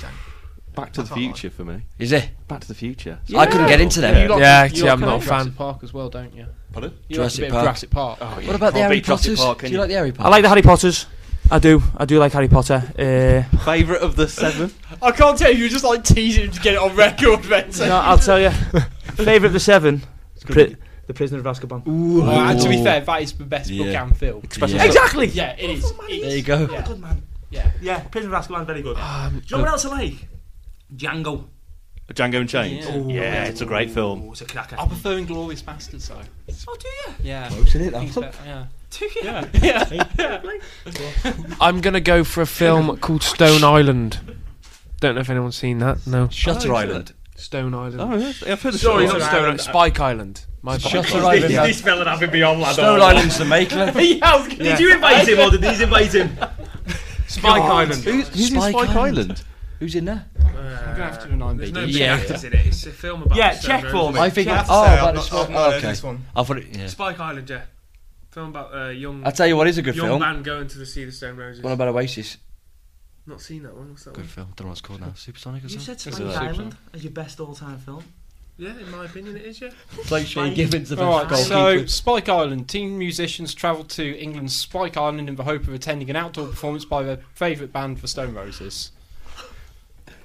[SPEAKER 1] Back to the Future for me.
[SPEAKER 5] Is it?
[SPEAKER 1] Back to the Future.
[SPEAKER 5] I couldn't get into them.
[SPEAKER 7] lot- Yeah, actually, I'm not a
[SPEAKER 3] Jurassic
[SPEAKER 7] fan.
[SPEAKER 3] Park as well, don't you?
[SPEAKER 1] Pardon?
[SPEAKER 3] You like a
[SPEAKER 5] Jurassic
[SPEAKER 3] bit of
[SPEAKER 5] Park.
[SPEAKER 3] Jurassic Park.
[SPEAKER 5] What about the
[SPEAKER 1] Oh, Can't
[SPEAKER 5] Harry
[SPEAKER 1] beat Jurassic
[SPEAKER 5] Potters?
[SPEAKER 1] Park,
[SPEAKER 5] do
[SPEAKER 1] can
[SPEAKER 5] you
[SPEAKER 1] you?
[SPEAKER 5] like the Harry
[SPEAKER 4] I
[SPEAKER 5] Potters?
[SPEAKER 4] like the Harry Potters. I do. I do like Harry Potter. Uh,
[SPEAKER 1] Favorite of the seven.
[SPEAKER 3] I can't tell you. You're just like teasing him to get it on record, mate.
[SPEAKER 4] no, I'll tell you. Favorite of the seven. Pri- the Prisoner of Azkaban.
[SPEAKER 3] Well, and to be fair, that is the best book
[SPEAKER 5] Yeah.
[SPEAKER 3] and film.
[SPEAKER 5] Yeah.
[SPEAKER 4] Exactly.
[SPEAKER 3] Yeah, it is. It's-
[SPEAKER 5] There you go. Oh,
[SPEAKER 3] Yeah.
[SPEAKER 4] Good man.
[SPEAKER 3] Yeah.
[SPEAKER 4] Yeah, Prisoner of Azkaban's very good. do you know what else I like? Django.
[SPEAKER 1] Django and Chains.
[SPEAKER 3] Yeah.
[SPEAKER 1] Yeah, it's a great film.
[SPEAKER 4] Oh, it's a cracker.
[SPEAKER 3] I prefer Inglorious Bastards though.
[SPEAKER 4] Oh, do you?
[SPEAKER 3] Yeah.
[SPEAKER 5] Close, isn't it, that
[SPEAKER 3] Things
[SPEAKER 5] one?
[SPEAKER 3] better, yeah.
[SPEAKER 4] Do you?
[SPEAKER 3] Yeah. Yeah.
[SPEAKER 7] I'm gonna go for a film called Stone Island. Don't know if anyone's seen that. No,
[SPEAKER 5] Shutter Island.
[SPEAKER 7] Stone Island.
[SPEAKER 1] Oh, yes, I've heard the
[SPEAKER 7] Sorry,
[SPEAKER 1] story.
[SPEAKER 7] not Stone Island. Spike Island. My bad.
[SPEAKER 5] Shutter Island.
[SPEAKER 4] These fellas having me on, lad.
[SPEAKER 5] Stone Island's the maker.
[SPEAKER 4] Hey, how's- Did
[SPEAKER 7] Yeah.
[SPEAKER 4] you invite him or did these invite him?
[SPEAKER 7] Spike Island.
[SPEAKER 1] Who's, who's in
[SPEAKER 5] Spike
[SPEAKER 1] Spike Island?
[SPEAKER 5] Island. Who's in there?
[SPEAKER 3] I'm gonna have to do an
[SPEAKER 6] There's
[SPEAKER 3] IMDb.
[SPEAKER 6] no big
[SPEAKER 5] Yeah.
[SPEAKER 6] actors in it. It's a film about.
[SPEAKER 4] Yeah,
[SPEAKER 6] Stone
[SPEAKER 4] check for
[SPEAKER 6] Roses.
[SPEAKER 4] me.
[SPEAKER 5] I think.
[SPEAKER 4] Yeah.
[SPEAKER 5] Oh,
[SPEAKER 8] Sorry,
[SPEAKER 5] about
[SPEAKER 8] I've
[SPEAKER 5] the
[SPEAKER 8] not,
[SPEAKER 5] Spike.
[SPEAKER 8] I've not
[SPEAKER 5] Oh,
[SPEAKER 8] heard
[SPEAKER 5] okay.
[SPEAKER 8] this one.
[SPEAKER 5] I thought it. Yeah.
[SPEAKER 6] Spike Island, yeah. Film about a young
[SPEAKER 5] I'll tell you what is a good
[SPEAKER 6] young
[SPEAKER 5] film.
[SPEAKER 6] man going to the see the Stone Roses.
[SPEAKER 5] One about Oasis.
[SPEAKER 6] Not seen that one. What's that
[SPEAKER 5] Good
[SPEAKER 6] one?
[SPEAKER 5] film. Don't know what it's called now. Supersonic or
[SPEAKER 4] You
[SPEAKER 5] something.
[SPEAKER 4] said Spike Island as your best all-time film.
[SPEAKER 6] Yeah, in my opinion, it is. Yeah.
[SPEAKER 5] It's like Shane Gibbons, the
[SPEAKER 3] All
[SPEAKER 5] best
[SPEAKER 3] right, so
[SPEAKER 5] goalkeeper.
[SPEAKER 3] Spike Island. Teen musicians travel to England's Spike Island in the hope of attending an outdoor performance by their favourite band, the Stone Roses.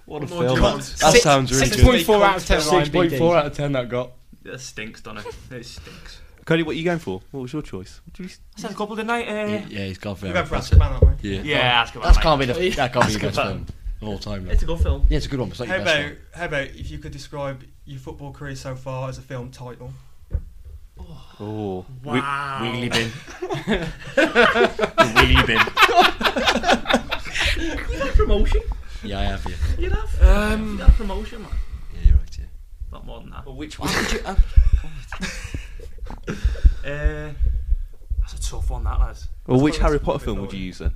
[SPEAKER 5] What a
[SPEAKER 6] more do you
[SPEAKER 5] film.
[SPEAKER 6] want?
[SPEAKER 5] That
[SPEAKER 3] Six-
[SPEAKER 5] sounds really
[SPEAKER 3] Six
[SPEAKER 5] good.
[SPEAKER 3] point four out of ten. on IMDb.
[SPEAKER 5] out of ten. That got.
[SPEAKER 4] That stinks, doesn't it? It stinks.
[SPEAKER 1] Cody, what are you going for? What was your choice? What did you-
[SPEAKER 4] I said a couple, didn't I? Uh,
[SPEAKER 5] Yeah, he's gone for
[SPEAKER 8] We've
[SPEAKER 5] it.
[SPEAKER 8] had Brass Man, haven't
[SPEAKER 5] Yeah.
[SPEAKER 4] yeah, Azkaban.
[SPEAKER 5] That
[SPEAKER 4] mate.
[SPEAKER 5] can't be the. That can't be the best
[SPEAKER 4] Azkaban.
[SPEAKER 5] film of all time. though.
[SPEAKER 4] It's a good film.
[SPEAKER 5] Yeah, it's a good one. But it's
[SPEAKER 8] we?
[SPEAKER 5] not
[SPEAKER 8] How
[SPEAKER 5] your best
[SPEAKER 8] about
[SPEAKER 5] one.
[SPEAKER 8] how about if you could describe your football career so far as a film title?
[SPEAKER 1] Oh,
[SPEAKER 6] Wow.
[SPEAKER 5] Wheelie bin. the wheelie bin.
[SPEAKER 4] You got a promotion.
[SPEAKER 5] Yeah, I have you.
[SPEAKER 4] You have. Um, you got a promotion, man.
[SPEAKER 5] Yeah, you're right. Yeah.
[SPEAKER 4] Not more than that.
[SPEAKER 7] Oh,
[SPEAKER 1] which one?
[SPEAKER 4] Uh, that's a tough one, that lads.
[SPEAKER 1] Well, which Harry Potter film would you use then?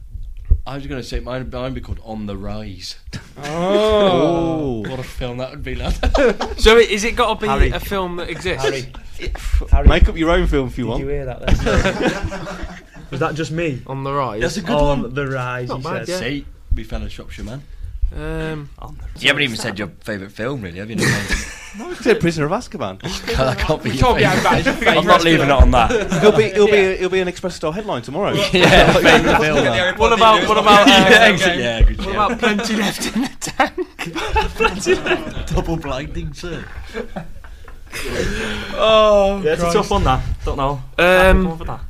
[SPEAKER 5] I was going to say mine. Mine would be called On the Rise.
[SPEAKER 1] Oh.
[SPEAKER 5] What a film that would be, lad.
[SPEAKER 7] So i- is it got to be
[SPEAKER 4] Harry.
[SPEAKER 7] a film that exists?
[SPEAKER 4] Harry, Harry,
[SPEAKER 1] Make up your own film if you
[SPEAKER 4] did
[SPEAKER 1] want.
[SPEAKER 4] you hear that? There? Was that just me?
[SPEAKER 7] On the rise.
[SPEAKER 5] That's a good
[SPEAKER 4] on
[SPEAKER 5] one.
[SPEAKER 4] the rise,
[SPEAKER 7] Not
[SPEAKER 4] he
[SPEAKER 7] bad,
[SPEAKER 4] says.
[SPEAKER 7] yeah.
[SPEAKER 5] See, we fellow Shropshire man.
[SPEAKER 7] Um,
[SPEAKER 5] You haven't even said your favourite film, really, have you? No,
[SPEAKER 1] I said Prisoner of Azkaban.
[SPEAKER 5] that can't be.
[SPEAKER 3] We
[SPEAKER 5] your
[SPEAKER 3] can't be out
[SPEAKER 5] favourite.
[SPEAKER 3] about his
[SPEAKER 5] I'm not
[SPEAKER 3] favourite
[SPEAKER 5] leaving it
[SPEAKER 3] film.
[SPEAKER 5] on that.
[SPEAKER 1] It'll be it'll be it'll be an Express Star headline tomorrow.
[SPEAKER 5] yeah, favourite film. man.
[SPEAKER 7] what about what about uh,
[SPEAKER 4] eh,
[SPEAKER 5] yeah, exit, yeah, good
[SPEAKER 7] what
[SPEAKER 5] shout.
[SPEAKER 7] about plenty left in the tank?
[SPEAKER 5] double blinding, sir?
[SPEAKER 7] Oh,
[SPEAKER 4] Yeah, it's a tough one, that. Don't know. Come on
[SPEAKER 7] Um,
[SPEAKER 4] for that.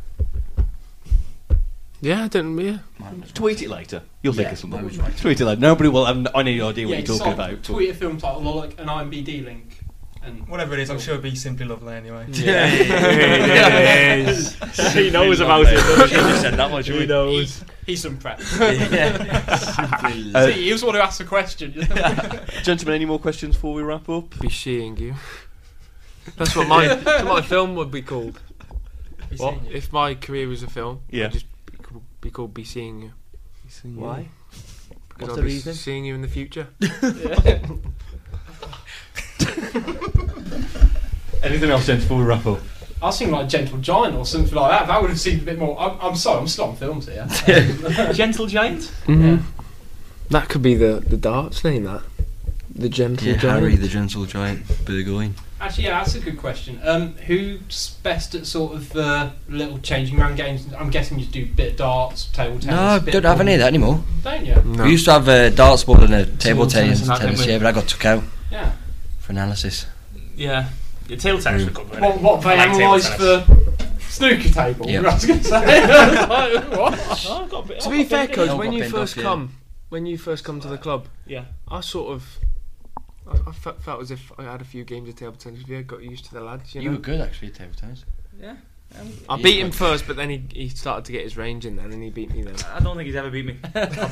[SPEAKER 7] yeah, I didn't. Yeah,
[SPEAKER 1] Tweet it later. You'll think of
[SPEAKER 5] I
[SPEAKER 1] something.
[SPEAKER 5] was right.
[SPEAKER 1] Tweet it later. Nobody will have any idea what
[SPEAKER 3] Yeah,
[SPEAKER 1] you're
[SPEAKER 3] just
[SPEAKER 1] talking
[SPEAKER 3] like
[SPEAKER 1] about.
[SPEAKER 3] Tweet a film title or like an IMDb link. And
[SPEAKER 8] Whatever it
[SPEAKER 7] Oh.
[SPEAKER 8] is, I'm sure it'd be simply lovely anyway.
[SPEAKER 4] He knows about it.
[SPEAKER 5] Shouldn't have said that much.
[SPEAKER 4] He
[SPEAKER 5] would we?
[SPEAKER 4] knows.
[SPEAKER 3] he's some prep.
[SPEAKER 5] Yeah.
[SPEAKER 1] Uh,
[SPEAKER 3] See, he was the one who asked the question.
[SPEAKER 1] Gentlemen, any more questions before we wrap up?
[SPEAKER 7] be seeing you. That's what my that's what my film would be called. What if my career was a film?
[SPEAKER 1] Yeah.
[SPEAKER 7] I'd just be called, be called be seeing you
[SPEAKER 4] Why?
[SPEAKER 7] because
[SPEAKER 4] What's
[SPEAKER 7] I'll
[SPEAKER 4] the
[SPEAKER 7] be
[SPEAKER 4] reason?
[SPEAKER 7] seeing you in the future.
[SPEAKER 1] Anything else, gents, before we wrap up?
[SPEAKER 3] I was thinking like Gentle Giant or something like that. That would have seemed a bit more. I'm, I'm sorry, I'm still on films here.
[SPEAKER 4] Gentle Giant?
[SPEAKER 7] Mm-hmm. That could be the the darts name. That the gentle
[SPEAKER 5] Yeah, Harry the Gentle Giant Burgoyne.
[SPEAKER 3] Actually, yeah, that's a good question. Um, who's best at sort of uh, little changing round games? I'm guessing you do bit of darts, table tennis.
[SPEAKER 5] No, I
[SPEAKER 3] bit
[SPEAKER 5] don't have any of that anymore.
[SPEAKER 3] Don't you?
[SPEAKER 7] No.
[SPEAKER 5] We used to have a darts board and a table
[SPEAKER 4] tennis
[SPEAKER 5] tennis,
[SPEAKER 4] and that,
[SPEAKER 5] tennis,
[SPEAKER 4] didn't we?
[SPEAKER 5] yeah, but I got took out
[SPEAKER 3] Yeah.
[SPEAKER 5] for analysis.
[SPEAKER 4] Yeah. Your tail text would cover
[SPEAKER 3] What, what they
[SPEAKER 4] I like table
[SPEAKER 3] analysed
[SPEAKER 4] tennis.
[SPEAKER 3] for snooker table?
[SPEAKER 5] Yep.
[SPEAKER 3] I was going to say. what?
[SPEAKER 7] To be fair,
[SPEAKER 5] bit-
[SPEAKER 7] coach,
[SPEAKER 5] Oh,
[SPEAKER 7] when
[SPEAKER 5] got
[SPEAKER 7] you
[SPEAKER 5] binned off,
[SPEAKER 7] first
[SPEAKER 5] yeah.
[SPEAKER 7] come, when you first come to the club,
[SPEAKER 4] Yeah.
[SPEAKER 7] I sort of. I, I fe- felt as if I had a few games of table tennis. with you, I got used to the lads. You,
[SPEAKER 5] You
[SPEAKER 7] know?
[SPEAKER 5] were good actually at table tennis.
[SPEAKER 4] Yeah.
[SPEAKER 7] I
[SPEAKER 5] you
[SPEAKER 7] beat
[SPEAKER 5] were-
[SPEAKER 7] him first, but then he, he started to get his range in, then and he beat me then.
[SPEAKER 4] I don't think he's ever beat me. Do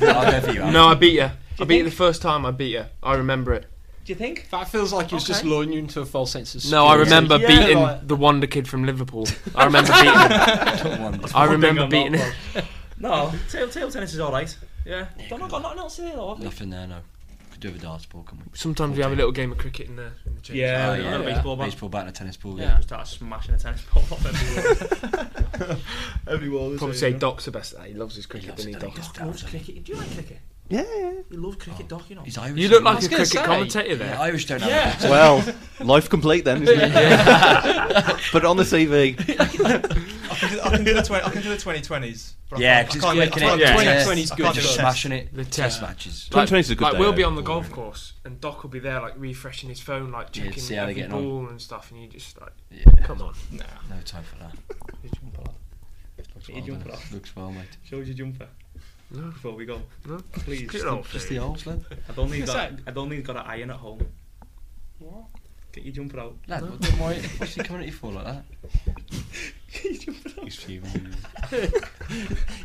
[SPEAKER 5] I'll go for you. Alex.
[SPEAKER 7] No, I beat you. I
[SPEAKER 4] you
[SPEAKER 7] beat you the
[SPEAKER 4] think?
[SPEAKER 7] first time. I beat you. I remember it.
[SPEAKER 4] you think?
[SPEAKER 3] That feels like it was just luring you into a false sense of.
[SPEAKER 7] No, I
[SPEAKER 3] security.
[SPEAKER 7] remember
[SPEAKER 4] Yeah,
[SPEAKER 7] beating
[SPEAKER 3] right.
[SPEAKER 7] the Wonder Kid from Liverpool. I remember beating. him.
[SPEAKER 5] Don't want that.
[SPEAKER 7] I remember beating. him.
[SPEAKER 4] No, tail, tail tennis is alright. Yeah. Don't know, got nothing else to do though, have we?
[SPEAKER 5] Nothing there, no. Could do with a darts ball, can we?
[SPEAKER 7] Sometimes we have a little game of cricket in the in the change.
[SPEAKER 4] Yeah,
[SPEAKER 5] Oh,
[SPEAKER 4] a little
[SPEAKER 5] yeah.
[SPEAKER 4] baseball bat.
[SPEAKER 5] Baseball bat and a tennis ball,
[SPEAKER 4] Yeah.
[SPEAKER 5] yeah.
[SPEAKER 4] Start smashing a tennis ball off everywhere. everywhere.
[SPEAKER 7] Probably say Doc's the best. at that. He loves his
[SPEAKER 5] He
[SPEAKER 7] cricket,
[SPEAKER 5] loves
[SPEAKER 7] doesn't he,
[SPEAKER 5] it,
[SPEAKER 7] Doc?
[SPEAKER 5] doesn't he?
[SPEAKER 4] Loves cricket. Do you like cricket?
[SPEAKER 1] Yeah. yeah.
[SPEAKER 4] He loves cricket,
[SPEAKER 3] Oh.
[SPEAKER 4] Doc, you know.
[SPEAKER 5] He's Irish.
[SPEAKER 7] You look
[SPEAKER 5] isn't
[SPEAKER 7] like
[SPEAKER 5] he?
[SPEAKER 7] a cricket commentator
[SPEAKER 5] Yeah,
[SPEAKER 7] there.
[SPEAKER 5] Irish
[SPEAKER 4] nou
[SPEAKER 5] don't have
[SPEAKER 3] Yeah.
[SPEAKER 1] Well, life complete then, isn't it? Put it on the CV.
[SPEAKER 8] I can do, I can do the 20, I can do the 2020s. but I
[SPEAKER 5] Yeah,
[SPEAKER 8] can't-
[SPEAKER 5] because
[SPEAKER 8] I can't
[SPEAKER 5] it's
[SPEAKER 8] do-
[SPEAKER 5] quick,
[SPEAKER 8] I
[SPEAKER 5] innit?
[SPEAKER 8] can't do
[SPEAKER 7] Yeah.
[SPEAKER 8] the
[SPEAKER 7] Yeah.
[SPEAKER 8] test.
[SPEAKER 5] 20's
[SPEAKER 8] I
[SPEAKER 5] good,
[SPEAKER 8] can't do
[SPEAKER 5] just
[SPEAKER 8] the
[SPEAKER 5] smashing it.
[SPEAKER 7] The
[SPEAKER 5] Test
[SPEAKER 7] test.
[SPEAKER 5] matches.
[SPEAKER 1] Like- 2020 is a good
[SPEAKER 7] like
[SPEAKER 1] day
[SPEAKER 7] we'll
[SPEAKER 1] out.
[SPEAKER 7] be on the golf
[SPEAKER 5] Boring.
[SPEAKER 7] course, and Doc will be there like refreshing his phone, like
[SPEAKER 5] Yeah,
[SPEAKER 7] checking
[SPEAKER 5] see how they're
[SPEAKER 7] every
[SPEAKER 5] getting on.
[SPEAKER 7] ball and stuff, and you just like,
[SPEAKER 5] Yeah,
[SPEAKER 7] come on.
[SPEAKER 5] no time for that. Looks
[SPEAKER 4] Did you
[SPEAKER 5] well,
[SPEAKER 4] jump
[SPEAKER 5] done. Looks well, mate.
[SPEAKER 4] Shows your jumper.
[SPEAKER 7] No.
[SPEAKER 4] Before we go.
[SPEAKER 7] No.
[SPEAKER 4] Please.
[SPEAKER 7] Good old
[SPEAKER 5] Just
[SPEAKER 7] thing.
[SPEAKER 5] the old lad.
[SPEAKER 4] I've only
[SPEAKER 3] Yes,
[SPEAKER 4] got
[SPEAKER 3] I-
[SPEAKER 4] I've only got an iron at home. Get your jumper out.
[SPEAKER 5] Lad, what- don't worry. What's he coming at you for like that? He's fuming.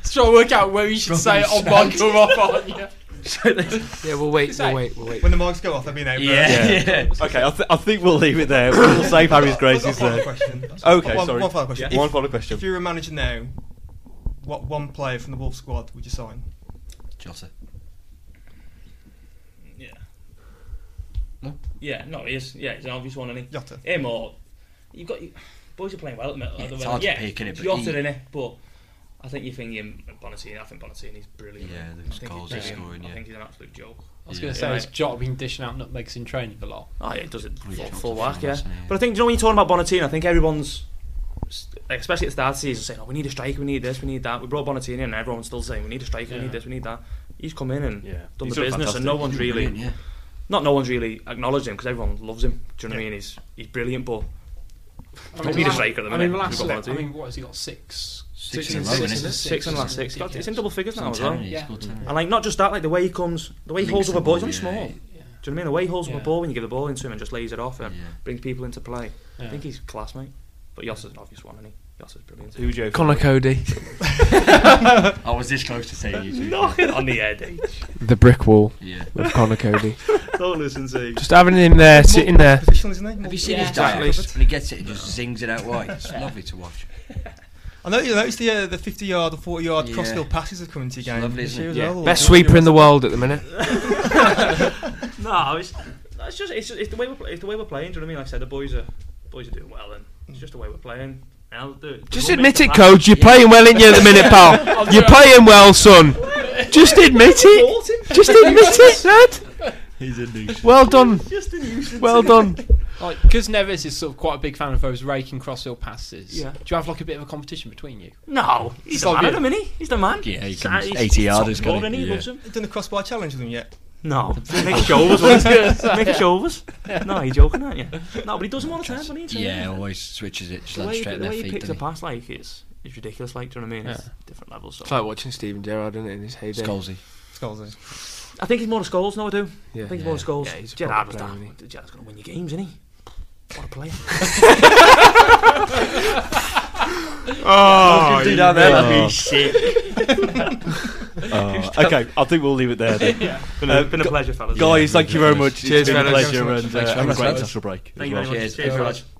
[SPEAKER 3] Just trying to work out where you should say it on mic or off on. Yeah.
[SPEAKER 7] Yeah, we'll wait.
[SPEAKER 3] Say-
[SPEAKER 7] We'll wait. We'll wait.
[SPEAKER 8] When the mics go off, they'll be an outbreak.
[SPEAKER 5] Yeah, yeah.
[SPEAKER 1] Okay, I, th- I think we'll leave it there. We'll save Harry's graces
[SPEAKER 8] I've got a final
[SPEAKER 1] there.
[SPEAKER 8] question.
[SPEAKER 1] Okay,
[SPEAKER 8] one,
[SPEAKER 1] sorry.
[SPEAKER 8] One final question.
[SPEAKER 1] One
[SPEAKER 8] If,
[SPEAKER 1] follow
[SPEAKER 8] if
[SPEAKER 1] question.
[SPEAKER 8] you were a manager now, what one player from the Wolf squad would you sign?
[SPEAKER 5] Jota.
[SPEAKER 4] Yeah.
[SPEAKER 5] No?
[SPEAKER 4] Yeah, no, he is. Yeah, he's an obvious one, isn't
[SPEAKER 8] Yotta.
[SPEAKER 4] he? Him or you've got boys are playing well at the minute.
[SPEAKER 5] Yeah,
[SPEAKER 4] at the
[SPEAKER 5] it's
[SPEAKER 4] moment.
[SPEAKER 5] hard to
[SPEAKER 4] yeah,
[SPEAKER 5] pick, innit, but
[SPEAKER 4] Yotta,
[SPEAKER 5] he-
[SPEAKER 4] innit? But I think you're thinking Bonatini. I think Bonatini's brilliant.
[SPEAKER 5] Yeah,
[SPEAKER 4] I
[SPEAKER 5] the
[SPEAKER 4] think he's
[SPEAKER 5] goals he's
[SPEAKER 4] brilliant.
[SPEAKER 5] scoring,
[SPEAKER 4] I
[SPEAKER 5] yeah.
[SPEAKER 4] think he's an absolute joke.
[SPEAKER 3] I was going
[SPEAKER 5] Yeah.
[SPEAKER 3] to say,
[SPEAKER 4] Yeah.
[SPEAKER 3] it's Jota been dishing out nutmegs in training a lot.
[SPEAKER 4] Oh yeah, he does it
[SPEAKER 5] Probably
[SPEAKER 4] full,
[SPEAKER 5] dropped
[SPEAKER 4] full
[SPEAKER 5] a few
[SPEAKER 4] whack, yeah.
[SPEAKER 5] last minute, yeah.
[SPEAKER 4] But I think, do you know, when you're talking about Bonatini, I think everyone's, especially at the start of the season, saying, oh, we need a striker, we need this, we need that. We brought Bonatini in and everyone's still saying, we need a striker, we
[SPEAKER 3] Yeah.
[SPEAKER 4] need this, we need that. He's come in and
[SPEAKER 1] Yeah.
[SPEAKER 4] done
[SPEAKER 1] He's
[SPEAKER 4] the
[SPEAKER 1] done
[SPEAKER 4] business and no
[SPEAKER 1] fantastic.
[SPEAKER 4] one's really,
[SPEAKER 5] Brilliant, yeah.
[SPEAKER 4] not no one's really acknowledged him because everyone loves him. Do you know what I mean? He's, he's brilliant, but
[SPEAKER 3] I
[SPEAKER 4] Don't need a striker at the
[SPEAKER 3] I mean,
[SPEAKER 4] minute.
[SPEAKER 3] last
[SPEAKER 4] We've got
[SPEAKER 3] I
[SPEAKER 4] Bonatini.
[SPEAKER 3] mean, what has he got? Six.
[SPEAKER 5] Six,
[SPEAKER 7] Six
[SPEAKER 5] in a
[SPEAKER 7] and
[SPEAKER 5] row,
[SPEAKER 7] six,
[SPEAKER 5] innit?
[SPEAKER 7] isn't it?
[SPEAKER 4] six Nou, in the last six. God, It's in double figures now as well.
[SPEAKER 5] He's
[SPEAKER 3] Yeah.
[SPEAKER 5] scored ten.
[SPEAKER 4] And like not just that, like the way he comes, the way he holds up a ball, he's only
[SPEAKER 5] Links the ball,
[SPEAKER 4] small. Do you
[SPEAKER 5] yeah.
[SPEAKER 4] know what I mean? The way he holds up
[SPEAKER 3] Yeah.
[SPEAKER 4] a ball when you give the ball into him and just lays it off and
[SPEAKER 5] Yeah.
[SPEAKER 4] brings people into play. I
[SPEAKER 3] Yeah.
[SPEAKER 4] think he's class, mate. But Yoss is an obvious one, isn't he? Yoss is brilliant.
[SPEAKER 1] Who would you have?
[SPEAKER 7] Connor Cody,
[SPEAKER 5] I was this close to saying you two.
[SPEAKER 4] Knock it on the head.
[SPEAKER 7] the brick wall
[SPEAKER 5] Yeah.
[SPEAKER 7] with Connor Cody.
[SPEAKER 4] Don't listen to him.
[SPEAKER 7] Just having him there, sitting there.
[SPEAKER 8] Positional, isn't he?
[SPEAKER 5] Have you seen
[SPEAKER 3] Yeah.
[SPEAKER 5] his diet?
[SPEAKER 7] Exactly.
[SPEAKER 5] When he gets it, he just zings it out wide. It's lovely to watch.
[SPEAKER 8] I know you noticed the uh, the 50 yard or 40 yard crossfield passes have come into your
[SPEAKER 5] It's
[SPEAKER 8] game.
[SPEAKER 5] lovely,
[SPEAKER 8] this
[SPEAKER 5] isn't
[SPEAKER 8] year
[SPEAKER 5] it?
[SPEAKER 8] as
[SPEAKER 5] Yeah.
[SPEAKER 8] well, or
[SPEAKER 7] Best
[SPEAKER 8] two years
[SPEAKER 7] sweeper in the
[SPEAKER 8] ago.
[SPEAKER 7] world at the minute.
[SPEAKER 4] no, it's, it's just it's, it's the way we're play, it's the way we're playing. Do you know what I mean? Like I said, the boys are boys are doing well, and it's just the way we're playing. Now, the, the
[SPEAKER 7] Just
[SPEAKER 4] run makes
[SPEAKER 7] admit
[SPEAKER 4] the
[SPEAKER 7] it,
[SPEAKER 4] pass.
[SPEAKER 7] coach. You're playing well, ain't you, at the minute, pal? You're playing well, son. Just admit it.
[SPEAKER 4] Bought him.
[SPEAKER 7] Just admit it, lad.
[SPEAKER 1] He's a douche.
[SPEAKER 7] Well done.
[SPEAKER 4] Just a nuisance.
[SPEAKER 7] Well done.
[SPEAKER 3] Like, because Nevis is sort of quite a big fan of those raking crossfield passes.
[SPEAKER 4] Yeah.
[SPEAKER 3] Do you have like a bit of a competition between you?
[SPEAKER 4] No, he's
[SPEAKER 3] So
[SPEAKER 4] the man
[SPEAKER 3] good.
[SPEAKER 4] of the minute. He's the man.
[SPEAKER 5] Yeah, he
[SPEAKER 4] He's-
[SPEAKER 5] comes
[SPEAKER 4] he's-
[SPEAKER 5] 80
[SPEAKER 4] he's top
[SPEAKER 5] yarders,
[SPEAKER 4] scorer,
[SPEAKER 5] can't he?
[SPEAKER 4] and he
[SPEAKER 5] Yeah.
[SPEAKER 4] loves him.
[SPEAKER 8] They've done a crossbar challenge with them yet.
[SPEAKER 4] No, make a show of us. Make a show of us. No, you're joking, aren't you? No, but he does them all the time. What are you saying?
[SPEAKER 5] Yeah, always switches it. Just
[SPEAKER 4] the
[SPEAKER 5] lands
[SPEAKER 4] way,
[SPEAKER 5] straight at
[SPEAKER 4] the
[SPEAKER 5] their
[SPEAKER 4] way he
[SPEAKER 5] feet.
[SPEAKER 4] picks a
[SPEAKER 5] doesn't
[SPEAKER 4] pass like it's it's ridiculous. Like, do you know what I mean? It's
[SPEAKER 3] Yeah.
[SPEAKER 4] different levels. So
[SPEAKER 7] It's like watching Steven Gerrard isn't it, in his
[SPEAKER 5] he?
[SPEAKER 7] heyday.
[SPEAKER 5] Scholesy.
[SPEAKER 8] Scoles, eh?
[SPEAKER 4] I think he's more of goals. No, I do.
[SPEAKER 7] Yeah.
[SPEAKER 4] I think he's more of goals.
[SPEAKER 7] Yeah, he's a
[SPEAKER 4] Gerard was
[SPEAKER 7] proper
[SPEAKER 4] that.
[SPEAKER 7] player,
[SPEAKER 4] Gerard's going to win your games, isn't he? What a player!
[SPEAKER 1] Oh, do that there. That'd be sick. Uh, okay, I think we'll leave it there then.
[SPEAKER 4] Been a,
[SPEAKER 1] Uh,
[SPEAKER 4] been a
[SPEAKER 1] gu-
[SPEAKER 4] pleasure, fellas.
[SPEAKER 1] Guys, thank you very much. it's
[SPEAKER 7] Cheers,
[SPEAKER 1] been a
[SPEAKER 7] fellas.
[SPEAKER 1] pleasure and
[SPEAKER 5] Thanks
[SPEAKER 1] uh,
[SPEAKER 5] for
[SPEAKER 1] have a
[SPEAKER 5] having
[SPEAKER 1] great
[SPEAKER 5] us.
[SPEAKER 1] social break. as
[SPEAKER 4] Thank you
[SPEAKER 1] well.
[SPEAKER 4] very much.
[SPEAKER 5] Cheers.
[SPEAKER 4] Cheers,
[SPEAKER 5] Cheers,
[SPEAKER 4] fellas.